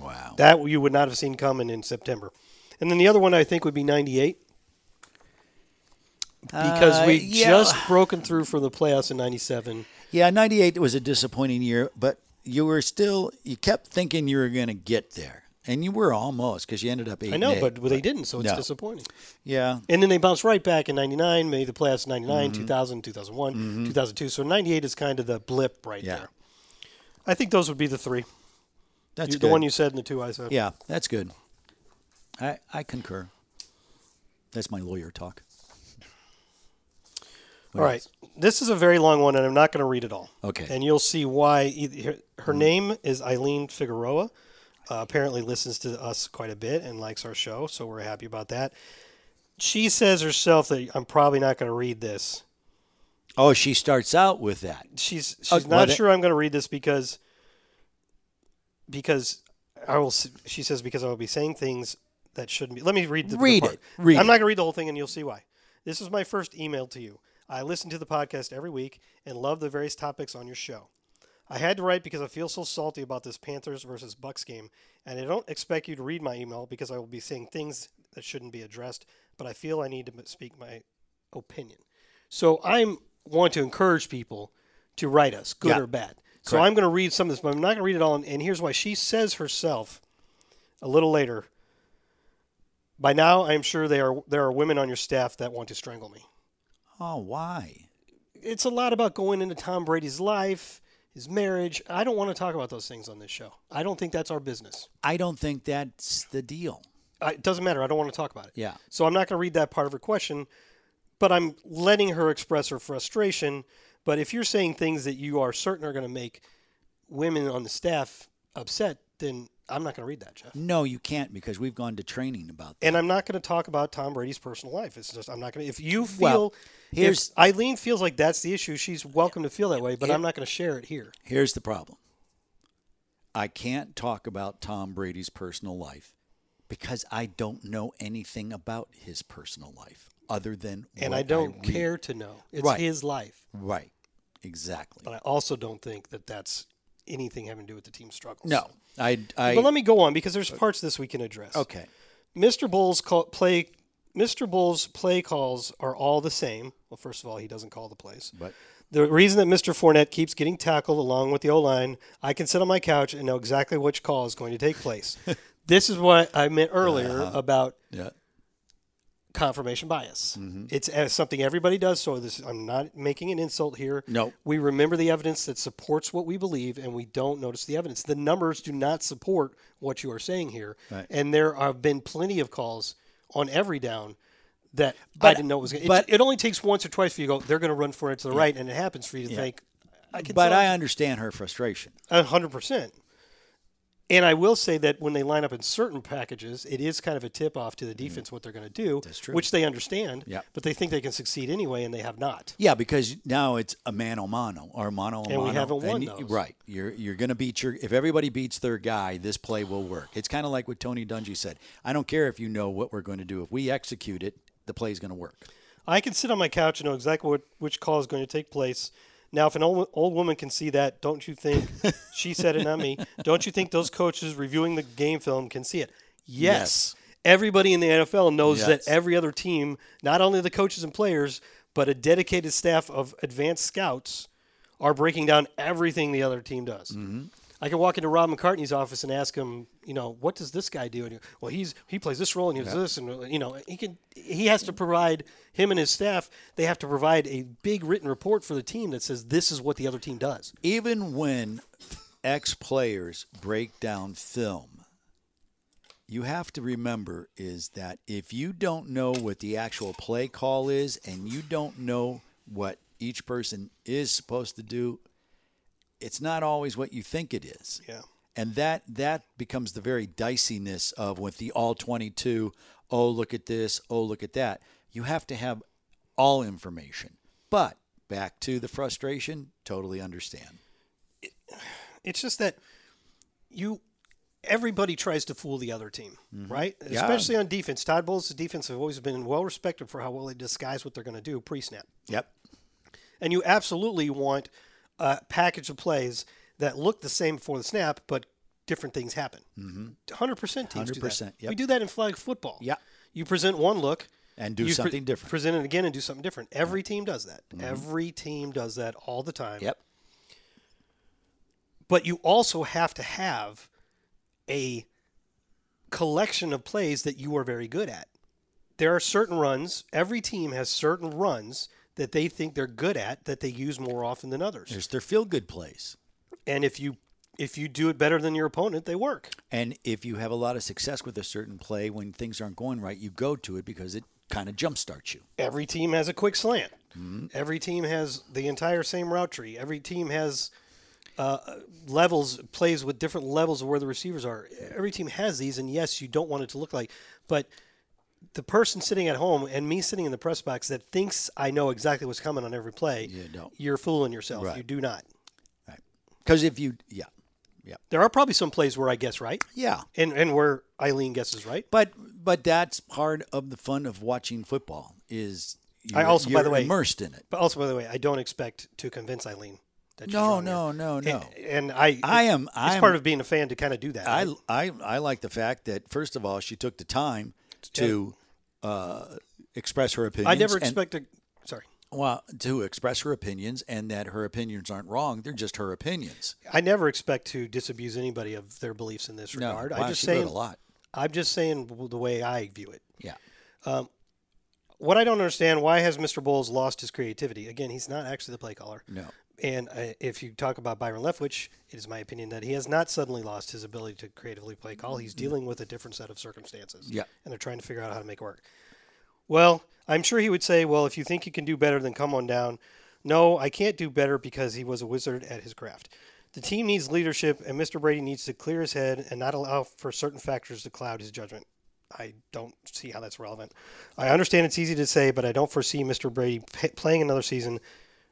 D: wow,
C: That you would not have seen coming in September. And then the other one I think would be 98. Because
D: Uh,
C: we
D: yeah.
C: just broken through from the playoffs in 97.
D: yeah, '98 was a disappointing year, but you were still you kept thinking you were going to get there, and you were almost because you ended up eight.
C: I know,
D: and eight.
C: but they didn't, so it's
D: No.
C: disappointing.
D: yeah,
C: And then they bounced right back in 99, made the playoffs in 99,
D: Mm-hmm.
C: 2000, 2001, 2002. So 98 is kind of the blip right
D: Yeah.
C: there. I think those would be the three.
D: that's
C: You-
D: good.
C: the one you said and the two I said.
D: yeah, that's good. I I concur. That's my lawyer talk.
C: All right. This is a very long one, and I'm not going to read it all.
D: Okay. Mm-hmm.
C: And you'll see why. eith- Her, her name is Eileen Figueroa. Uh, apparently listens to us quite a bit and likes our show, so we're happy about that. She says herself that I'm probably not going to read this.
D: Oh, she starts out with that.
C: she's she's
D: Oh, well,
C: not
D: that-
C: sure I'm going to read this because because I will. s- She says because I will be saying things that shouldn't be. Let me read the the
D: Read
C: part.
D: it. Read
C: I'm
D: it.
C: not going to read the whole thing, and you'll see why. This is my first email to you. I listen to the podcast every week and love the various topics on your show. I had to write because I feel so salty about this Panthers versus Bucks game, and I don't expect you to read my email because I will be saying things that shouldn't be addressed. But I feel I need to speak my opinion. So I'm want to encourage people to write us, good
D: Yeah.
C: or bad. So I'm going to read some of this, but I'm not going to read it all. And, and here's why: she says herself a little later. By now, I am sure they are there are women on your staff that want to strangle me.
D: Oh, why?
C: It's a lot about going into Tom Brady's life, his marriage. I don't want to talk about those things on this show. I don't think that's our business.
D: I don't think that's the deal.
C: I, it doesn't matter. I don't want to talk about it.
D: Yeah.
C: So I'm not going to read that part of her question, but I'm letting her express her frustration. But if you're saying things that you are certain are going to make women on the staff upset, then I'm not going to read that, Jeff.
D: No, you can't because we've gone to training about that.
C: and I'm not going to talk about Tom Brady's personal life. It's just I'm not going to. If you feel,
D: Well, here's-
C: if Eileen feels like that's the issue, she's welcome to feel that way. But I'm not going to share it here.
D: Here's the problem. I can't talk about Tom Brady's personal life because I don't know anything about his personal life. other than
C: and
D: what
C: I don't
D: read.
C: care to know. It's
D: Right.
C: his life.
D: Right. Exactly.
C: But I also don't think that that's anything having to do with the team's struggles.
D: no. I I
C: But let me go on because there's parts of this we can address.
D: okay.
C: Mr. Bull's call, play Mr. Bull's play calls are all the same. Well, first of all, he doesn't call the plays.
D: But
C: The reason that Mr. Fournette keeps getting tackled along with the O line, I can sit on my couch and know exactly which call is going to take place. this is what I meant earlier
D: Uh-huh.
C: about
D: yeah.
C: confirmation bias.
D: Mm-hmm.
C: It's as something everybody does. So this, I'm not making an insult here.
D: No.
C: we remember the evidence that supports what we believe, and we don't notice the evidence. The numbers do not support what you are saying here,
D: Right.
C: and there have been plenty of calls on every down that I
D: But-
C: didn't know it was. Gonna,
D: but-
C: it, it only takes once or twice for you to go. They're going to run for it to the right, and it happens for you to think. I can
D: But
C: tell
D: I understand her frustration.
C: a hundred percent. And I will say that when they line up in certain packages, it is kind of a tip off to the defense what they're going to do, That's
D: Mm. true.
C: which they understand.
D: Yeah.
C: But they think they can succeed anyway, and they have not.
D: Yeah, because now it's a mano mano or mano a
C: And we
D: mano.
C: haven't won
D: and you-
C: those.
D: Right. You're you're gonna beat your if everybody beats their guy, this play will work. It's kinda like what Tony Dungy said. I don't care if you know what we're gonna do. If we execute it, the play's gonna work.
C: I can sit on my couch and know exactly what, which call is going to take place. Now, if an old, old woman can see that, don't you think she said it, not me? Don't you think those coaches reviewing the game film can see it? Yes.
D: Yes.
C: Everybody in the NFL knows that
D: Yes.
C: every other team, not only the coaches and players, but a dedicated staff of advanced scouts are breaking down everything the other team does. I can walk into Rob McCartney's office and ask him, you know, what does this guy do? And he- well, he's he plays this role and he does this, and you know, he can he has to provide him and his staff. They have to provide a big written report for the team that says this is what the other team does.
D: even when ex players break down film, you have to remember is that if you don't know what the actual play call is and you don't know what each person is supposed to do, it's not always what you think it is.
C: Yeah.
D: And that that becomes the very diciness of with the all 22, oh look at this, oh look at that. You have to have all information. But back to the frustration, totally understand.
C: It's just that you everybody tries to fool the other team,
D: Mm-hmm.
C: right? Especially on defense. Todd Bowles' defense have always been well respected for how well they disguise what they're going to do pre snap.
D: Yep.
C: And you absolutely want a package of plays that look the same before the snap, but different things happen. Mm-hmm. 100% teams do that.
D: 100%, yep.
C: We do that in flag football.
D: Yeah.
C: You present one look.
D: And do
C: you
D: something different. Mm-hmm.
C: Present it again and do something different. Every team does that. Every team does that all the time.
D: Yep.
C: But you also have to have a collection of plays that you are very good at. There are certain runs. Every team has certain runs that they think they're good at that they use more often than others.
D: There's their feel good plays.
C: and if you if you do it better than your opponent, they work.
D: And if you have a lot of success with a certain play when things aren't going right, you go to it because it kind of jumpstarts you.
C: Every team has a quick slant.
D: Mm-hmm.
C: Every team has the entire same route tree. Every team has uh, levels plays with different levels of where the receivers are. Every team has these, and yes, you don't want it to look like, but the person sitting at home and me sitting in the press box that thinks I know exactly what's coming on every play,
D: don't.
C: you're fooling yourself.
D: Right.
C: You do not.
D: Right. Because if you, yeah,
C: There are probably some plays where I guess right,
D: yeah.
C: and and where Eileen guesses right.
D: But but that's part of the fun of watching football is
C: I
D: you're-
C: also, by
D: you're
C: the way-
D: immersed in it.
C: But also, by the way, I don't expect to convince Eileen that she's
D: No,
C: wrong here.
D: no, no, no.
C: And I,
D: I am- I
C: it's
D: am-
C: part of being a fan to kind of do that.
D: I,
C: right?
D: I I like the fact that first of all she took the time to uh, express her opinion.
C: I never expect to. Sorry,
D: well to express her opinions and that her opinions aren't wrong. They're just her opinions.
C: I never expect to disabuse anybody of their beliefs in this
D: No,
C: regard.
D: wow,
C: I just
D: she wrote
C: saying.
D: a lot.
C: I'm just saying the way I view it.
D: Yeah.
C: What I don't understand why has Mr. Bowles lost his creativity? Again, he's not actually the play caller.
D: No.
C: And uh, if you talk about Byron Leftwich, it is my opinion that he has not suddenly lost his ability to creatively play call. He's dealing with a different set of circumstances.
D: Yeah.
C: And they're trying to figure out how to make it work. Well, I'm sure he would say, well, if you think you can do better, then come on down. No, I can't do better because he was a wizard at his craft. The team needs leadership, and Mr. Brady needs to clear his head and not allow for certain factors to cloud his judgment. I don't see how that's relevant. I understand it's easy to say, but I don't foresee Mr. Brady p- playing another season.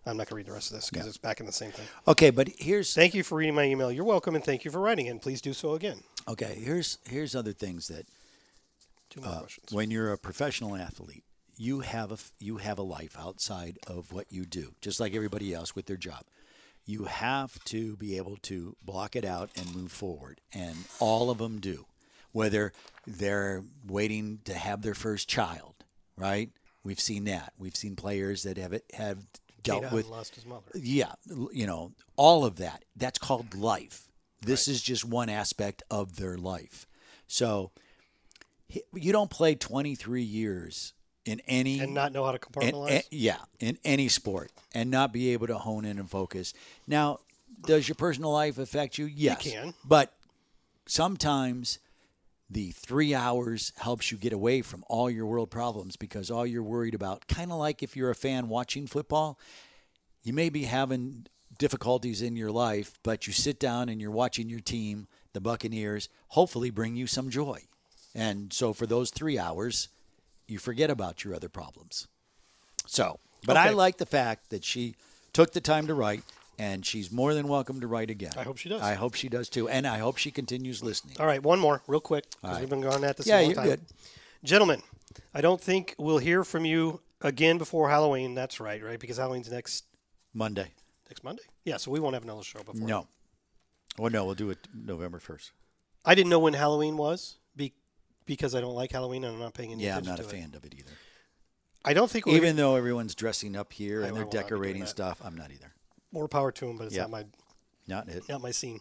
C: I'm not going to read the rest of this because it's back in the same thing.
D: Okay, but here's
C: Thank you for reading my email. You're welcome, and thank you for writing in. Please do so again.
D: okay, here's here's other things that Uh,
C: Two more questions.
D: when you're a professional athlete, you have a f- you have a life outside of what you do, just like everybody else with their job. You have to be able to block it out and move forward, and all of them do. Whether they're waiting to have their first child, right? We've seen that. We've seen players that have it, have dealt
C: Data
D: with
C: lost his mother.
D: yeah, l- you know, all of that. That's called life. This is just one aspect of their life. So he- you don't play 23 years in any
C: And not know how to
D: in-
C: compartmentalize.
D: a- yeah, in any sport and not be able to hone in and focus. Now, does your personal life affect you? Yes.
C: can.
D: But sometimes the three hours helps you get away from all your world problems because all you're worried about, kind of like if you're a fan watching football, you may be having difficulties in your life, but you sit down and you're watching your team, the Buccaneers, hopefully bring you some joy. And so for those three hours, you forget about your other problems. So, but I
C: Okay.
D: like the fact that she took the time to write, and she's more than welcome to write again.
C: I hope she does.
D: I hope she does too, and I hope she continues listening.
C: All right, one more, real quick, because we've been going at this a
D: Yeah,
C: long
D: you're
C: time.
D: good.
C: Gentlemen, I don't think we'll hear from you again before Halloween. That's right, right? Because Halloween's next
D: Monday.
C: next Monday. Yeah, so we won't have another show before.
D: No. Well, no, we'll do it November first.
C: I didn't know when Halloween was be- because I don't like Halloween and I'm not paying any
D: Yeah, I'm
C: attention
D: not a
C: to it.
D: fan of it either.
C: I don't think we'll
D: Even though everyone's dressing up here and
C: I
D: they're
C: won't be doing
D: decorating
C: that.
D: stuff, I'm not either.
C: more power to him, but it's
D: Yeah.
C: not my
D: Not it.
C: not my scene.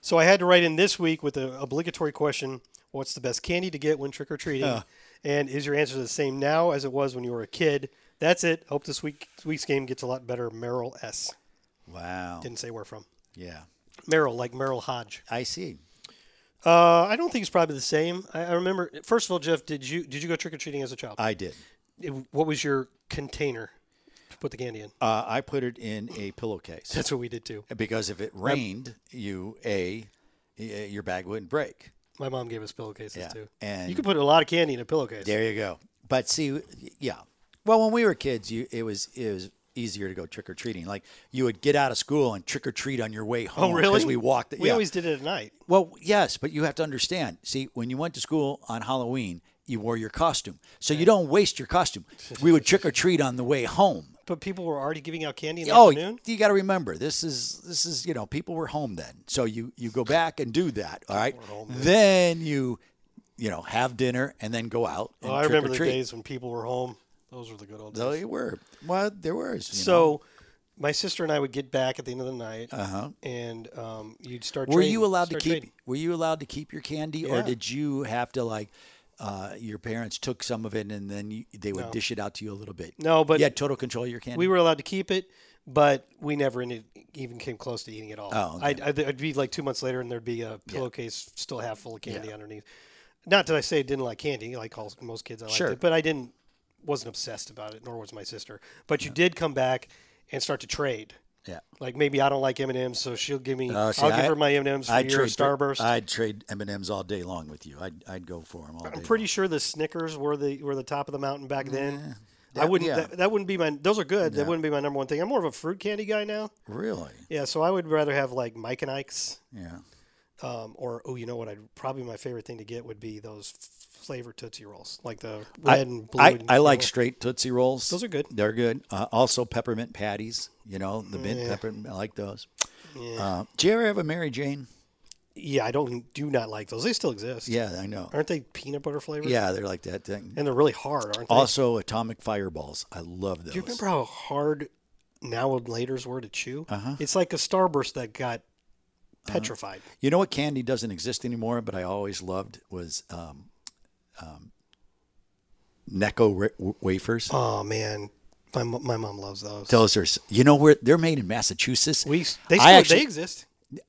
C: So I had to write in this week with the obligatory question: What's the best candy to get when trick or treating? And is your answer the same now as it was when you were a kid? That's it. Hope this week week's game gets a lot better. Merrill S.
D: Wow.
C: Didn't say where from.
D: Yeah.
C: Merrill, like Merrill Hodge.
D: I see.
C: Uh, I don't think it's probably the same. I, I remember. First of all, Jeff, did you did you go trick or treating as a child?
D: I did.
C: It- what was your container to put the candy in?
D: Uh, I put it in a pillowcase.
C: That's what we did too.
D: because if it rained, you a y- your bag wouldn't break.
C: My mom gave us pillowcases
D: Yeah,
C: too.
D: and-
C: you could put a lot of candy in a pillowcase.
D: There you go. But see, yeah. Well, when we were kids, you it was it was easier to go trick or treating. Like you would get out of school and trick or treat on your way
C: oh,
D: home.
C: really?
D: Because we walked.
C: We
D: yeah.
C: always did it at night.
D: Well, yes, but you have to understand. See, when you went to school on Halloween, you wore your costume, so you don't waste your costume. We would trick or treat on the way home.
C: But people were already giving out candy in the
D: Oh,
C: afternoon.
D: you got to remember this is this is you know people were home then, so you you go back and do that. All right, then you you know have dinner and then go out. And
C: Oh, I
D: trick
C: remember
D: or
C: the
D: treat.
C: days when people were home. Those were the good old days.
D: So you were well, there was. you know.
C: so, my sister and I would get back at the end of the night, uh-huh. and um, you'd start.
D: were
C: trading,
D: you allowed to
C: start
D: keep?
C: trading.
D: Were you allowed to keep your candy, or
C: Yeah.
D: did you have to like? Uh, your parents took some of it, and then you, they would dish it out to you a little bit.
C: No, but-
D: you had total control of your candy.
C: We were allowed to keep it, but we never ended, even came close to eating it all.
D: Oh, okay.
C: I'd, I'd, I'd be like two months later, and there'd be a pillowcase still half full of candy underneath. Not that I say I didn't like candy, like all, most kids, I liked
D: Sure.
C: it, but I didn't wasn't obsessed about it, nor was my sister. But you did come back and start to trade.
D: yeah.
C: Like maybe I don't like M and M's, so she'll give me.
D: Oh, see,
C: I'll give
D: I-
C: her my M and M's for
D: I'd
C: your
D: trade for-
C: Starburst. I,
D: I'd trade M and M's all day long with you. I'd I'd go for them all day.
C: am pretty sure the Snickers were the were the top of the mountain back then. I wouldn't.
D: yeah.
C: That, that wouldn't be my. Those are good. That wouldn't be my number one thing. I'm more of a fruit candy guy now.
D: long. Really?
C: Yeah, so I would rather have like Mike and Ike's,
D: Yeah.
C: um, or oh, you know what? I'd probably my favorite thing to get would be those f- flavored Tootsie Rolls, like the red and blue.
D: I,
C: and
D: I like
C: yellow.
D: straight Tootsie Rolls.
C: Those are good.
D: They're good. Uh, also peppermint patties. You know the mint peppermint. I like those. Uh, do you ever have a Mary Jane?
C: Yeah, I don't do not like those. They still exist.
D: Yeah, I know.
C: aren't they peanut butter flavored?
D: Yeah, they're like that thing.
C: and they're really hard, aren't they?
D: Also atomic fireballs. I love those.
C: Do you remember how hard now and later's were to chew? Uh-huh. It's like a starburst that got
D: Uh-huh.
C: petrified.
D: You know what candy doesn't exist anymore, but I always loved was um, um, Necco wa- wa- wafers.
C: Oh man, my, mo- my mom loves those.
D: Those are, s- you know, where they're made in Massachusetts.
C: we they still,
D: I
C: they
D: actually,
C: exist.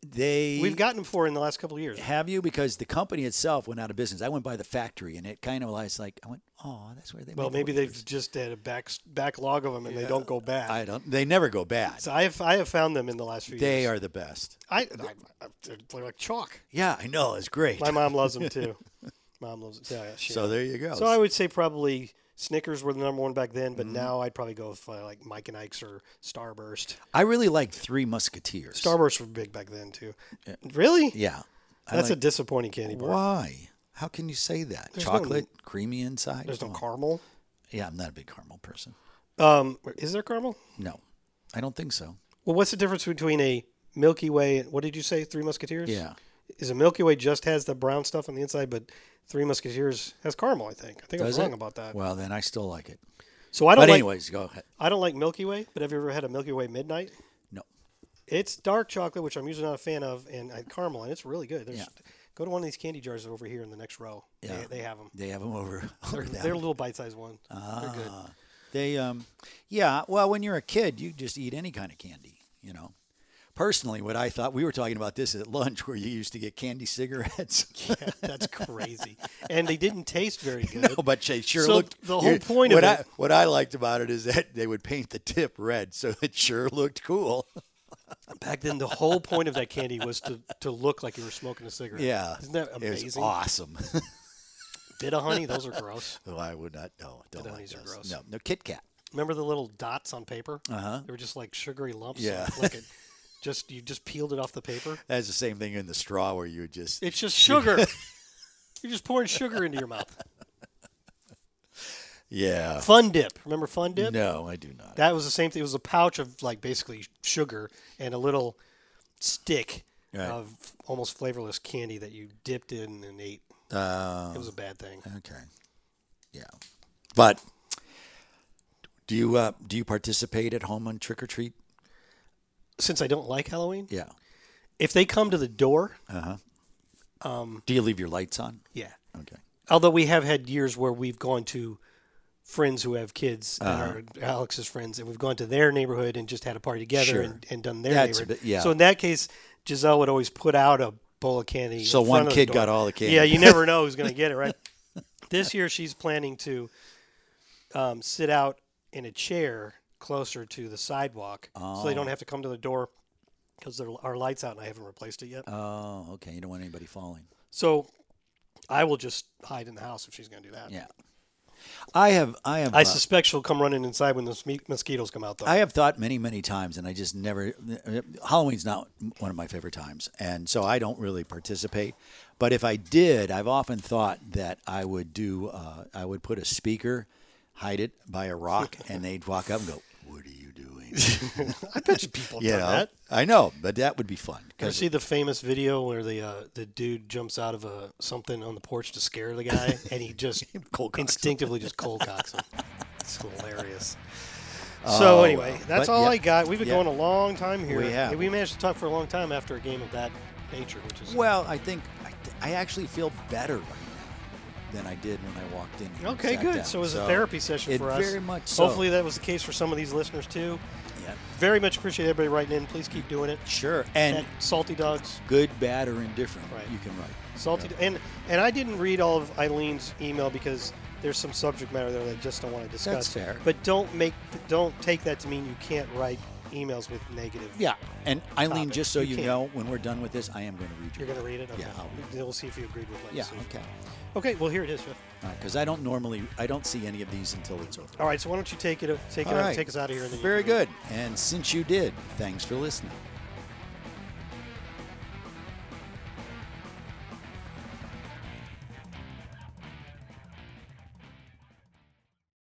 D: they,
C: We've gotten them for in the last couple of years.
D: have you because the company itself went out of business. I went by the factory and it kind of was like I went, oh, that's where they.
C: Well,
D: make the
C: maybe
D: wafers."
C: they've just had a back backlog of them and they don't go bad.
D: I don't. They never go bad.
C: so I have I have found them in the last few
D: They
C: years.
D: are the best.
C: I, I, I they're like chalk.
D: Yeah, I know. It's great.
C: My mom loves them too. mom loves yeah, yeah, she-
D: so there you go.
C: So I would say probably Snickers were the number one back then, but
D: Mm-hmm.
C: now I'd probably go with uh, like Mike and Ike's or Starburst.
D: I really like Three Musketeers.
C: Starburst were big back then too. Really?
D: yeah. I
C: That's
D: like-
C: a disappointing candy bar.
D: Why? How can you say that?
C: There's no-
D: Chocolate, creamy inside.
C: There's no
D: Come on.
C: caramel.
D: Yeah, I'm not a big caramel person.
C: Um, is there caramel?
D: No, I don't think so.
C: Well, what's the difference between a Milky Way? What did you say? Three Musketeers.
D: Yeah.
C: Is a Milky Way just has the brown stuff on the inside, but Three Musketeers has caramel? I think. I think
D: Does
C: I'm wrong
D: it?
C: about that.
D: Well, then I still like it.
C: so I don't.
D: But
C: like,
D: anyways, go ahead.
C: I don't like Milky Way. But have you ever had a Milky Way Midnight?
D: No.
C: It's dark chocolate, which I'm usually not a fan of, and, and caramel, and it's really good. There's,
D: Yeah.
C: Go to one of these candy jars over here in the next row.
D: Yeah.
C: They, they have them.
D: They Ah. have them over.
C: They're,
D: over that
C: they're little bite-sized ones. They're good.
D: They, um, yeah. Well, when you're a kid, you just eat any kind of candy, you know. Personally, what I thought we were talking about this at lunch, where you used to get candy cigarettes,
C: That's crazy. and they didn't taste very good.
D: No, Oh, but they sure
C: So
D: looked.
C: the whole
D: you-
C: point of
D: what I,
C: it-
D: what I liked about it is that they would paint the tip red, so it sure looked cool.
C: Back then, the whole point of that candy was to, to look like you were smoking a cigarette.
D: Yeah,
C: Isn't that
D: It was
C: amazing?
D: awesome.
C: Bit of honey, those are gross.
D: Oh, I would not. No, don't
C: The
D: like
C: honeys are
D: those.
C: gross.
D: No, no Kit Kat.
C: Remember the little dots on paper? Uh-huh. They were just like sugary lumps.
D: Yeah.
C: Like it, just You just peeled it off the paper.
D: That's the same thing in the straw where you would just.
C: It's just sugar. You're just pouring sugar into your mouth.
D: yeah.
C: Fun dip. Remember fun dip?
D: No, I do not.
C: That was the same thing. It was a pouch of like basically sugar and a little stick
D: Right.
C: of almost flavorless candy that you dipped in and ate.
D: Uh,
C: It was a bad thing.
D: okay. Yeah, but do you uh, do you participate at home on trick or treat?
C: Since I don't like Halloween,
D: Yeah.
C: if they come to the door,
D: Do you leave your lights on?
C: yeah.
D: Okay.
C: Although we have had years where we've gone to friends who have kids,
D: Uh-huh.
C: and our, Alex's friends, and we've gone to their neighborhood and just had a party together
D: Sure.
C: and, and done their
D: That's a
C: neighborhood.
D: bit- yeah.
C: So in that case, Giselle would always put out a bowl of candy.
D: So
C: in
D: one
C: front of the
D: kid
C: door.
D: got all the candy.
C: Yeah, you never know who's going to get it, right? this year she's planning to um, sit out in a chair closer to the sidewalk so they don't
D: Oh.
C: have to come to the door because our lights out and I haven't replaced it yet.
D: Oh, okay. You don't want anybody falling.
C: So I will just hide in the house if she's going to do that.
D: Yeah. I have. I have.
C: I
D: uh,
C: suspect she'll come running inside when those me- mosquitoes come out, though.
D: I have thought many, many times, and I just never. Halloween's not one of my favorite times, and so I don't really participate. But if I did, I've often thought that I would do. Uh, I would put a speaker, hide it by a rock, and they'd walk up and go, "What are you doing?"
C: I bet you people have
D: You
C: done
D: know,
C: that.
D: I know, but that would be fun.
C: You
D: 'cause-
C: see the famous video where the uh, the dude jumps out of a something on the porch to scare the guy, and he just
D: Cold cocks him.
C: instinctively just cold cocks him. It's hilarious. So anyway, that's
D: Oh, But
C: all
D: yeah,
C: I got. We've been
D: yeah.
C: going a long time here.
D: We have.
C: And we managed to talk for a long time after a game of that nature, which is
D: well, I think I, th- I actually feel better right now than I did when I walked in. here and
C: okay.
D: sat
C: Good.
D: down.
C: So it was a therapy session
D: it
C: for us.
D: Very much. So.
C: Hopefully that was the case for some of these listeners too.
D: Yeah,
C: Very much appreciate everybody writing in. Please keep doing it.
D: sure. And
C: At Salty Dogs.
D: good, bad, or indifferent,
C: Right.
D: you can write.
C: Salty and and I didn't read all of Eileen's email because there's some subject matter there that I just don't want to discuss.
D: That's fair.
C: But don't make don't take that to mean you can't write emails with negative.
D: Yeah, and Eileen,
C: Topic.
D: just so
C: You
D: you,
C: can't.
D: know, when we're done with this, I am going to read you.
C: You're gonna read it. Okay.
D: Yeah, I'll read
C: Then we'll see if you agreed with what.
D: Yeah,
C: so-
D: okay.
C: Okay. Well, here it is. Jeff.
D: Because I don't normally, I don't see any of these until it's over.
C: All right. So why don't you take it take it
D: All
C: out,
D: right.
C: take us out of here? And then you
D: Very
C: can read.
D: good. And since you did, thanks for listening.